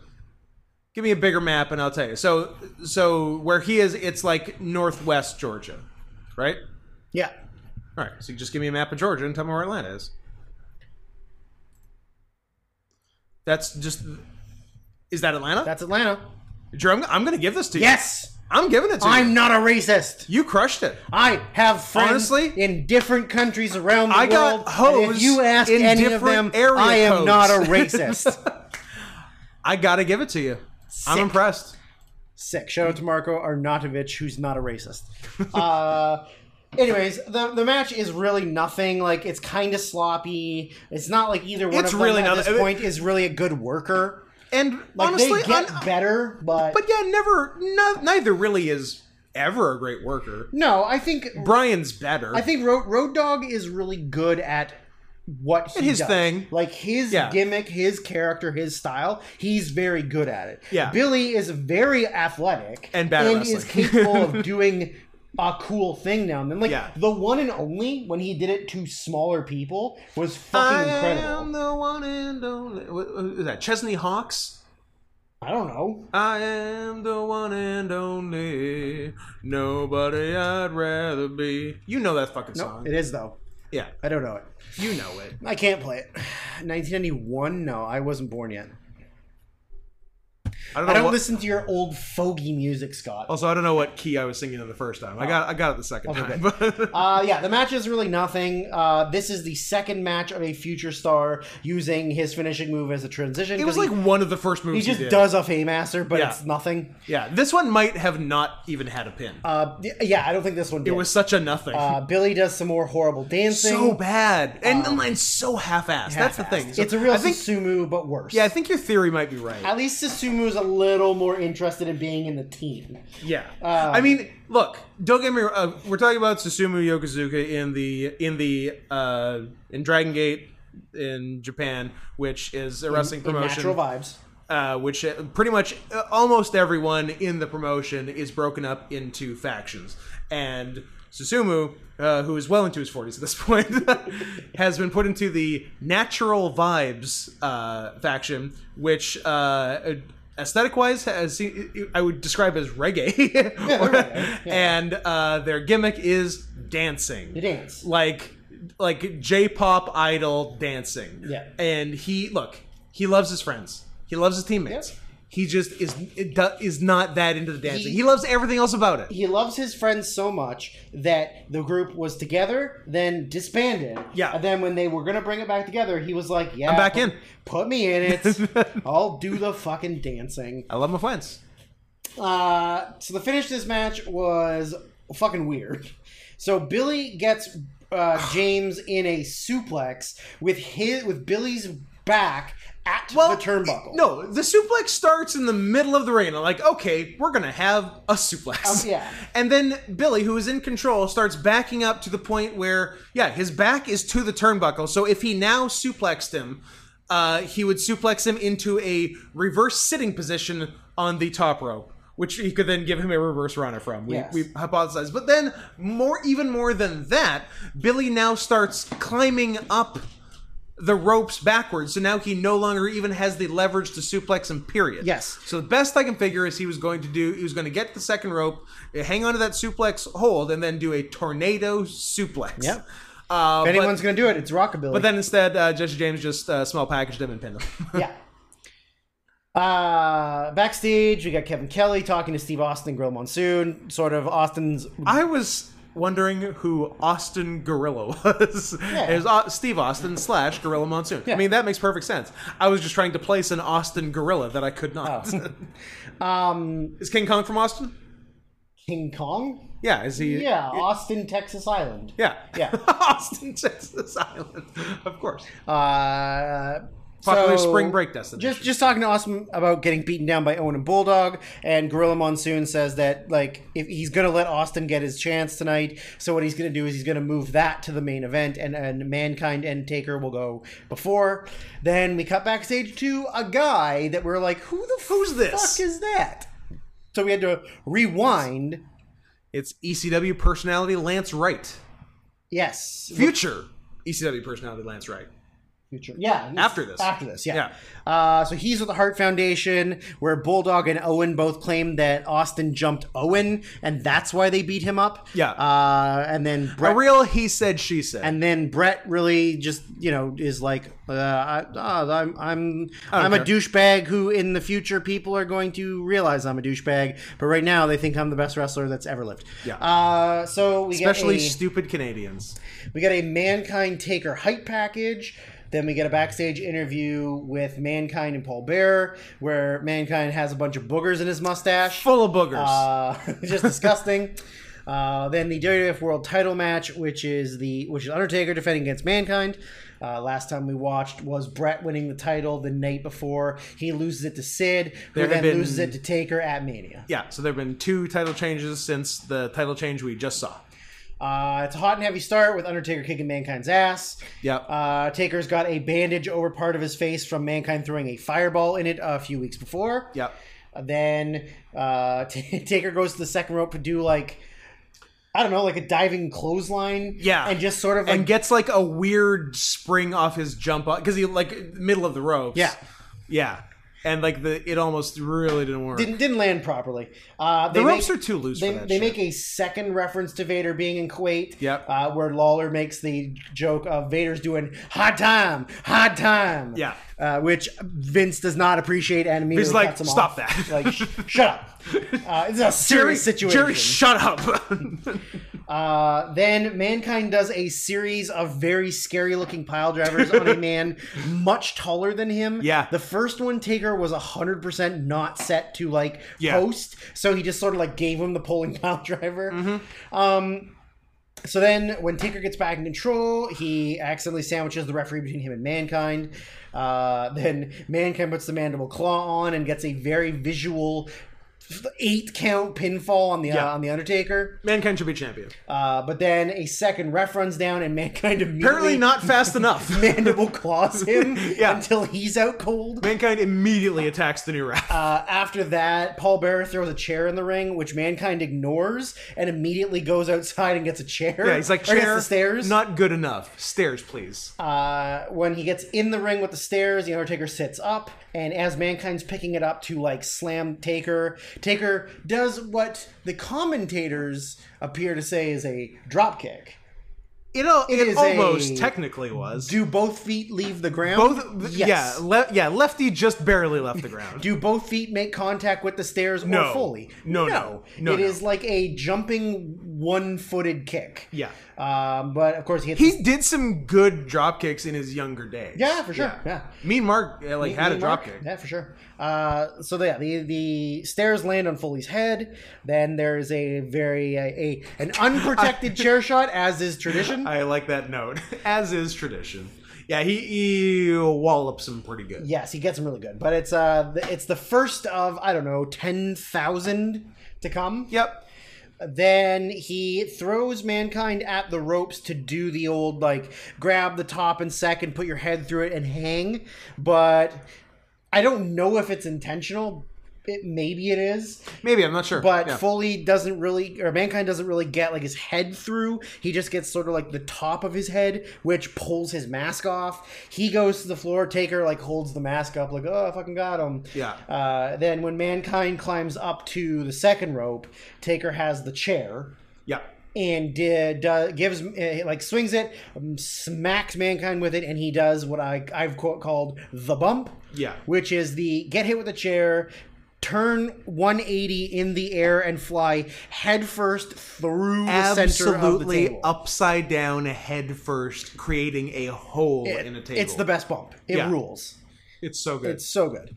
[SPEAKER 2] give me a bigger map and I'll tell you. So so where he is, it's like northwest Georgia, right?
[SPEAKER 1] Yeah.
[SPEAKER 2] All right. So just give me a map of Georgia and tell me where Atlanta is. That's just. Is that Atlanta?
[SPEAKER 1] That's Atlanta.
[SPEAKER 2] Drew, I'm, I'm going to give this to you.
[SPEAKER 1] Yes!
[SPEAKER 2] I'm giving it to you.
[SPEAKER 1] I'm not a racist.
[SPEAKER 2] You crushed it.
[SPEAKER 1] I have friends
[SPEAKER 2] Honestly?
[SPEAKER 1] in different countries around the
[SPEAKER 2] I got
[SPEAKER 1] world. and
[SPEAKER 2] hosed
[SPEAKER 1] if you ask
[SPEAKER 2] in
[SPEAKER 1] any of them,
[SPEAKER 2] different area
[SPEAKER 1] I am
[SPEAKER 2] codes.
[SPEAKER 1] not a racist.
[SPEAKER 2] I got to give it to you. I'm
[SPEAKER 1] Sick.
[SPEAKER 2] impressed.
[SPEAKER 1] Sick. Shout out to Marco Arnautovic, who's not a racist. Uh, anyways, the the match is really nothing. Like it's kind of sloppy. It's not like either one
[SPEAKER 2] It's
[SPEAKER 1] of them
[SPEAKER 2] really
[SPEAKER 1] at
[SPEAKER 2] nothing.
[SPEAKER 1] this point is really a good worker.
[SPEAKER 2] And
[SPEAKER 1] Like
[SPEAKER 2] honestly,
[SPEAKER 1] they get
[SPEAKER 2] un-
[SPEAKER 1] better, but,
[SPEAKER 2] but yeah, never. No, neither really is ever a great worker.
[SPEAKER 1] no, I think
[SPEAKER 2] Brian's better.
[SPEAKER 1] I think Road, Road Dog is really good at what he
[SPEAKER 2] his
[SPEAKER 1] does.
[SPEAKER 2] thing.
[SPEAKER 1] like his
[SPEAKER 2] Yeah.
[SPEAKER 1] gimmick, his character, his style. He's very good at it.
[SPEAKER 2] Yeah.
[SPEAKER 1] Billy is very athletic
[SPEAKER 2] And bad at
[SPEAKER 1] and
[SPEAKER 2] wrestling.
[SPEAKER 1] is capable of doing a cool thing now and then. Like
[SPEAKER 2] Yeah.
[SPEAKER 1] the one and only when he did it to smaller people was
[SPEAKER 2] I
[SPEAKER 1] fucking
[SPEAKER 2] am
[SPEAKER 1] incredible.
[SPEAKER 2] the one and only. What, what is that Chesney Hawks?
[SPEAKER 1] I don't know.
[SPEAKER 2] I am the one and only. Nobody I'd rather be. You know that fucking
[SPEAKER 1] No,
[SPEAKER 2] song.
[SPEAKER 1] it is though.
[SPEAKER 2] Yeah,
[SPEAKER 1] I don't know it.
[SPEAKER 2] you know it.
[SPEAKER 1] I can't play it. 1991? No, I wasn't born yet.
[SPEAKER 2] I don't know.
[SPEAKER 1] I don't
[SPEAKER 2] what,
[SPEAKER 1] listen to your old fogey music, Scott.
[SPEAKER 2] also, I don't know what key I was singing in the first time. I got I got it the second time. but-
[SPEAKER 1] Uh, yeah, the match is really nothing. Uh, this is the second match of a future star using his finishing move as a transition.
[SPEAKER 2] it was
[SPEAKER 1] 'cause
[SPEAKER 2] like
[SPEAKER 1] he,
[SPEAKER 2] one of the first moves
[SPEAKER 1] he just
[SPEAKER 2] did.
[SPEAKER 1] does a Faymaster, but
[SPEAKER 2] Yeah.
[SPEAKER 1] it's nothing.
[SPEAKER 2] Yeah, this one might have not even had a pin.
[SPEAKER 1] Uh, y- yeah, I don't think this one did.
[SPEAKER 2] it was such a nothing.
[SPEAKER 1] uh, Billy does some more horrible dancing.
[SPEAKER 2] so bad, and the line's so half-assed. That's the thing. So
[SPEAKER 1] Um, it's a real
[SPEAKER 2] I think,
[SPEAKER 1] Susumu, but worse.
[SPEAKER 2] yeah, I think your theory might be right.
[SPEAKER 1] At least Susumu is a little more interested in being in the team.
[SPEAKER 2] Yeah,
[SPEAKER 1] Uh,
[SPEAKER 2] I mean, look, don't get me. wrong, Uh, we're talking about Susumu Yokozuka in the in the uh, in Dragon Gate in Japan, which is a wrestling
[SPEAKER 1] In
[SPEAKER 2] promotion,
[SPEAKER 1] natural vibes.
[SPEAKER 2] uh, which uh, pretty much uh, almost everyone in the promotion is broken up into factions, and Susumu. Uh, who is well into his 40s at this point has been put into the natural vibes uh, faction which uh, aesthetic wise has i would describe as reggae
[SPEAKER 1] reggae,
[SPEAKER 2] and uh, their gimmick is dancing
[SPEAKER 1] They dance.
[SPEAKER 2] like like J-pop idol dancing.
[SPEAKER 1] Yeah.
[SPEAKER 2] And he look, he loves his friends. He loves his teammates.
[SPEAKER 1] Yep.
[SPEAKER 2] He just is it do- is not that into the dancing.
[SPEAKER 1] He-
[SPEAKER 2] He, loves everything else about it.
[SPEAKER 1] he loves his friends so much that the group was together, then disbanded.
[SPEAKER 2] Yeah.
[SPEAKER 1] And then when they were gonna bring it back together, he was like, "Yeah,
[SPEAKER 2] I'm back
[SPEAKER 1] put-
[SPEAKER 2] in.
[SPEAKER 1] Put me in it. I'll do the fucking dancing."
[SPEAKER 2] I love my friends.
[SPEAKER 1] Uh, so the finish of this match was fucking weird. So Billy gets uh, James in a suplex with his with Billy's back at the turnbuckle.
[SPEAKER 2] No, the suplex starts in the middle of the ring. I'm like, okay, we're gonna have a suplex.
[SPEAKER 1] Um, yeah.
[SPEAKER 2] And then Billy, who is in control, starts backing up to the point where, yeah, his back is to the turnbuckle. So if he now suplexed him, uh, he would suplex him into a reverse sitting position on the top rope, which he could then give him a reverse runner from. We,
[SPEAKER 1] Yes.
[SPEAKER 2] we hypothesize, but then more, even more than that, Billy now starts climbing up the ropes backwards. So now he no longer even has the leverage to suplex him. Period.
[SPEAKER 1] Yes.
[SPEAKER 2] So the best I can figure is he was going to do. He was going to get the second rope, hang onto that suplex hold, and then do a tornado suplex.
[SPEAKER 1] Yep.
[SPEAKER 2] Uh,
[SPEAKER 1] If
[SPEAKER 2] but-
[SPEAKER 1] anyone's going to do it, it's Rockabilly.
[SPEAKER 2] but then instead, uh, Jesse James just uh, small packaged him and pinned him.
[SPEAKER 1] yeah. Uh, backstage, we got Kevin Kelly talking to Steve Austin, Grill Monsoon, sort of Austin's.
[SPEAKER 2] I was wondering who Austin Gorilla was.
[SPEAKER 1] Yeah.
[SPEAKER 2] It was uh, Steve Austin slash Gorilla Monsoon.
[SPEAKER 1] Yeah.
[SPEAKER 2] I mean, that makes perfect sense. I was just trying to place an Austin Gorilla that I could not.
[SPEAKER 1] Um,
[SPEAKER 2] is King Kong from Austin?
[SPEAKER 1] King Kong?
[SPEAKER 2] Yeah. Is he?
[SPEAKER 1] Yeah, Austin, Texas Island.
[SPEAKER 2] Yeah.
[SPEAKER 1] Yeah.
[SPEAKER 2] Austin, Texas Island. Of course.
[SPEAKER 1] Uh,
[SPEAKER 2] Popular
[SPEAKER 1] so-
[SPEAKER 2] spring break destination.
[SPEAKER 1] Just just talking to Austin about getting beaten down by Owen and Bulldog, and Gorilla Monsoon says that like if he's gonna let Austin get his chance tonight, so what he's gonna do is he's gonna move that to the main event, and and Mankind and Taker will go before. Then we cut backstage to a guy that we're like, who the
[SPEAKER 2] Who's this?
[SPEAKER 1] fuck is that? So we had to rewind.
[SPEAKER 2] It's ECW personality Lance Wright.
[SPEAKER 1] Yes,
[SPEAKER 2] Future ECW personality Lance Wright.
[SPEAKER 1] future. Yeah, he's-
[SPEAKER 2] After this.
[SPEAKER 1] After this, yeah.
[SPEAKER 2] Yeah.
[SPEAKER 1] Uh, so he's with the Hart Foundation, where Bulldog and Owen both claim that Austin jumped Owen, and that's why they beat him up.
[SPEAKER 2] Yeah.
[SPEAKER 1] Uh, and then
[SPEAKER 2] A
[SPEAKER 1] Brett,
[SPEAKER 2] real he said, she said.
[SPEAKER 1] and then Brett really just you know is like, uh, I, uh, I'm I'm
[SPEAKER 2] don't
[SPEAKER 1] I'm a
[SPEAKER 2] care.
[SPEAKER 1] douchebag who in the future people are going to realize I'm a douchebag, but right now they think I'm the best wrestler that's ever lived.
[SPEAKER 2] Yeah.
[SPEAKER 1] Uh, so we get
[SPEAKER 2] Especially
[SPEAKER 1] a-
[SPEAKER 2] stupid Canadians.
[SPEAKER 1] we got a Mankind Taker hype package. Then we get a backstage interview with Mankind and Paul Bearer, where Mankind has a bunch of boogers in his mustache.
[SPEAKER 2] Full of boogers.
[SPEAKER 1] Uh, just disgusting. Uh, then the WWF World Title match, which is the which is Undertaker defending against Mankind. Uh, last time we watched was Brett winning the title the night before. He loses it to Sid, who
[SPEAKER 2] There have
[SPEAKER 1] then
[SPEAKER 2] been-
[SPEAKER 1] loses it to Taker at Mania.
[SPEAKER 2] yeah, so there have been two title changes since the title change we just saw.
[SPEAKER 1] Uh, it's a hot and heavy start with Undertaker kicking Mankind's ass.
[SPEAKER 2] Yep.
[SPEAKER 1] Uh, Taker's got a bandage over part of his face from Mankind throwing a fireball in it a few weeks before.
[SPEAKER 2] Yep.
[SPEAKER 1] Uh, Then uh, Taker goes to the second rope to do like, I don't know, like a diving clothesline.
[SPEAKER 2] Yeah.
[SPEAKER 1] And just sort of like
[SPEAKER 2] and gets like a weird spring off his jump up because he like middle of the ropes.
[SPEAKER 1] Yeah.
[SPEAKER 2] yeah, and like the it almost really didn't work.
[SPEAKER 1] didn't, didn't land properly. Uh, they
[SPEAKER 2] the ropes
[SPEAKER 1] make-
[SPEAKER 2] are too loose.
[SPEAKER 1] They,
[SPEAKER 2] for that
[SPEAKER 1] they
[SPEAKER 2] shit.
[SPEAKER 1] make a second reference to Vader being in Kuwait,
[SPEAKER 2] Yep.
[SPEAKER 1] uh, where Lawler makes the joke of Vader's doing hot time, hot time,
[SPEAKER 2] Yeah.
[SPEAKER 1] uh, which Vince does not appreciate and immediately
[SPEAKER 2] He's like,
[SPEAKER 1] cuts him
[SPEAKER 2] "Stop
[SPEAKER 1] off.
[SPEAKER 2] that."
[SPEAKER 1] like, sh- shut up. Uh, it's a
[SPEAKER 2] Jerry,
[SPEAKER 1] serious situation.
[SPEAKER 2] Jerry, shut up.
[SPEAKER 1] Uh, then mankind does a series of very scary looking pile drivers on a man much taller than him.
[SPEAKER 2] Yeah.
[SPEAKER 1] The first one Taker was hundred percent not set to like
[SPEAKER 2] Yeah.
[SPEAKER 1] post, so he just sort of like gave him the pulling pile driver.
[SPEAKER 2] Mm-hmm.
[SPEAKER 1] Um. So then, when Taker gets back in control, he accidentally sandwiches the referee between him and Mankind. Uh, then Mankind puts the mandible claw on and gets a very visual eight count pinfall on the
[SPEAKER 2] Yeah.
[SPEAKER 1] uh, on the Undertaker.
[SPEAKER 2] Mankind should be champion.
[SPEAKER 1] Uh, but then a second ref runs down and Mankind immediately
[SPEAKER 2] Apparently not fast enough.
[SPEAKER 1] mandible claws him
[SPEAKER 2] Yeah.
[SPEAKER 1] until he's out cold.
[SPEAKER 2] Mankind immediately attacks the new ref.
[SPEAKER 1] Uh, after that, Paul Bearer throws a chair in the ring, which Mankind ignores and immediately goes outside and gets a chair.
[SPEAKER 2] yeah, he's like
[SPEAKER 1] or gets
[SPEAKER 2] chair.
[SPEAKER 1] the stairs.
[SPEAKER 2] Not good enough. Stairs, please.
[SPEAKER 1] uh, when he gets in the ring with the stairs, the Undertaker sits up, and as Mankind's picking it up to like slam Taker, Taker does what the commentators appear to say is a drop kick.
[SPEAKER 2] it al-
[SPEAKER 1] it
[SPEAKER 2] it
[SPEAKER 1] is
[SPEAKER 2] almost
[SPEAKER 1] a-
[SPEAKER 2] technically was.
[SPEAKER 1] Do both feet leave the ground?
[SPEAKER 2] Both,
[SPEAKER 1] Yes.
[SPEAKER 2] yeah, le- yeah. Lefty just barely left the ground.
[SPEAKER 1] Do both feet make contact with the stairs or
[SPEAKER 2] No.
[SPEAKER 1] fully?
[SPEAKER 2] No, no. No,
[SPEAKER 1] It
[SPEAKER 2] no.
[SPEAKER 1] is like a jumping one-footed kick.
[SPEAKER 2] Yeah.
[SPEAKER 1] Um, but of course he hits.
[SPEAKER 2] He did some good drop kicks in his younger days.
[SPEAKER 1] yeah, for sure. Yeah.
[SPEAKER 2] Me and Mark uh, like had a drop kick.
[SPEAKER 1] Yeah, for sure. Uh, so yeah, the the stairs land on Foley's head. Then there is a very a, a an unprotected chair shot, as is tradition.
[SPEAKER 2] I like that note, as is tradition. Yeah, he, he wallops him pretty good.
[SPEAKER 1] yes, he gets them really good. But it's uh th- it's the first of I don't know ten thousand to come.
[SPEAKER 2] Yep.
[SPEAKER 1] Then he throws mankind at the ropes to do the old like grab the top and second, put your head through it and hang. But I don't know if it's intentional. it, maybe it is,
[SPEAKER 2] Maybe I'm not sure.
[SPEAKER 1] but
[SPEAKER 2] Yeah.
[SPEAKER 1] Foley doesn't really, or Mankind doesn't really get like his head through. He just gets sort of like the top of his head, which pulls his mask off. He goes to the floor. Taker like holds the mask up, like oh, I fucking got him.
[SPEAKER 2] Yeah.
[SPEAKER 1] Uh, then when Mankind climbs up to the second rope, Taker has the chair
[SPEAKER 2] yeah.
[SPEAKER 1] and did, uh, gives uh, like swings it, um, smacks mankind with it, and he does what I I've quote called the bump,
[SPEAKER 2] Yeah.
[SPEAKER 1] which is the get hit with a chair. Turn 180 in the air and fly headfirst through the center of the
[SPEAKER 2] Absolutely
[SPEAKER 1] table.
[SPEAKER 2] upside down, head first, creating a hole in a table.
[SPEAKER 1] It's the best bump. It
[SPEAKER 2] Yeah.
[SPEAKER 1] rules.
[SPEAKER 2] It's so good.
[SPEAKER 1] It's so good.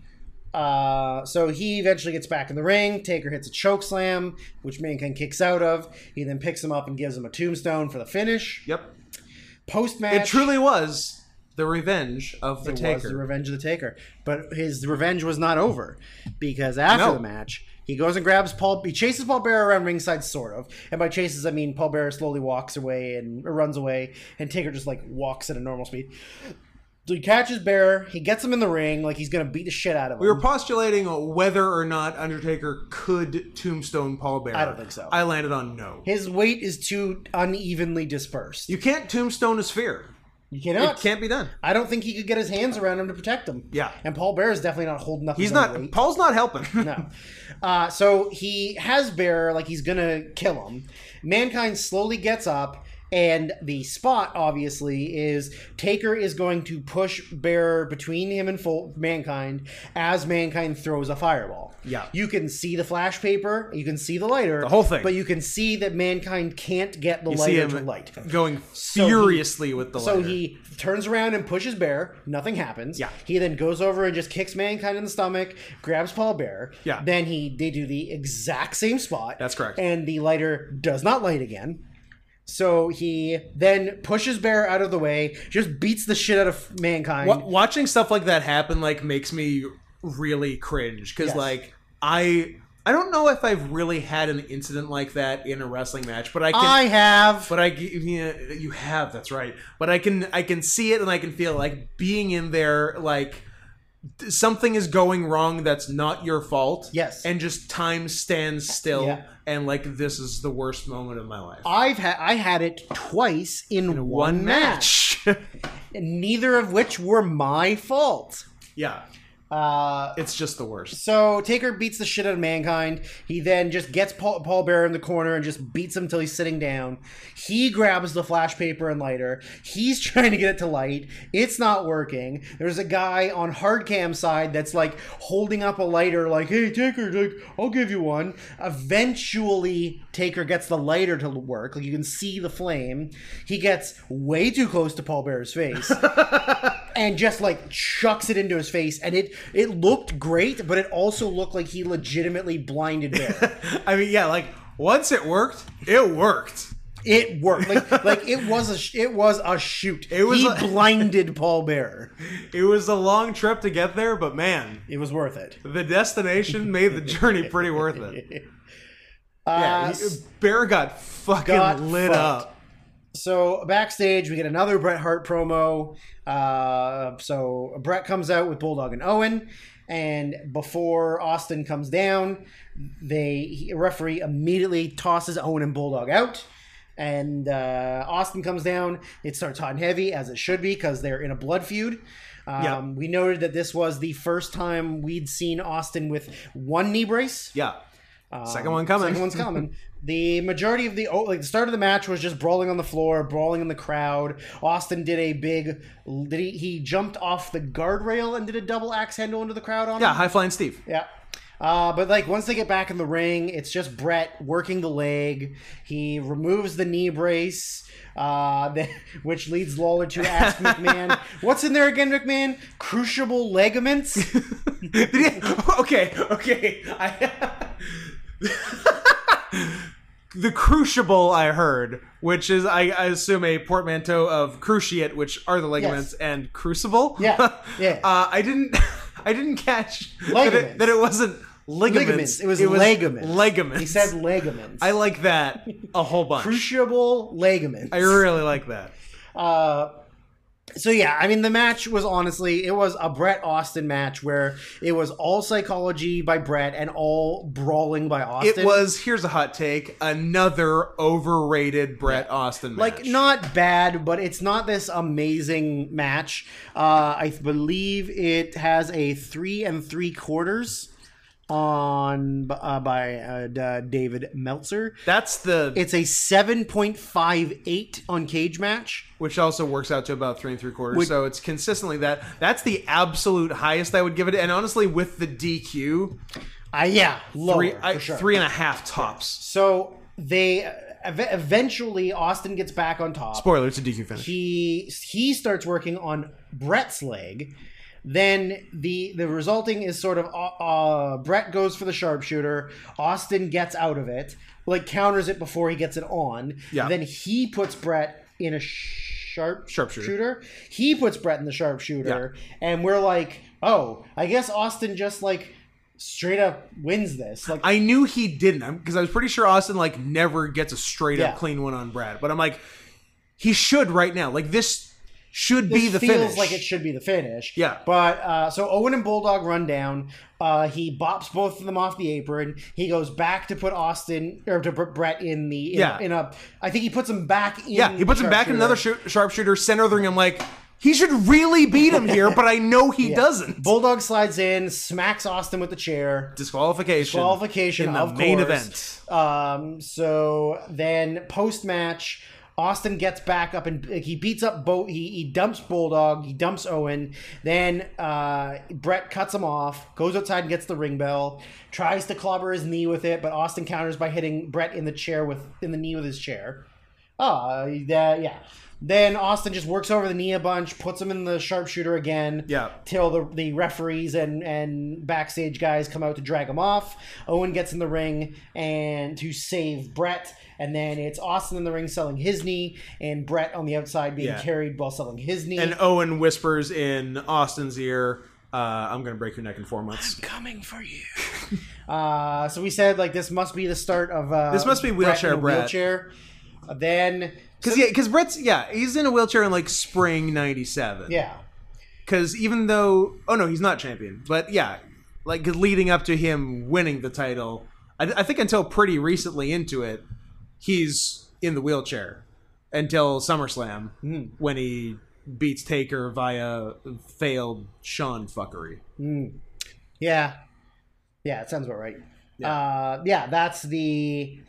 [SPEAKER 1] Uh, so he eventually gets back in the ring. Taker hits a choke slam, which Mankind kicks out of. He then picks him up and gives him a tombstone for the finish.
[SPEAKER 2] yep.
[SPEAKER 1] Post
[SPEAKER 2] It
[SPEAKER 1] match,
[SPEAKER 2] truly was the revenge of the
[SPEAKER 1] was the
[SPEAKER 2] taker.
[SPEAKER 1] revenge of the Taker. But his revenge was not over because after
[SPEAKER 2] No.
[SPEAKER 1] the match, he goes and grabs Paul. He chases Paul Bearer around ringside, sort of. And by chases, I mean Paul Bearer slowly walks away and or runs away, and Taker just like walks at a normal speed. So he catches Bearer. He gets him in the ring like he's gonna beat the shit out of him.
[SPEAKER 2] we were postulating whether or not Undertaker could tombstone pallbearer.
[SPEAKER 1] I don't think so.
[SPEAKER 2] I landed on no.
[SPEAKER 1] His weight is too unevenly dispersed.
[SPEAKER 2] You can't tombstone a sphere.
[SPEAKER 1] You cannot.
[SPEAKER 2] It can't be done.
[SPEAKER 1] I don't think he could get his hands around him to protect him.
[SPEAKER 2] Yeah.
[SPEAKER 1] And Paul Bear is definitely not holding up.
[SPEAKER 2] He's
[SPEAKER 1] his own
[SPEAKER 2] not.
[SPEAKER 1] weight.
[SPEAKER 2] Paul's not helping.
[SPEAKER 1] No. Uh, so he has Bear like he's gonna kill him. Mankind slowly gets up, and the spot obviously is Taker is going to push Bear between him and Fol- Mankind as Mankind throws a fireball.
[SPEAKER 2] Yeah.
[SPEAKER 1] You can see the flash paper. You can see the lighter. The
[SPEAKER 2] whole thing.
[SPEAKER 1] But you can see that Mankind can't get the
[SPEAKER 2] See
[SPEAKER 1] lighter to
[SPEAKER 2] him
[SPEAKER 1] light.
[SPEAKER 2] going
[SPEAKER 1] he-
[SPEAKER 2] furiously with the
[SPEAKER 1] So
[SPEAKER 2] lighter.
[SPEAKER 1] he turns around and pushes Bear. Nothing happens.
[SPEAKER 2] Yeah.
[SPEAKER 1] He then goes over and just kicks Mankind in the stomach, grabs Paul Bear.
[SPEAKER 2] Yeah.
[SPEAKER 1] Then he they do the exact same spot.
[SPEAKER 2] That's correct.
[SPEAKER 1] And the lighter does not light again. So he then pushes Bear out of the way, just beats the shit out of Mankind.
[SPEAKER 2] Wa- watching stuff like that happen like makes me really cringe because
[SPEAKER 1] Yes.
[SPEAKER 2] like I I don't know if I've really had an incident like that in a wrestling match, but I can.
[SPEAKER 1] I have.
[SPEAKER 2] but I, yeah, you have that's right. But I can, I can see it, and I can feel like being in there, like th- something is going wrong that's not your fault.
[SPEAKER 1] Yes.
[SPEAKER 2] and just time stands still,
[SPEAKER 1] Yeah.
[SPEAKER 2] and like this is the worst moment of my life.
[SPEAKER 1] I've had I had it twice in, one, match. neither of which were my fault.
[SPEAKER 2] yeah,
[SPEAKER 1] Uh,
[SPEAKER 2] it's just the worst.
[SPEAKER 1] So Taker beats the shit out of Mankind. He then just gets Paul, Paul Bearer in the corner and just beats him until he's sitting down. He grabs the flash paper and lighter. He's trying to get it to light. It's not working. There's a guy on hard cam side that's like holding up a lighter, like, "Hey Taker, like I'll give you one." Eventually, Taker gets the lighter to work. Like you can see the flame. He gets way too close to Paul Bearer's face and just like chucks it into his face and it it looked great but it also looked like he legitimately blinded bear
[SPEAKER 2] I mean, yeah, like once it worked, it worked.
[SPEAKER 1] it worked like like it was a sh- it was a shoot it
[SPEAKER 2] was
[SPEAKER 1] he
[SPEAKER 2] a-
[SPEAKER 1] blinded paul bear
[SPEAKER 2] It was a long trip to get there, but man,
[SPEAKER 1] it was worth it
[SPEAKER 2] the destination made the journey pretty worth it. Yeah,
[SPEAKER 1] Uh,
[SPEAKER 2] he- Bear got fucking
[SPEAKER 1] got
[SPEAKER 2] lit
[SPEAKER 1] fucked.
[SPEAKER 2] up.
[SPEAKER 1] So backstage, we get another Bret Hart promo. Uh, so Bret comes out with Bulldog and Owen, and before Austin comes down, they he- referee immediately tosses Owen and Bulldog out. And uh, Austin comes down. It starts hot and heavy as it should be because they're in a blood feud. Um,
[SPEAKER 2] Yeah.
[SPEAKER 1] We noted that this was the first time we'd seen Austin with one knee brace.
[SPEAKER 2] Yeah. second
[SPEAKER 1] Um,
[SPEAKER 2] one coming.
[SPEAKER 1] Second one's coming. the majority of the oh, like the start of the match was just brawling on the floor, brawling in the crowd. Austin did a big did he he jumped off the guardrail and did a double axe handle into the crowd on
[SPEAKER 2] Yeah,
[SPEAKER 1] him.
[SPEAKER 2] High Flying Steve.
[SPEAKER 1] Yeah. Uh, but like once they get back in the ring, it's just Brett working the leg. He removes the knee brace, uh, then- which leads Lawler to ask McMahon, "What's in there again, McMahon? Crucible ligaments?"
[SPEAKER 2] Did he- okay, okay. I, the crucible I heard, which is I, I assume a portmanteau of cruciate, which are the ligaments, and crucible.
[SPEAKER 1] Yeah, yeah.
[SPEAKER 2] uh, I didn't I didn't catch that
[SPEAKER 1] Ligaments.
[SPEAKER 2] it, that it wasn't ligaments.
[SPEAKER 1] Ligaments. It was ligaments.
[SPEAKER 2] Ligaments.
[SPEAKER 1] he said ligaments.
[SPEAKER 2] I like that a whole bunch.
[SPEAKER 1] crucible ligaments.
[SPEAKER 2] I really like that.
[SPEAKER 1] Uh, So yeah, I mean the match was honestly it was a Brett Austin match where it was all psychology by Brett and all brawling by Austin.
[SPEAKER 2] It was, here's a hot take, another overrated Brett Austin match.
[SPEAKER 1] like not bad, but it's not this amazing match. Uh, I believe it has a three and three quarters on uh, by uh, D- David Meltzer.
[SPEAKER 2] That's the
[SPEAKER 1] It's a seven point five eight on Cage Match.
[SPEAKER 2] which also works out to about three and three quarters. so it's consistently that. That's the absolute highest I would give it. And honestly, with the DQ,
[SPEAKER 1] Uh, yeah, lower,
[SPEAKER 2] three, I-
[SPEAKER 1] for sure.
[SPEAKER 2] three and a half tops.
[SPEAKER 1] So they ev- eventually Austin gets back on top.
[SPEAKER 2] Spoiler: It's a DQ finish.
[SPEAKER 1] He he starts working on Brett's leg. Then the the resulting is sort of uh, uh, Brett goes for the sharpshooter. Austin gets out of it, like counters it before he gets it on.
[SPEAKER 2] Yeah.
[SPEAKER 1] Then he puts Brett in a sharp
[SPEAKER 2] Sharpshooter.
[SPEAKER 1] shooter. He puts Brett in the sharpshooter, and we're like, oh, I guess Austin just like straight up wins this. Like
[SPEAKER 2] I knew he didn't because I was pretty sure Austin like never gets a straight
[SPEAKER 1] Yeah.
[SPEAKER 2] up clean one on Brad. But I'm like, he should right now. Like this should be the
[SPEAKER 1] feels
[SPEAKER 2] finish.
[SPEAKER 1] like it should be the finish.
[SPEAKER 2] Yeah.
[SPEAKER 1] But uh, so Owen and Bulldog run down. Uh, he bops both of them off the apron. He goes back to put Austin or to put Brett in the in,
[SPEAKER 2] Yeah.
[SPEAKER 1] in a. I think he puts him back in.
[SPEAKER 2] yeah, he puts
[SPEAKER 1] the
[SPEAKER 2] him back in
[SPEAKER 1] sharpshooter.
[SPEAKER 2] another sh- sharpshooter centering. I'm like, he should really beat him here, but I know he doesn't.
[SPEAKER 1] Bulldog slides in, smacks Austin with the chair.
[SPEAKER 2] disqualification.
[SPEAKER 1] Qualification
[SPEAKER 2] in the
[SPEAKER 1] of
[SPEAKER 2] main
[SPEAKER 1] course.
[SPEAKER 2] event.
[SPEAKER 1] Um, so then post match, Austin gets back up and like, he beats up Bo. He, he dumps Bulldog. He dumps Owen. Then uh, Brett cuts him off. Goes outside and gets the ring bell. Tries to clobber his knee with it, but Austin counters by hitting Brett in the chair with in the knee with his chair. Oh, that yeah. Then Austin just works over the knee a bunch, puts him in the sharpshooter again.
[SPEAKER 2] Yeah.
[SPEAKER 1] Till the, the referees and, and backstage guys come out to drag him off. Owen gets in the ring and to save Brett, and then it's Austin in the ring selling his knee, and Brett on the outside being
[SPEAKER 2] Yeah.
[SPEAKER 1] carried while selling his knee.
[SPEAKER 2] And Owen whispers in Austin's ear, uh, "I'm going to break your neck in four months."
[SPEAKER 1] coming for you. uh, so we said like this must be the start of uh,
[SPEAKER 2] This must be
[SPEAKER 1] in
[SPEAKER 2] wheelchair
[SPEAKER 1] a
[SPEAKER 2] Brett.
[SPEAKER 1] Wheelchair. Then
[SPEAKER 2] Because yeah, because Brett's yeah, he's in a wheelchair in like spring '97.
[SPEAKER 1] yeah.
[SPEAKER 2] Because even though oh no, he's not champion, but yeah, like 'cause leading up to him winning the title, I, I think until pretty recently into it, he's in the wheelchair until SummerSlam
[SPEAKER 1] Hmm.
[SPEAKER 2] when he beats Taker via failed Sean fuckery.
[SPEAKER 1] Yeah. Yeah, it sounds about right. Yeah. Uh yeah, that's the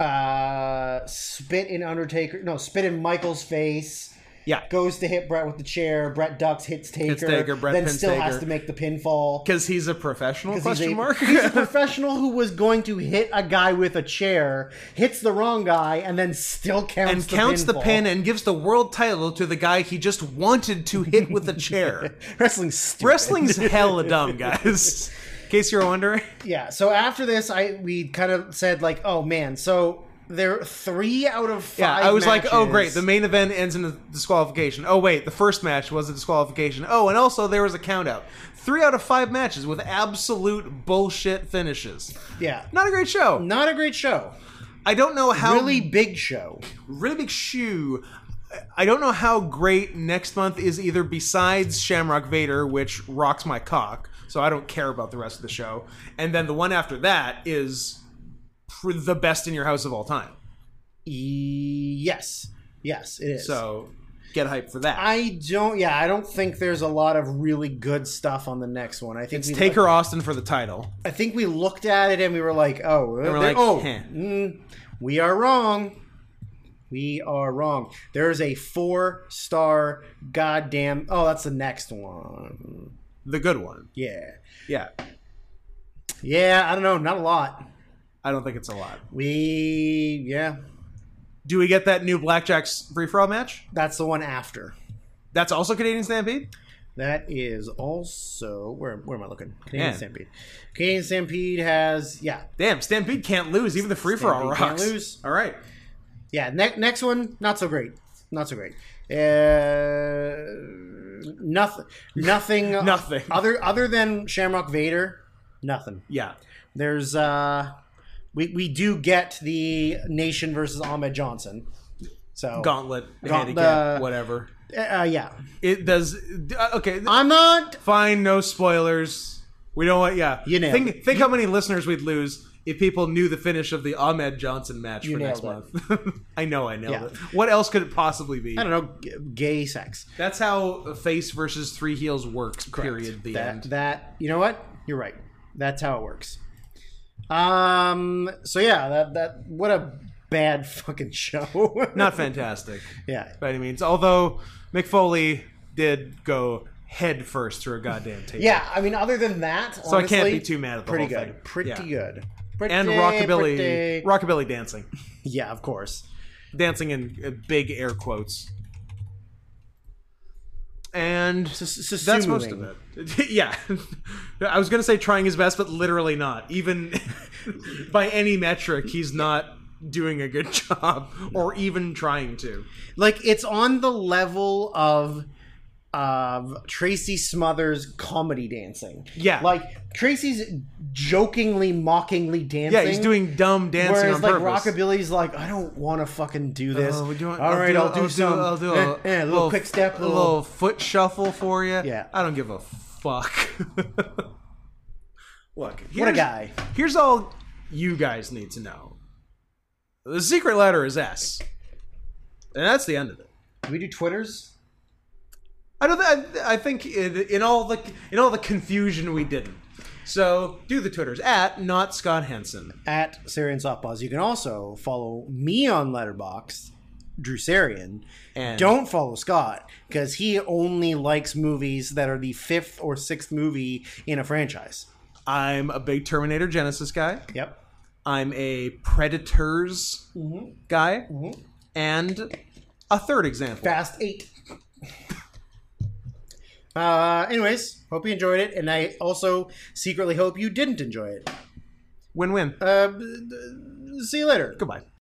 [SPEAKER 1] uh spit in Undertaker. No, spit in Michael's face.
[SPEAKER 2] Yeah.
[SPEAKER 1] Goes to hit Brett with the chair. Brett ducks, hits Taker.
[SPEAKER 2] Taker, Brett
[SPEAKER 1] then
[SPEAKER 2] pins
[SPEAKER 1] still has
[SPEAKER 2] Taker.
[SPEAKER 1] to make the pinfall.
[SPEAKER 2] Because he's a professional?
[SPEAKER 1] 'Cause
[SPEAKER 2] Question
[SPEAKER 1] he's a,
[SPEAKER 2] mark.
[SPEAKER 1] he's a professional who was going to hit a guy with a chair, hits the wrong guy, and then still counts
[SPEAKER 2] and
[SPEAKER 1] the
[SPEAKER 2] counts the
[SPEAKER 1] pinfall.
[SPEAKER 2] pin and gives the world title to the guy he just wanted to hit with a chair.
[SPEAKER 1] Wrestling's stupid.
[SPEAKER 2] Wrestling's hella dumb, guys. In case you're wondering.
[SPEAKER 1] yeah so after this i we kind of said like oh man so there are three out of five
[SPEAKER 2] Yeah, I was like, oh
[SPEAKER 1] matches-
[SPEAKER 2] great, the main event ends in a disqualification. Oh wait, the first match was a disqualification. Oh, and also there was a count out. Three out of five matches with absolute bullshit finishes.
[SPEAKER 1] yeah
[SPEAKER 2] Not a great show.
[SPEAKER 1] not a great show
[SPEAKER 2] I don't know how
[SPEAKER 1] really big show
[SPEAKER 2] really big shoe. I don't know how great next month is either besides Shamrock Vader, which rocks my cock, so I don't care about the rest of the show. And then the one after that is pr- the best in your house of all time.
[SPEAKER 1] E- yes yes it is
[SPEAKER 2] So get hype for that.
[SPEAKER 1] i don't yeah i don't think there's a lot of really good stuff on the next one i think we
[SPEAKER 2] Take her Austin for the title.
[SPEAKER 1] i think we looked at it and we were like oh
[SPEAKER 2] we're
[SPEAKER 1] they-
[SPEAKER 2] like,
[SPEAKER 1] oh
[SPEAKER 2] "Heh."
[SPEAKER 1] mm, we are wrong we are wrong there is a four star goddamn oh that's the next one
[SPEAKER 2] The good one.
[SPEAKER 1] yeah
[SPEAKER 2] Yeah.
[SPEAKER 1] Yeah, I don't know, not a lot.
[SPEAKER 2] I don't think it's a lot.
[SPEAKER 1] We yeah,
[SPEAKER 2] Do we get that new Blackjack's free for all match?
[SPEAKER 1] that's the one after.
[SPEAKER 2] That's also Canadian Stampede?
[SPEAKER 1] That is also where where am I looking? Canadian
[SPEAKER 2] Man.
[SPEAKER 1] Stampede. Canadian Stampede has yeah
[SPEAKER 2] Damn, Stampede can't lose. Even the free for all
[SPEAKER 1] Stampede
[SPEAKER 2] rocks.
[SPEAKER 1] can't lose.
[SPEAKER 2] All right.
[SPEAKER 1] yeah. Ne- next one not so great, not so great. Uh, nothing, nothing,
[SPEAKER 2] Nothing.
[SPEAKER 1] Other other than Shamrock Vader, nothing.
[SPEAKER 2] Yeah.
[SPEAKER 1] There's uh, we we do get the Nation versus Ahmed Johnson. So
[SPEAKER 2] Gauntlet,
[SPEAKER 1] Gaunt- uh,
[SPEAKER 2] handicap, whatever.
[SPEAKER 1] uh, yeah,
[SPEAKER 2] It does. uh, Okay, th-
[SPEAKER 1] I'm not.
[SPEAKER 2] fine. No spoilers. We don't want. Yeah,
[SPEAKER 1] You nailed
[SPEAKER 2] think
[SPEAKER 1] it.
[SPEAKER 2] think how many listeners we'd lose if people knew the finish of the Ahmed Johnson match
[SPEAKER 1] You
[SPEAKER 2] for next
[SPEAKER 1] nailed
[SPEAKER 2] month. I know, I nailed
[SPEAKER 1] Yeah.
[SPEAKER 2] it. What else could it possibly be?
[SPEAKER 1] I don't know. g- Gay sex.
[SPEAKER 2] That's how face versus three heels works. Period. The
[SPEAKER 1] that,
[SPEAKER 2] end.
[SPEAKER 1] That you know what? You're right. That's how it works. Um. So yeah, that that what a bad fucking show.
[SPEAKER 2] Not fantastic
[SPEAKER 1] yeah.
[SPEAKER 2] by any means. Although McFoley did go head first through a goddamn table.
[SPEAKER 1] Yeah. I mean, other than that,
[SPEAKER 2] So I can't
[SPEAKER 1] honestly,
[SPEAKER 2] be too mad at the
[SPEAKER 1] pretty
[SPEAKER 2] whole
[SPEAKER 1] good.
[SPEAKER 2] thing.
[SPEAKER 1] Pretty
[SPEAKER 2] Yeah.
[SPEAKER 1] good. Pretty,
[SPEAKER 2] And rockabilly,
[SPEAKER 1] pretty-
[SPEAKER 2] rockabilly dancing,
[SPEAKER 1] Yeah, of course.
[SPEAKER 2] dancing in uh, big air quotes, and
[SPEAKER 1] S- s- s-
[SPEAKER 2] that's
[SPEAKER 1] sumoing.
[SPEAKER 2] most of it. yeah, I was gonna say trying his best, but literally not. Even by any metric, he's not doing a good job, or even trying to.
[SPEAKER 1] Like it's on the level of of Tracy Smothers comedy dancing.
[SPEAKER 2] Yeah.
[SPEAKER 1] Like Tracy's jokingly, mockingly dancing.
[SPEAKER 2] Yeah, he's doing dumb dancing
[SPEAKER 1] Whereas like
[SPEAKER 2] on purpose.
[SPEAKER 1] rockabilly's like, I don't want to fucking do this.
[SPEAKER 2] Oh, do you want-
[SPEAKER 1] All right, I'll do some.
[SPEAKER 2] I'll do a,
[SPEAKER 1] eh, eh, a little, quick step, a little,
[SPEAKER 2] foot shuffle for you.
[SPEAKER 1] Yeah.
[SPEAKER 2] I don't give a fuck. Look,
[SPEAKER 1] what a
[SPEAKER 2] here's-
[SPEAKER 1] guy.
[SPEAKER 2] Here's all you guys need to know: the secret letter is S, and that's the end of it.
[SPEAKER 1] Do we do Twitters?
[SPEAKER 2] I don't. Th- I, I think in, in all the in all the confusion, we didn't. So do the twitters at not Scott Henson.
[SPEAKER 1] At Sarian Softballs. You can also follow me on Letterboxd, Drew Sarian.
[SPEAKER 2] And
[SPEAKER 1] Don't follow Scott, because he only likes movies that are the fifth or sixth movie in a franchise.
[SPEAKER 2] I'm a big Terminator Genesis guy.
[SPEAKER 1] Yep.
[SPEAKER 2] I'm a Predators guy, and a third example.
[SPEAKER 1] Fast Eight. Uh, anyways, hope you enjoyed it, and I also secretly hope you didn't enjoy it.
[SPEAKER 2] Win-win.
[SPEAKER 1] Uh, Um, see you later.
[SPEAKER 2] Goodbye.